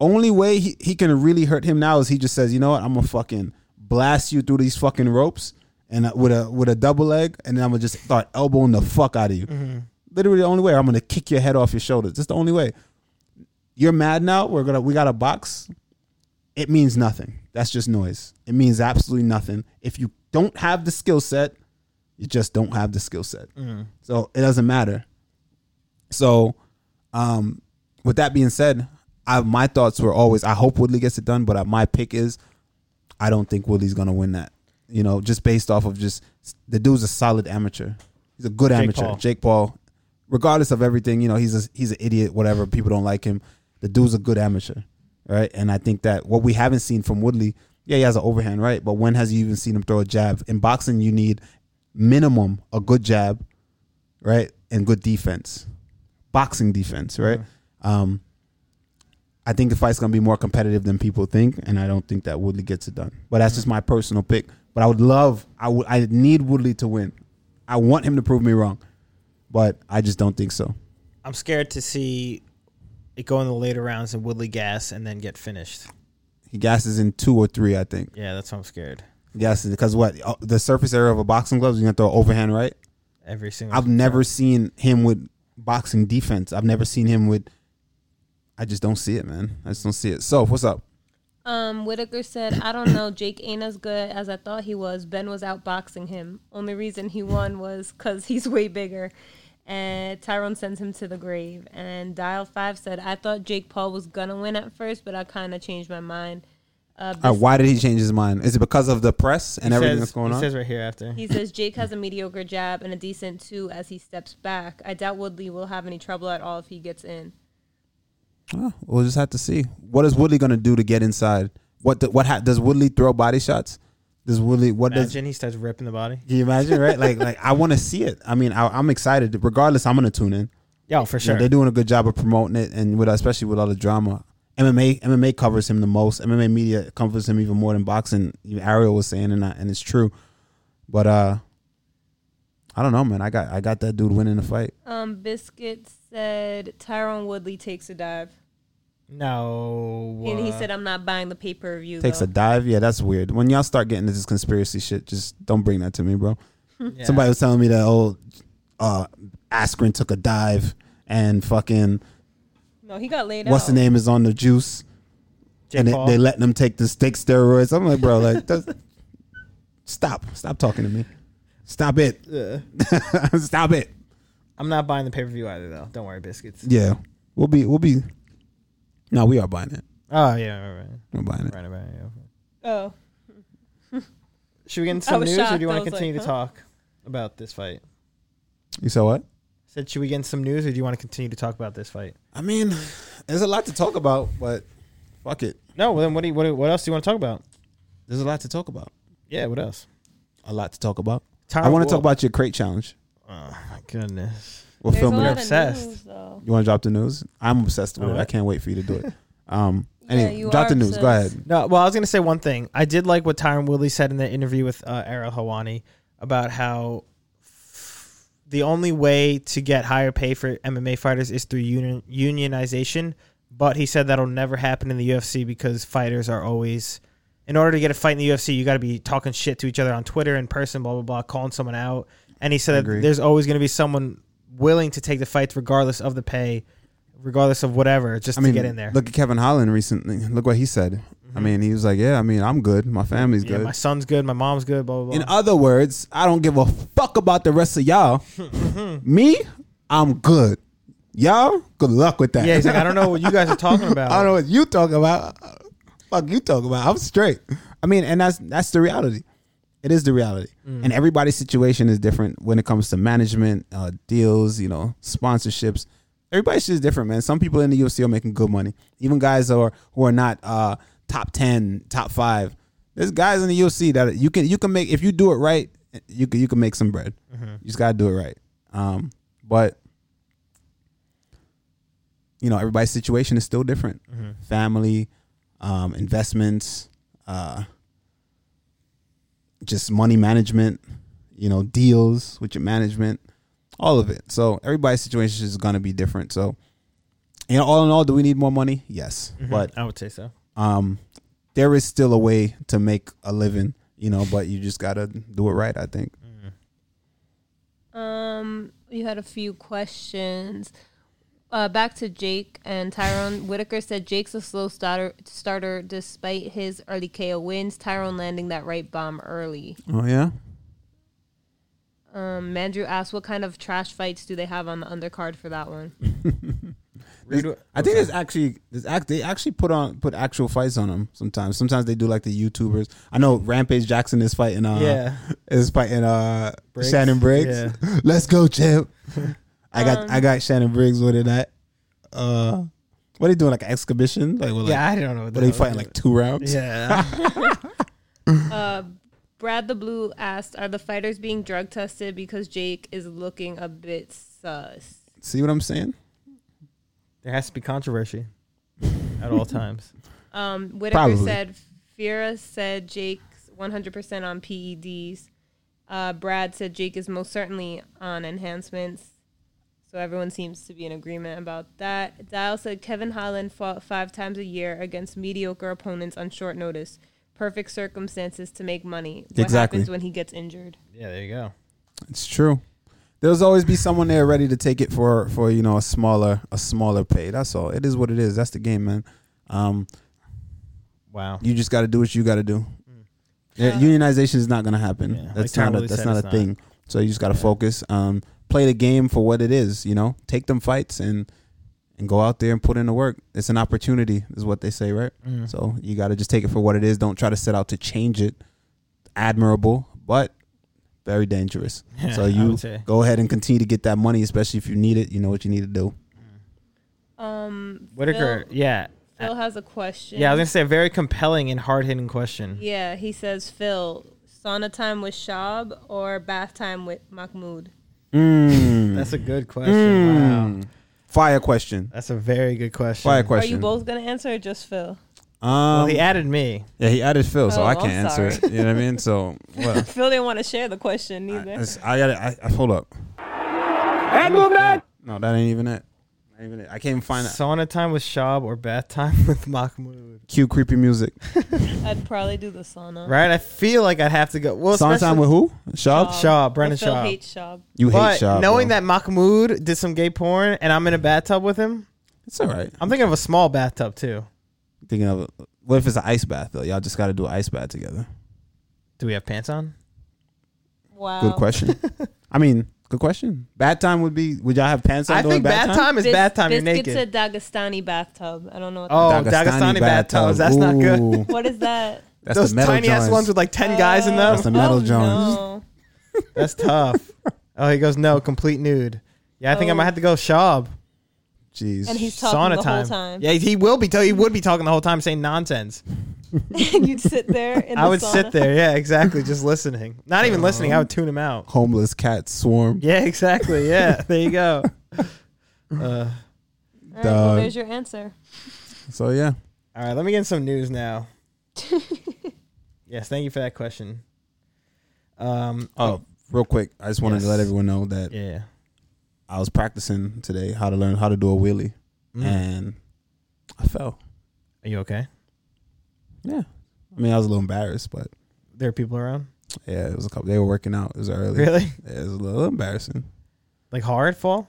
S3: Only way he, he can really hurt him now is he just says, you know what? I'm gonna fucking blast you through these fucking ropes and uh, with a with a double leg, and then I'm gonna just start elbowing the fuck out of you. Literally, the only way I'm gonna kick your head off your shoulders. That's the only way. You're mad now. We're gonna we got a box it means nothing. That's just noise. It means absolutely nothing. If you don't have the skill set, you just don't have the skill set. So it doesn't matter. So, um, with that being said, I, my thoughts were always I hope Woodley gets it done, but uh, my pick is I don't think Woodley's gonna win that. You know, just based off of just the dude's a solid amateur. He's a good amateur.
S2: Paul.
S3: Jake Paul, regardless of everything, you know, he's a, he's an idiot. Whatever people don't like him, the dude's a good amateur, right? And I think that what we haven't seen from Woodley, yeah, he has an overhand, right? But when has you even seen him throw a jab? In boxing, you need minimum a good jab, right, and good defense, boxing defense, right? Um, I think the fight's gonna be more competitive than people think, and I don't think that Woodley gets it done. But that's just my personal pick. But I would love, I would, I need Woodley to win. I want him to prove me wrong, but I just don't think so.
S2: I'm scared to see it go in the later rounds and Woodley gas and then get finished.
S3: He gasses in two or three, I think.
S2: Yeah, that's why I'm scared.
S3: Gasses because what uh, the surface area of a boxing glove, you're gonna throw overhand right.
S2: Every single.
S3: I've never seen him with boxing defense. I've never seen him with. I just don't see it, man. I just don't see it. So what's up?
S1: Um, Whitaker said, I don't know. Jake ain't as good as I thought he was. Ben was outboxing him. Only reason he won was because he's way bigger. And Tyrone sends him to the grave. And Dial 5 said, I thought Jake Paul was going to win at first, but I kind of changed my mind. Uh,
S3: All right, why did he change his mind? Is it because of the press and
S2: He
S3: everything
S2: says-
S3: that's going
S2: he
S3: on?
S2: says right here after.
S1: He says Jake has a mediocre jab and a decent two as he steps back. I doubt Woodley will have any trouble at all if he gets in.
S3: Oh, we'll just have to see. What is Woodley gonna do to get inside? What the, what ha- does Woodley throw body shots? Does Woodley what does?
S2: Imagine he starts ripping the body.
S3: Can you imagine? Right? like like I want to see it. I mean, I, I'm excited. Regardless, I'm gonna tune in.
S2: Yeah, for
S3: You know,
S2: sure.
S3: they're doing a good job of promoting it, and with especially with all the drama. MMA MMA covers him the most. MMA media covers him even more than boxing. Even Ariel was saying, and I, and it's true. But uh, I don't know, man. I got I got that dude winning the fight.
S1: Um, Biscuit said Tyrone Woodley takes a dive.
S2: no.
S1: And he
S2: uh,
S1: said, I'm not buying the pay per view.
S3: Takes a dive. Yeah, that's weird. When y'all start getting into this conspiracy shit, just don't bring that to me, bro.
S2: yeah.
S3: Somebody was telling me that old uh, Askren took a dive and fucking
S1: No, he got laid
S3: what's
S1: out.
S3: the name is on the juice.
S2: Jake
S3: and
S2: Paul.
S3: they, they letting them take the stick steroids. I'm like, bro, like, that's, stop, stop talking to me, stop it, stop it.
S2: I'm not buying the pay per view either, though. Don't worry, biscuits.
S3: Yeah, we'll be, we'll be. No, we are buying it.
S2: Oh yeah, right, right,
S3: We're buying it.
S2: right, right, yeah.
S1: Oh,
S2: Should we get into
S1: I
S2: some
S1: was
S2: news, or
S1: shocked.
S2: do you
S1: I
S2: want to
S1: was like,
S2: continue to
S1: huh?
S2: talk about this fight?
S3: You saw what?
S2: Said, should we get into some news, or do you want to continue to talk about this fight?
S3: I mean, there's a lot to talk about, but fuck it.
S2: No. Well, then what? Do you, what? do- What else do you want to talk about?
S3: There's a lot to talk about.
S2: Yeah. What else?
S3: A lot to talk about.
S2: Tyron
S3: I want to
S2: Woodley.
S3: talk about your crate challenge.
S2: Oh my goodness.
S3: We're
S1: there's a
S3: filming.
S1: lot
S3: it.
S1: of
S2: obsessed.
S1: news though.
S3: You want to drop the news? I'm obsessed with it.
S2: Alright.
S3: I can't wait for you to do it. Um,
S1: Yeah,
S3: anyway,
S1: you
S3: drop
S1: are
S3: the news. Go
S1: obsessed.
S3: ahead.
S2: No, well, I was going to say one thing. I did like what Tyron Woodley said in the interview with uh, Ariel Hawani about how f- the only way to get higher pay for MMA fighters is through union- unionization. But he said that'll never happen in the UFC because fighters are always, in order to get a fight in the UFC, you got to be talking shit to each other on Twitter, in person, blah, blah, blah, calling someone out. And he said
S3: Agree.
S2: that there's always going to be someone willing to take the fights regardless of the pay, regardless of whatever, just to get in there. Mm-hmm.
S3: Look at Kevin Holland recently. Look what he said. I mean, he was like, "Yeah, I mean, I'm good. My family's
S2: yeah,
S3: good."
S2: my son's good, my mom's good, blah, blah, blah.
S3: In other words, I don't give a fuck about the rest of y'all.
S2: Mm-hmm.
S3: Me, I'm good. Y'all, good luck with that.
S2: Yeah, he's like, I don't know what you guys are talking about.
S3: I don't know what you talking about. Fuck you talking about. I'm straight. I mean, and that's that's the reality. It is the reality. And everybody's situation is different when it comes to management, uh, deals, you know, sponsorships. Everybody's just different, man. Some people in the UFC are making good money. Even guys who are who are not uh, top ten, top five. There's guys in the UFC that you can you can make if you do it right, you can you can make some bread. You just gotta do it right. Um, but you know everybody's situation is still different family um, investments uh, just money management you know deals with your management all of it so everybody's situation is going to be different so you know all in all do we need more money yes but
S2: I would say so.
S3: um, there is still a way to make a living you know but you just gotta do it right i think
S1: Um, you had a few questions. Uh, back to Jake and Tyrone. Whitaker said Jake's a slow starter, starter despite his early KO wins. Tyrone landing that right bomb early.
S3: oh yeah
S1: Um, Mandrew asked, "What kind of trash fights do they have on the undercard for that one?"
S2: Read
S3: There's-
S2: what-
S3: I think it's actually there's act they actually put on put actual fights on them sometimes. Sometimes they do like the YouTubers. I know Rampage Jackson is fighting uh
S2: Yeah.
S3: is fighting uh
S2: Briggs.
S3: Shannon Briggs.
S2: Yeah. Um,
S3: Let's go, champ. I got I got Shannon Briggs with it at uh what are they doing like an exhibition? Like, what, like
S2: yeah, I don't know.
S3: what are they fighting like two rounds?
S2: Yeah.
S1: Uh, Brad the Blue asked, "Are the fighters being drug tested because Jake is looking a bit sus?"
S3: See what I'm saying?
S2: there has to be controversy at all times.
S1: Um, Whitaker
S3: Probably.
S1: said, Fira said Jake's 100% on E PEDs. Uh, Brad said Jake is most certainly on enhancements. So everyone seems to be in agreement about that. Dial said Kevin Holland fought five times a year against mediocre opponents on short notice. Perfect circumstances to make money. What
S3: Exactly.
S1: happens when he gets injured?
S2: Yeah, there you go.
S3: It's true. There's always be someone there ready to take it for for you know a smaller a smaller pay. That's all. It is what it is. That's the game, man. Um,
S2: Wow.
S3: you just got to do what you got to do. Yeah, unionization is not going to happen.
S2: Mm. Yeah, like
S3: that's
S2: Tom
S3: not a,
S2: Willie
S3: that's
S2: said,
S3: not a
S2: it's not.
S3: thing. So you just got to focus. Um, play the game for what it is. You know, take them fights and and go out there and put in the work. It's an opportunity, is what they say, right?
S2: Mm.
S3: So you got to just take it for what it is. Don't try to set out to change it. Admirable, but very dangerous.
S2: Yeah,
S3: so
S2: I
S3: you
S2: would say.
S3: go ahead and continue to get that money, especially if you need it. You know what you need to do.
S1: Um,
S2: Whitaker.
S1: Phil,
S2: Yeah.
S1: Phil has a question.
S2: Uh, Yeah, I was gonna say a very compelling and hard hitting question.
S1: Yeah, he says Phil, sauna time with Shab or bath time with Mahmoud? Mm.
S2: That's a good question.
S3: Hmm.
S2: Wow.
S3: Mm. Fire question.
S2: That's a very good question.
S3: Fire
S1: Are
S3: question.
S1: you both gonna answer or just Phil?
S2: Well,
S3: Um,
S2: he added me.
S3: Yeah, he added Phil, so
S1: Oh,
S3: I can't
S1: I'm
S3: answer it. You know what I mean? So well,
S1: Phil didn't want to share the question either.
S3: it's- I got to I, hold up. No, that ain't even it. Not even it. I can't even find that.
S2: Sauna time with Shab or bath time with Mahmoud.
S3: Cue creepy music.
S1: I'd probably do the sauna.
S2: Right? I feel like I'd have to go. Well,
S3: Song time
S2: especially-
S3: with who? Shab.
S1: Shab.
S2: Shab, Brendan
S1: But Uh, Phil
S2: Shab.
S1: hates Shab.
S3: You hate
S2: But
S3: Shab.
S2: knowing
S3: bro.
S2: that Mahmoud did some gay porn and I'm in a bathtub with him,
S3: it's all right.
S2: I'm thinking of a small bathtub too.
S3: I'm thinking of what if it's an ice bath though? Y'all just got to do an ice bath together.
S2: Do we have pants on?
S1: Wow.
S2: Oh.
S3: Good question. I mean, good question. Bad time would be. Would y'all have pants on
S2: I
S3: during
S2: think
S3: bad
S2: bath time,
S3: time?
S2: is
S1: Bis-
S2: bath time. You're
S1: Biscuits
S2: naked.
S1: a Dagestani bathtub. I don't know what
S2: Oh,
S1: that-
S2: Dagestani bathtubs. That's not good.
S3: Ooh,
S1: what is that?
S3: That's
S2: Those
S3: the metal
S2: tiny ass
S3: joints.
S2: ones with like ten guys in them.
S3: That's the metal
S1: oh,
S3: Jones.
S1: No.
S2: That's tough. oh, he goes no, complete nude. Yeah, I think I
S1: Oh.
S2: might have to go Shab.
S3: Jeez.
S1: And he's talking
S2: Sauna
S1: the
S2: time.
S1: whole time.
S2: Yeah, he will be. T- he would be talking the whole time, saying nonsense.
S1: You'd sit there in the
S2: I would
S1: sauna.
S2: sit there. Yeah, exactly. Just listening. Not even listening. I would tune him out.
S3: homeless cat swarm.
S2: Yeah, exactly. Yeah, there you go. Uh,
S1: All right, well,
S3: Dog.
S1: there's your answer.
S3: So yeah.
S2: all right, let me get in some news now. yes, thank you for that question. Um.
S3: Oh, real quick, I just wanted to
S2: Yes.
S3: let everyone know that
S2: Yeah.
S3: I was practicing today how to learn how to do a wheelie,
S2: Mm.
S3: and I fell.
S2: Are you okay?
S3: Yeah, I mean I was a little embarrassed, but
S2: There are people around.
S3: yeah, it was a couple. They were working out. It was early.
S2: Really?
S3: Yeah, it was a little embarrassing.
S2: Like hard fall?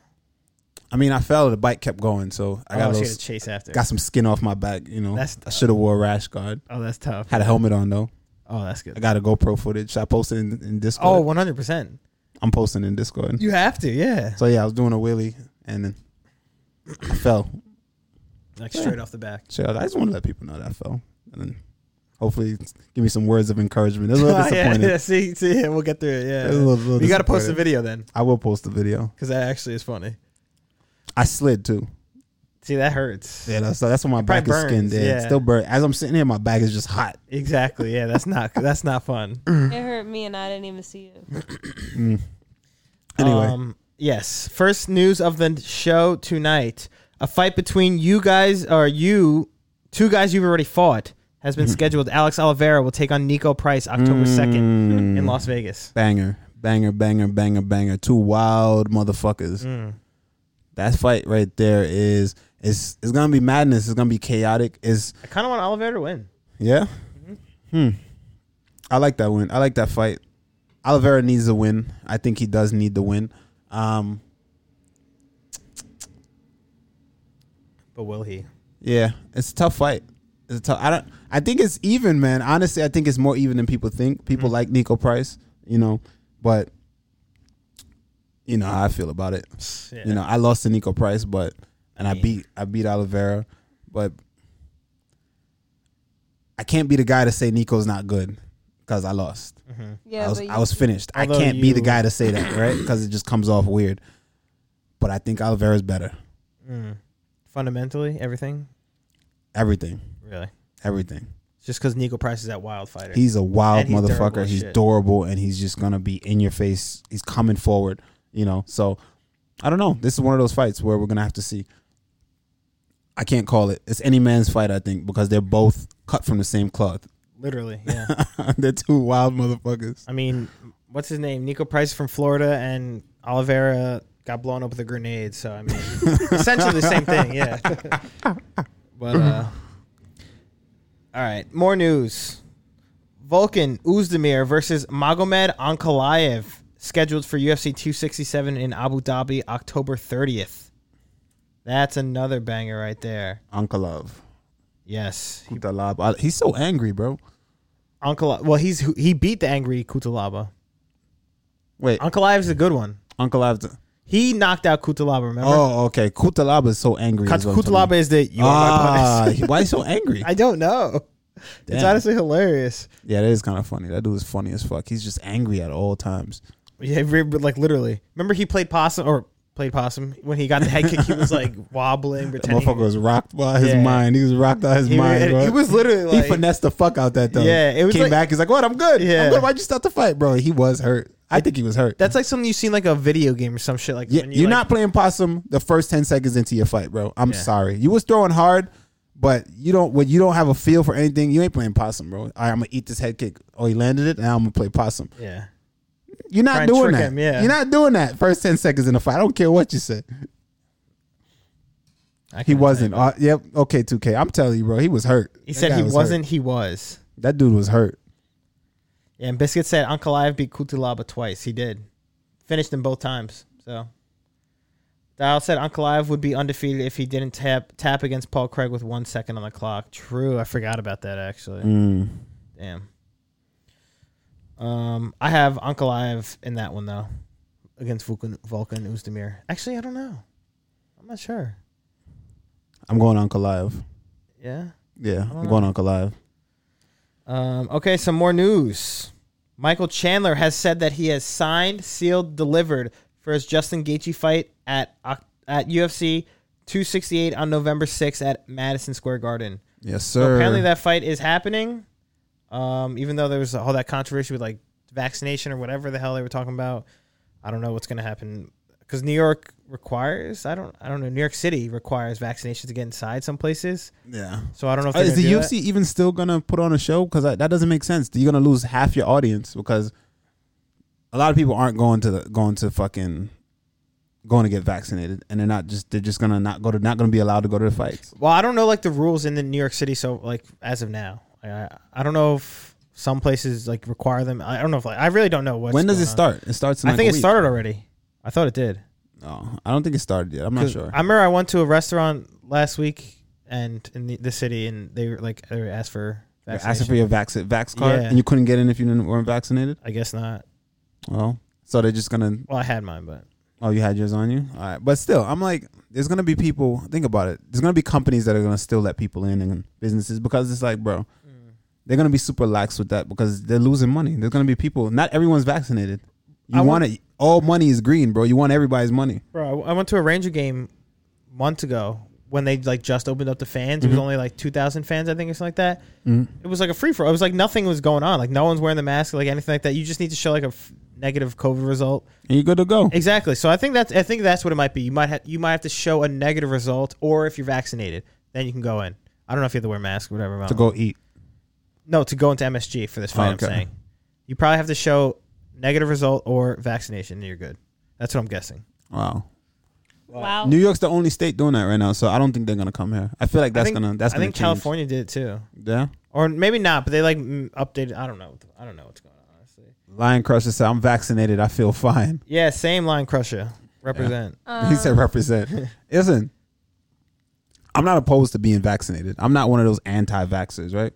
S3: I mean, I fell. The bike kept going, so I got
S2: oh,
S3: a
S2: so you had
S3: little,
S2: to chase after.
S3: got some skin off my back. You know,
S2: That's-
S3: I should have wore a rash guard.
S2: oh, that's tough.
S3: Had a helmet on though.
S2: Oh, that's good.
S3: I got a GoPro footage. I posted in, in Discord.
S2: Oh, 100 percent.
S3: I'm posting in Discord.
S2: You have to, yeah.
S3: So yeah, I was doing a wheelie and then I fell.
S2: Like straight off the back.
S3: So I just want to let people know that I fell, and then hopefully give me some words of encouragement. It's a little
S2: Ah, yeah,
S3: disappointed.
S2: yeah, see, see, yeah, we'll get through it. Yeah,
S3: It's a little- little
S2: you got to post the
S3: disappointed.
S2: video then,
S3: I will post the video.
S2: because that actually is funny.
S3: I slid too.
S2: See, that hurts.
S3: Yeah, that's, that's when my
S2: probably
S3: back is skinned.
S2: burns,
S3: Yeah, it's
S2: yeah.
S3: still burn. As I'm sitting here, my back is just hot.
S2: Exactly. Yeah, that's not that's not fun.
S1: It hurt me, and I didn't even see it.
S2: Um,
S3: Anyway,
S2: yes. First news of the show tonight: a fight between you guys or you two guys you've already fought has
S3: Mm-hmm.
S2: been scheduled. Alex Oliveira will take on Nico Price October second
S3: Mm.
S2: in Las Vegas.
S3: banger, banger, banger, banger, banger. Two wild motherfuckers.
S2: Mm.
S3: That fight right there is it's it's gonna be madness. It's gonna be chaotic. It's
S2: I kind of want Oliveira to win.
S3: Yeah. Hmm.
S2: Mm-hmm.
S3: I like that win. I like that fight. Oliveira needs a win. I think he does need the win. Um.
S2: But will he?
S3: Yeah, it's a tough fight. It's a tough. I don't. I think it's even, man. Honestly, I think it's more even than people think.
S2: Mm.
S3: People like Nico Price, you know, but you know how I feel about it.
S2: Yeah.
S3: You know, I lost to Nico Price, but and I,
S2: mean-
S3: beat I beat Oliveira, but I can't be the guy to say Nico's not good because I lost.
S1: Yeah,
S3: I was,
S1: but you,
S3: I was finished. I
S2: Although
S3: can't be the
S2: you-
S3: guy to say that, right? Because it just comes off weird. But I think Oliveira's better.
S2: Mm. Fundamentally, everything.
S3: Everything,
S2: Really.
S3: everything.
S2: It's just because Nico Price is that wild fighter.
S3: He's a wild
S2: And he's
S3: motherfucker.
S2: durable as
S3: he's
S2: shit.
S3: durable, and he's just gonna be in your face. He's coming forward, you know. So I don't know. This is one of those fights where we're gonna have to see. I can't call it. It's any man's fight, I think, because they're both cut from the same cloth.
S2: Literally, yeah.
S3: they're two wild motherfuckers.
S2: I mean, what's his name? Nico Price from Florida and Oliveira got blown up with a grenade. So I mean, essentially the same thing. Yeah. but uh, all right, more news. Vulcan Uzdemir versus Magomed Ankalaev scheduled for UFC 267 in Abu Dhabi October 30th. That's another banger right there.
S3: Uncle Love.
S2: Yes.
S3: Kutalab. I- He's so angry, bro.
S2: Uncle well he's he beat the angry Kutalaba.
S3: Wait,
S2: Ankalaev is a good one.
S3: Uncle Love.
S2: He knocked out Kutalaba, remember?
S3: Oh, okay. Kutalab is so angry.
S2: Kat-
S3: is what I'm talking
S2: Kutalaba is the you
S3: about.
S2: are my
S3: Ah,
S2: boss.
S3: he- why he so angry?
S2: I don't know. It's
S3: Damn.
S2: honestly hilarious.
S3: yeah, that is kind of funny. That dude is funny as fuck. He's just angry at all times.
S2: Yeah, re- but, like literally. Remember he played possum or played possum when he got the head kick. He was like wobbling,
S3: That
S2: pretending.
S3: motherfucker was rocked by his
S2: Yeah.
S3: mind. He was rocked out his
S2: He
S3: mind,
S2: re-
S3: bro.
S2: he was literally
S3: he
S2: like-
S3: finessed the fuck out that though.
S2: Yeah, it was
S3: came
S2: like-
S3: back. He's like, "What? I'm good.
S2: Yeah.
S3: I'm good. Why'd you stop the fight, bro?" He was hurt. I think he was hurt.
S2: That's like something you seen like a video game or some shit. Like
S3: Yeah,
S2: when
S3: you're not playing possum the first ten seconds into your fight, bro. I'm
S2: Yeah.
S3: sorry. You was throwing hard, but you don't when you don't have a feel for anything. You ain't playing possum, bro. All right, I'm gonna eat this head kick. Oh, he landed it. Now I'm gonna play possum.
S2: Yeah.
S3: You're
S2: Try
S3: not
S2: and
S3: doing
S2: trick
S3: that.
S2: him, yeah.
S3: You're not doing that first ten seconds in the fight. I don't care what you said.
S2: I
S3: He
S2: can't
S3: wasn't. Uh, yep. Okay. 2K. I'm telling you, bro. He was hurt.
S2: He
S3: That
S2: said
S3: guy
S2: he
S3: was hurt.
S2: wasn't. He was.
S3: That dude was hurt.
S2: Yeah, and Biscuit said Uncle Ive beat Kutalaba twice. He did. Finished them both times. So Dial said Uncle Ive would be undefeated if he didn't tap tap against Paul Craig with one second on the clock. True. I forgot about that actually.
S3: Mm.
S2: Damn. Um, I have Uncle Ive in that one though, against Vulcan Vulcan Uzdemir. Actually, I don't know. I'm not sure.
S3: I'm going Uncle Live.
S2: Yeah.
S3: Yeah, I'm
S2: don't
S3: going Uncle Live.
S2: Um, okay, some more news. Michael Chandler has said that he has signed, sealed, delivered for his Justin Gaethje fight at Oc- at UFC 268 on November 6th at Madison Square Garden.
S3: Yes,
S2: So
S3: sir.
S2: apparently that fight is happening. Um, even though there was all that controversy with like vaccination or whatever the hell they were talking about, I don't know what's going to happen because New York requires. I don't. I don't know. New York City requires vaccinations to get inside some places.
S3: yeah.
S2: So I don't know if
S3: Uh,
S2: they're
S3: is
S2: gonna
S3: the
S2: do
S3: UFC
S2: that.
S3: even still gonna put on a show? Because that doesn't make sense. You're gonna lose half your audience because a lot of people aren't going to the, going to fucking going to get vaccinated, and they're not just they're just gonna not go to not gonna be allowed to go to the fights.
S2: Well, I don't know like the rules in the New York City. So like as of now, I I, I don't know if some places like require them. I don't know if like I really don't know what.
S3: when does it start? It starts. In
S2: I
S3: like
S2: think
S3: a
S2: it
S3: week.
S2: started already. I thought it did.
S3: No, I don't think it started yet. I'm not
S2: 'Cause
S3: sure.
S2: I remember I went to a restaurant last week and in the, the city, and they were like they were asked for
S3: They're
S2: vaccination.
S3: asking for your vax vax card,
S2: Yeah.
S3: and you couldn't get in if you didn't, weren't vaccinated.
S2: I guess not.
S3: Well, so they're just gonna
S2: Well, I had mine, but
S3: Oh, you had yours on you? All right. But still, I'm like, there's going to be people, think about it. There's going to be companies that are going to still let people in and businesses because it's like, bro, they're going to be super lax with that because they're losing money. There's going to be people, not everyone's vaccinated. You
S2: I
S3: want,
S2: want-
S3: it. All money is green, bro. You want everybody's money.
S2: bro, I I went to a Ranger game months ago when they like just opened up the fans.
S3: Mm-hmm.
S2: It was only like two thousand fans, I think, or something like that. It was like a free for. all. It was like nothing was going on. Like no one's wearing the mask, like anything like that. You just need to show like a f- negative COVID result.
S3: And you're good to go.
S2: Exactly. So I think that's I think that's what it might be. You might have you might have to show a negative result, or if you're vaccinated, then you can go in. I don't know if you have to wear a mask or whatever.
S3: To go eat.
S2: No, to go into MSG for this fight.
S3: Okay.
S2: I'm saying you probably have to show negative result or vaccination, and you're good. That's what I'm guessing.
S3: Wow.
S1: Wow.
S3: New York's the only state doing that right now, so I don't think they're going to come here. I feel like that's
S2: I think,
S3: going to, that's
S2: I
S3: going to
S2: think California did it too,
S3: Yeah.
S2: or maybe not, but they like mm, updated. I don't know. I don't know what's going on. Honestly,
S3: Lion Crusher said, I'm vaccinated. I feel fine.
S2: yeah, same line crusher represent.
S3: he said represent. Listen, I'm not opposed to being vaccinated. I'm not one of those anti-vaxxers, right?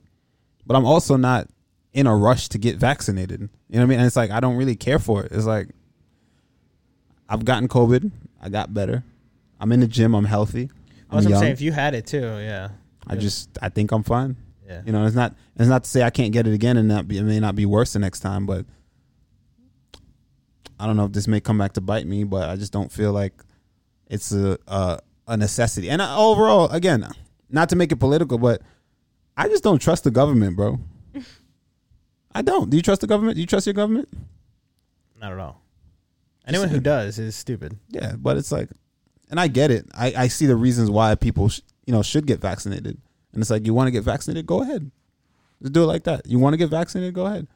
S3: But I'm also not in a rush to get vaccinated. You know what I mean? And it's like I don't really care for it. It's like I've gotten COVID. I got better. I'm in the gym. I'm healthy.
S2: I was
S3: I'm
S2: gonna
S3: young.
S2: say if you had it too, yeah,
S3: I just I think I'm fine.
S2: yeah.
S3: You know, it's not it's not to say I can't get it again and not be, it may not be worse the next time, but I don't know if this may come back to bite me, but I just don't feel like it's a a, a necessity. And I, overall, again, not to make it political, but I just don't trust the government, bro. I don't. Do you trust the government? Do you trust your government?
S2: not at all. Anyone who does is stupid.
S3: Yeah, but it's like, and I get it. I, I see the reasons why people, sh- you know, should get vaccinated. And it's like, you want to get vaccinated? Go ahead. Just do it like that. You want to get vaccinated? Go ahead.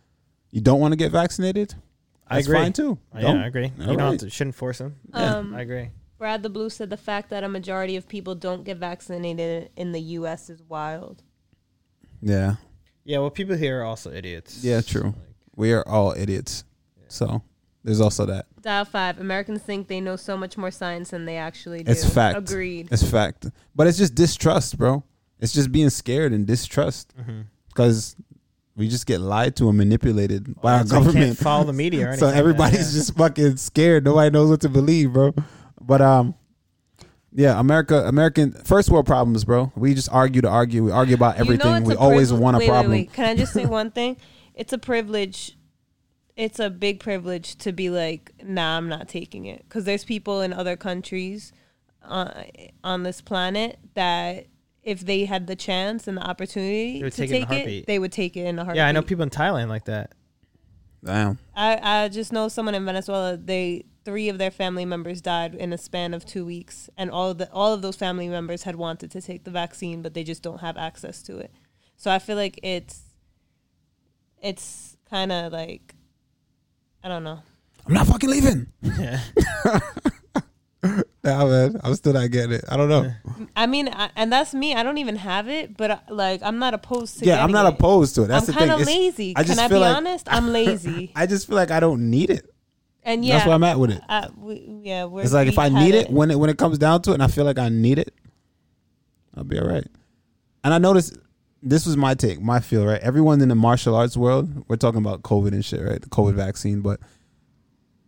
S3: You don't want to get vaccinated?
S2: I
S3: That's
S2: agree. Oh,
S3: fine too.
S2: Yeah,
S3: Don't.
S2: I agree. You
S3: All
S2: don't
S3: right.
S2: have to, shouldn't force them. I agree.
S1: Um, Brad the Blue said the fact that a majority of people don't get vaccinated in the U.S. is wild.
S3: Yeah.
S2: Yeah, well, people here are also idiots.
S3: Yeah, true. We are all idiots. So there's also that.
S1: Dial five. Americans think they know so much more science than they actually do.
S3: It's fact.
S1: Agreed.
S3: It's fact. But it's just distrust, bro. It's just being scared and distrust
S2: Mm-hmm.
S3: because we just get lied to and manipulated by our
S2: So Oh, you can't
S3: government.
S2: follow the media or anything.
S3: So
S2: like that,
S3: everybody's
S2: yeah.
S3: just fucking scared. Nobody knows what to believe, bro. But um, yeah, America, American first world problems, bro. We just argue to argue. We argue about everything.
S1: it's
S3: we
S1: a
S3: always
S1: privilege-
S3: want a
S1: wait,
S3: problem.
S1: Wait, wait. Can I just say one thing? It's a privilege. It's a big privilege to be like, nah, I'm not taking it. Because there's people in other countries uh, on this planet that if they had the chance and the opportunity
S2: They would
S1: to
S2: take
S1: take,
S2: it in a
S1: it,
S2: heartbeat.
S1: they would take it in a heartbeat.
S2: Yeah, I know people in Thailand like that.
S3: Damn.
S1: I, I just know someone in Venezuela. They three of their family members died in a span of two weeks, and all of the all of those family members had wanted to take the vaccine, but they just don't have access to it. So I feel like it's it's kind of like I don't know.
S3: I'm not fucking leaving.
S2: Yeah.
S3: Nah, man. I'm still not getting it. I don't know.
S1: I mean, I, and that's me. I don't even have it, but uh, like I'm not opposed to.
S3: Yeah, I'm
S1: getting
S3: not
S1: it.
S3: opposed to it. That's
S1: I'm
S3: the thing.
S1: kind of
S3: It's-
S1: lazy. Can
S3: just
S1: I be
S3: feel like-
S1: honest? I'm lazy,
S3: I just feel like I don't need it.
S1: and yeah,
S3: That's where I'm at with it.
S1: I, we, yeah, we're,
S3: It's like if
S1: we
S3: I
S1: had
S3: need it, when it when it comes down to it, and I feel like I need it, I'll be all right. And I noticed this was my take, my feel. Right, everyone in the martial arts world, we're talking about COVID and shit, right? The COVID vaccine, but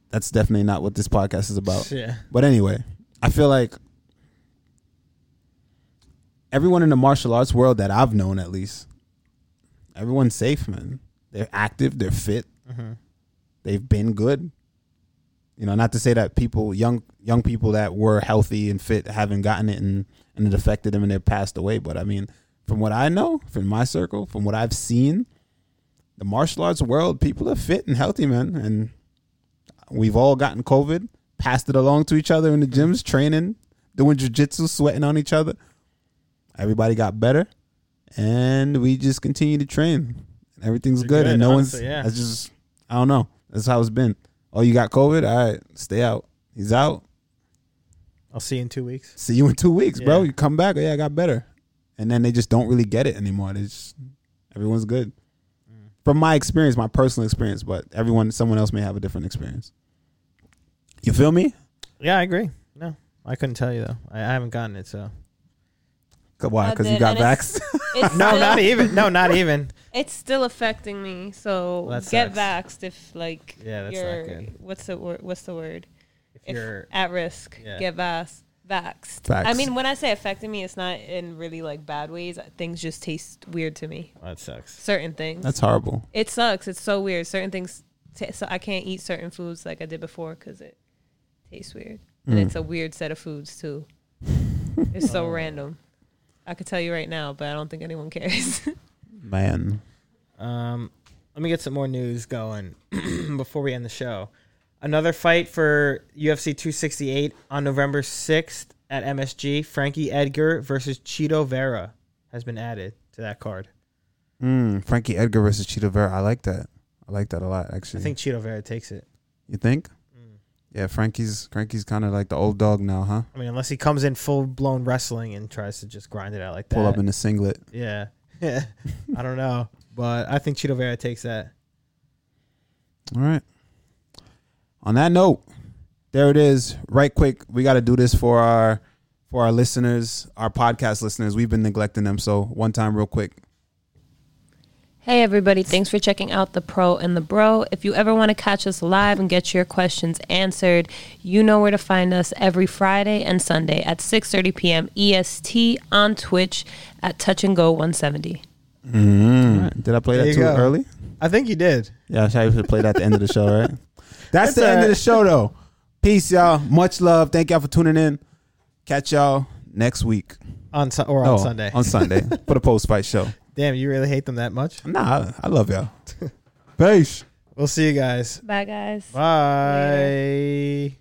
S3: that's definitely not what this podcast is about.
S2: Yeah.
S3: But anyway, I feel like everyone in the martial arts world that I've known, at least, everyone's safe, man. They're active, they're fit, they've been good. You know, not to say that people, young young people that were healthy and fit, haven't gotten it and and it affected them and they've passed away. But I mean, from what I know, from my circle, from what I've seen, the martial arts world, people are fit and healthy, man, and we've all gotten COVID, passed it along to each other in the gyms, training, doing jujitsu, sweating on each other. Everybody got better, and we just continue to train. Everything's
S2: You're
S3: good,
S2: good,
S3: and no
S2: honestly,
S3: one's.
S2: yeah.
S3: That's just. I don't know. That's how it's been. Oh, you got COVID? All right, stay out. He's out.
S2: I'll see you in two weeks.
S3: See you in two weeks, bro.
S2: Yeah.
S3: You come back. Oh, yeah, I got better. And then they just don't really get it anymore. They just everyone's good.
S2: Mm.
S3: From my experience, my personal experience, but everyone, someone else may have a different experience. You feel me?
S2: Yeah, I agree. No, I couldn't tell you though. I, I haven't gotten it, so
S3: C- Why?
S1: I
S3: Because you
S1: did,
S3: got
S1: and it's-
S3: vaxxed?
S1: It's
S2: no,
S1: still-
S2: not even. No, not even.
S1: It's still affecting me. So
S2: Well, that
S1: get vaxxed if like
S2: Yeah, that's not
S1: you're
S2: good.
S1: what's the word what's the word?
S2: If you're
S1: at risk,
S2: Yeah.
S1: get vaxxed. Vaxxed. I
S3: Vaxxed.
S1: mean, when I say affecting me, it's not in really like bad ways. Uh, Things just taste weird to me.
S2: that sucks.
S1: Certain things.
S3: That's horrible.
S1: it sucks. It's so weird. Certain things. ta so I can't eat certain foods like I did before because it tastes weird, and
S3: Mm.
S1: it's a weird set of foods too. It's
S2: Oh.
S1: so random. I could tell you right now, but I don't think anyone cares.
S3: Man.
S2: Um, let me get some more news going before we end the show. Another fight for UFC 268 on November 6th at MSG. Frankie Edgar versus Cheeto Vera has been added to that card.
S3: Mm, Frankie Edgar versus Cheetah Vera. I like that. I like that a lot, actually.
S2: I think Mm. Cheeto Vera takes it.
S3: you think? Yeah, Frankie's Frankie's kind of like the old dog now, huh?
S2: I mean, unless he comes in full blown wrestling and tries to just grind it out like that.
S3: Pull up in a singlet.
S2: yeah. I don't know, but I think Cheeto Vera takes that.
S3: All right. On that note, there it is. Right quick, we got to do this for our for our listeners, our podcast listeners. We've been neglecting them, so one time, real quick.
S1: Hey everybody, thanks for checking out the pro and the bro. If you ever want to catch us live and get your questions answered, you know where to find us every Friday and Sunday at 6:30 p.m. EST E on Twitch at Touch and Go 170.
S3: Did I play
S2: There
S3: that
S2: you
S3: too
S2: go.
S3: early?
S2: I think you did.
S3: Yeah, I should have played that at the end of the show, right? That's
S2: That's
S3: the end
S2: all
S3: of the
S2: right.
S3: show, though. Peace, y'all. Much love. Thank y'all for tuning in. Catch y'all next week.
S2: On su- or on
S3: No,
S2: Sunday.
S3: Oh, On Sunday for the post fight show.
S2: Damn, you really hate them that much?
S3: Nah, I, I love y'all. Peace.
S2: We'll see you guys.
S1: Bye guys.
S2: Bye.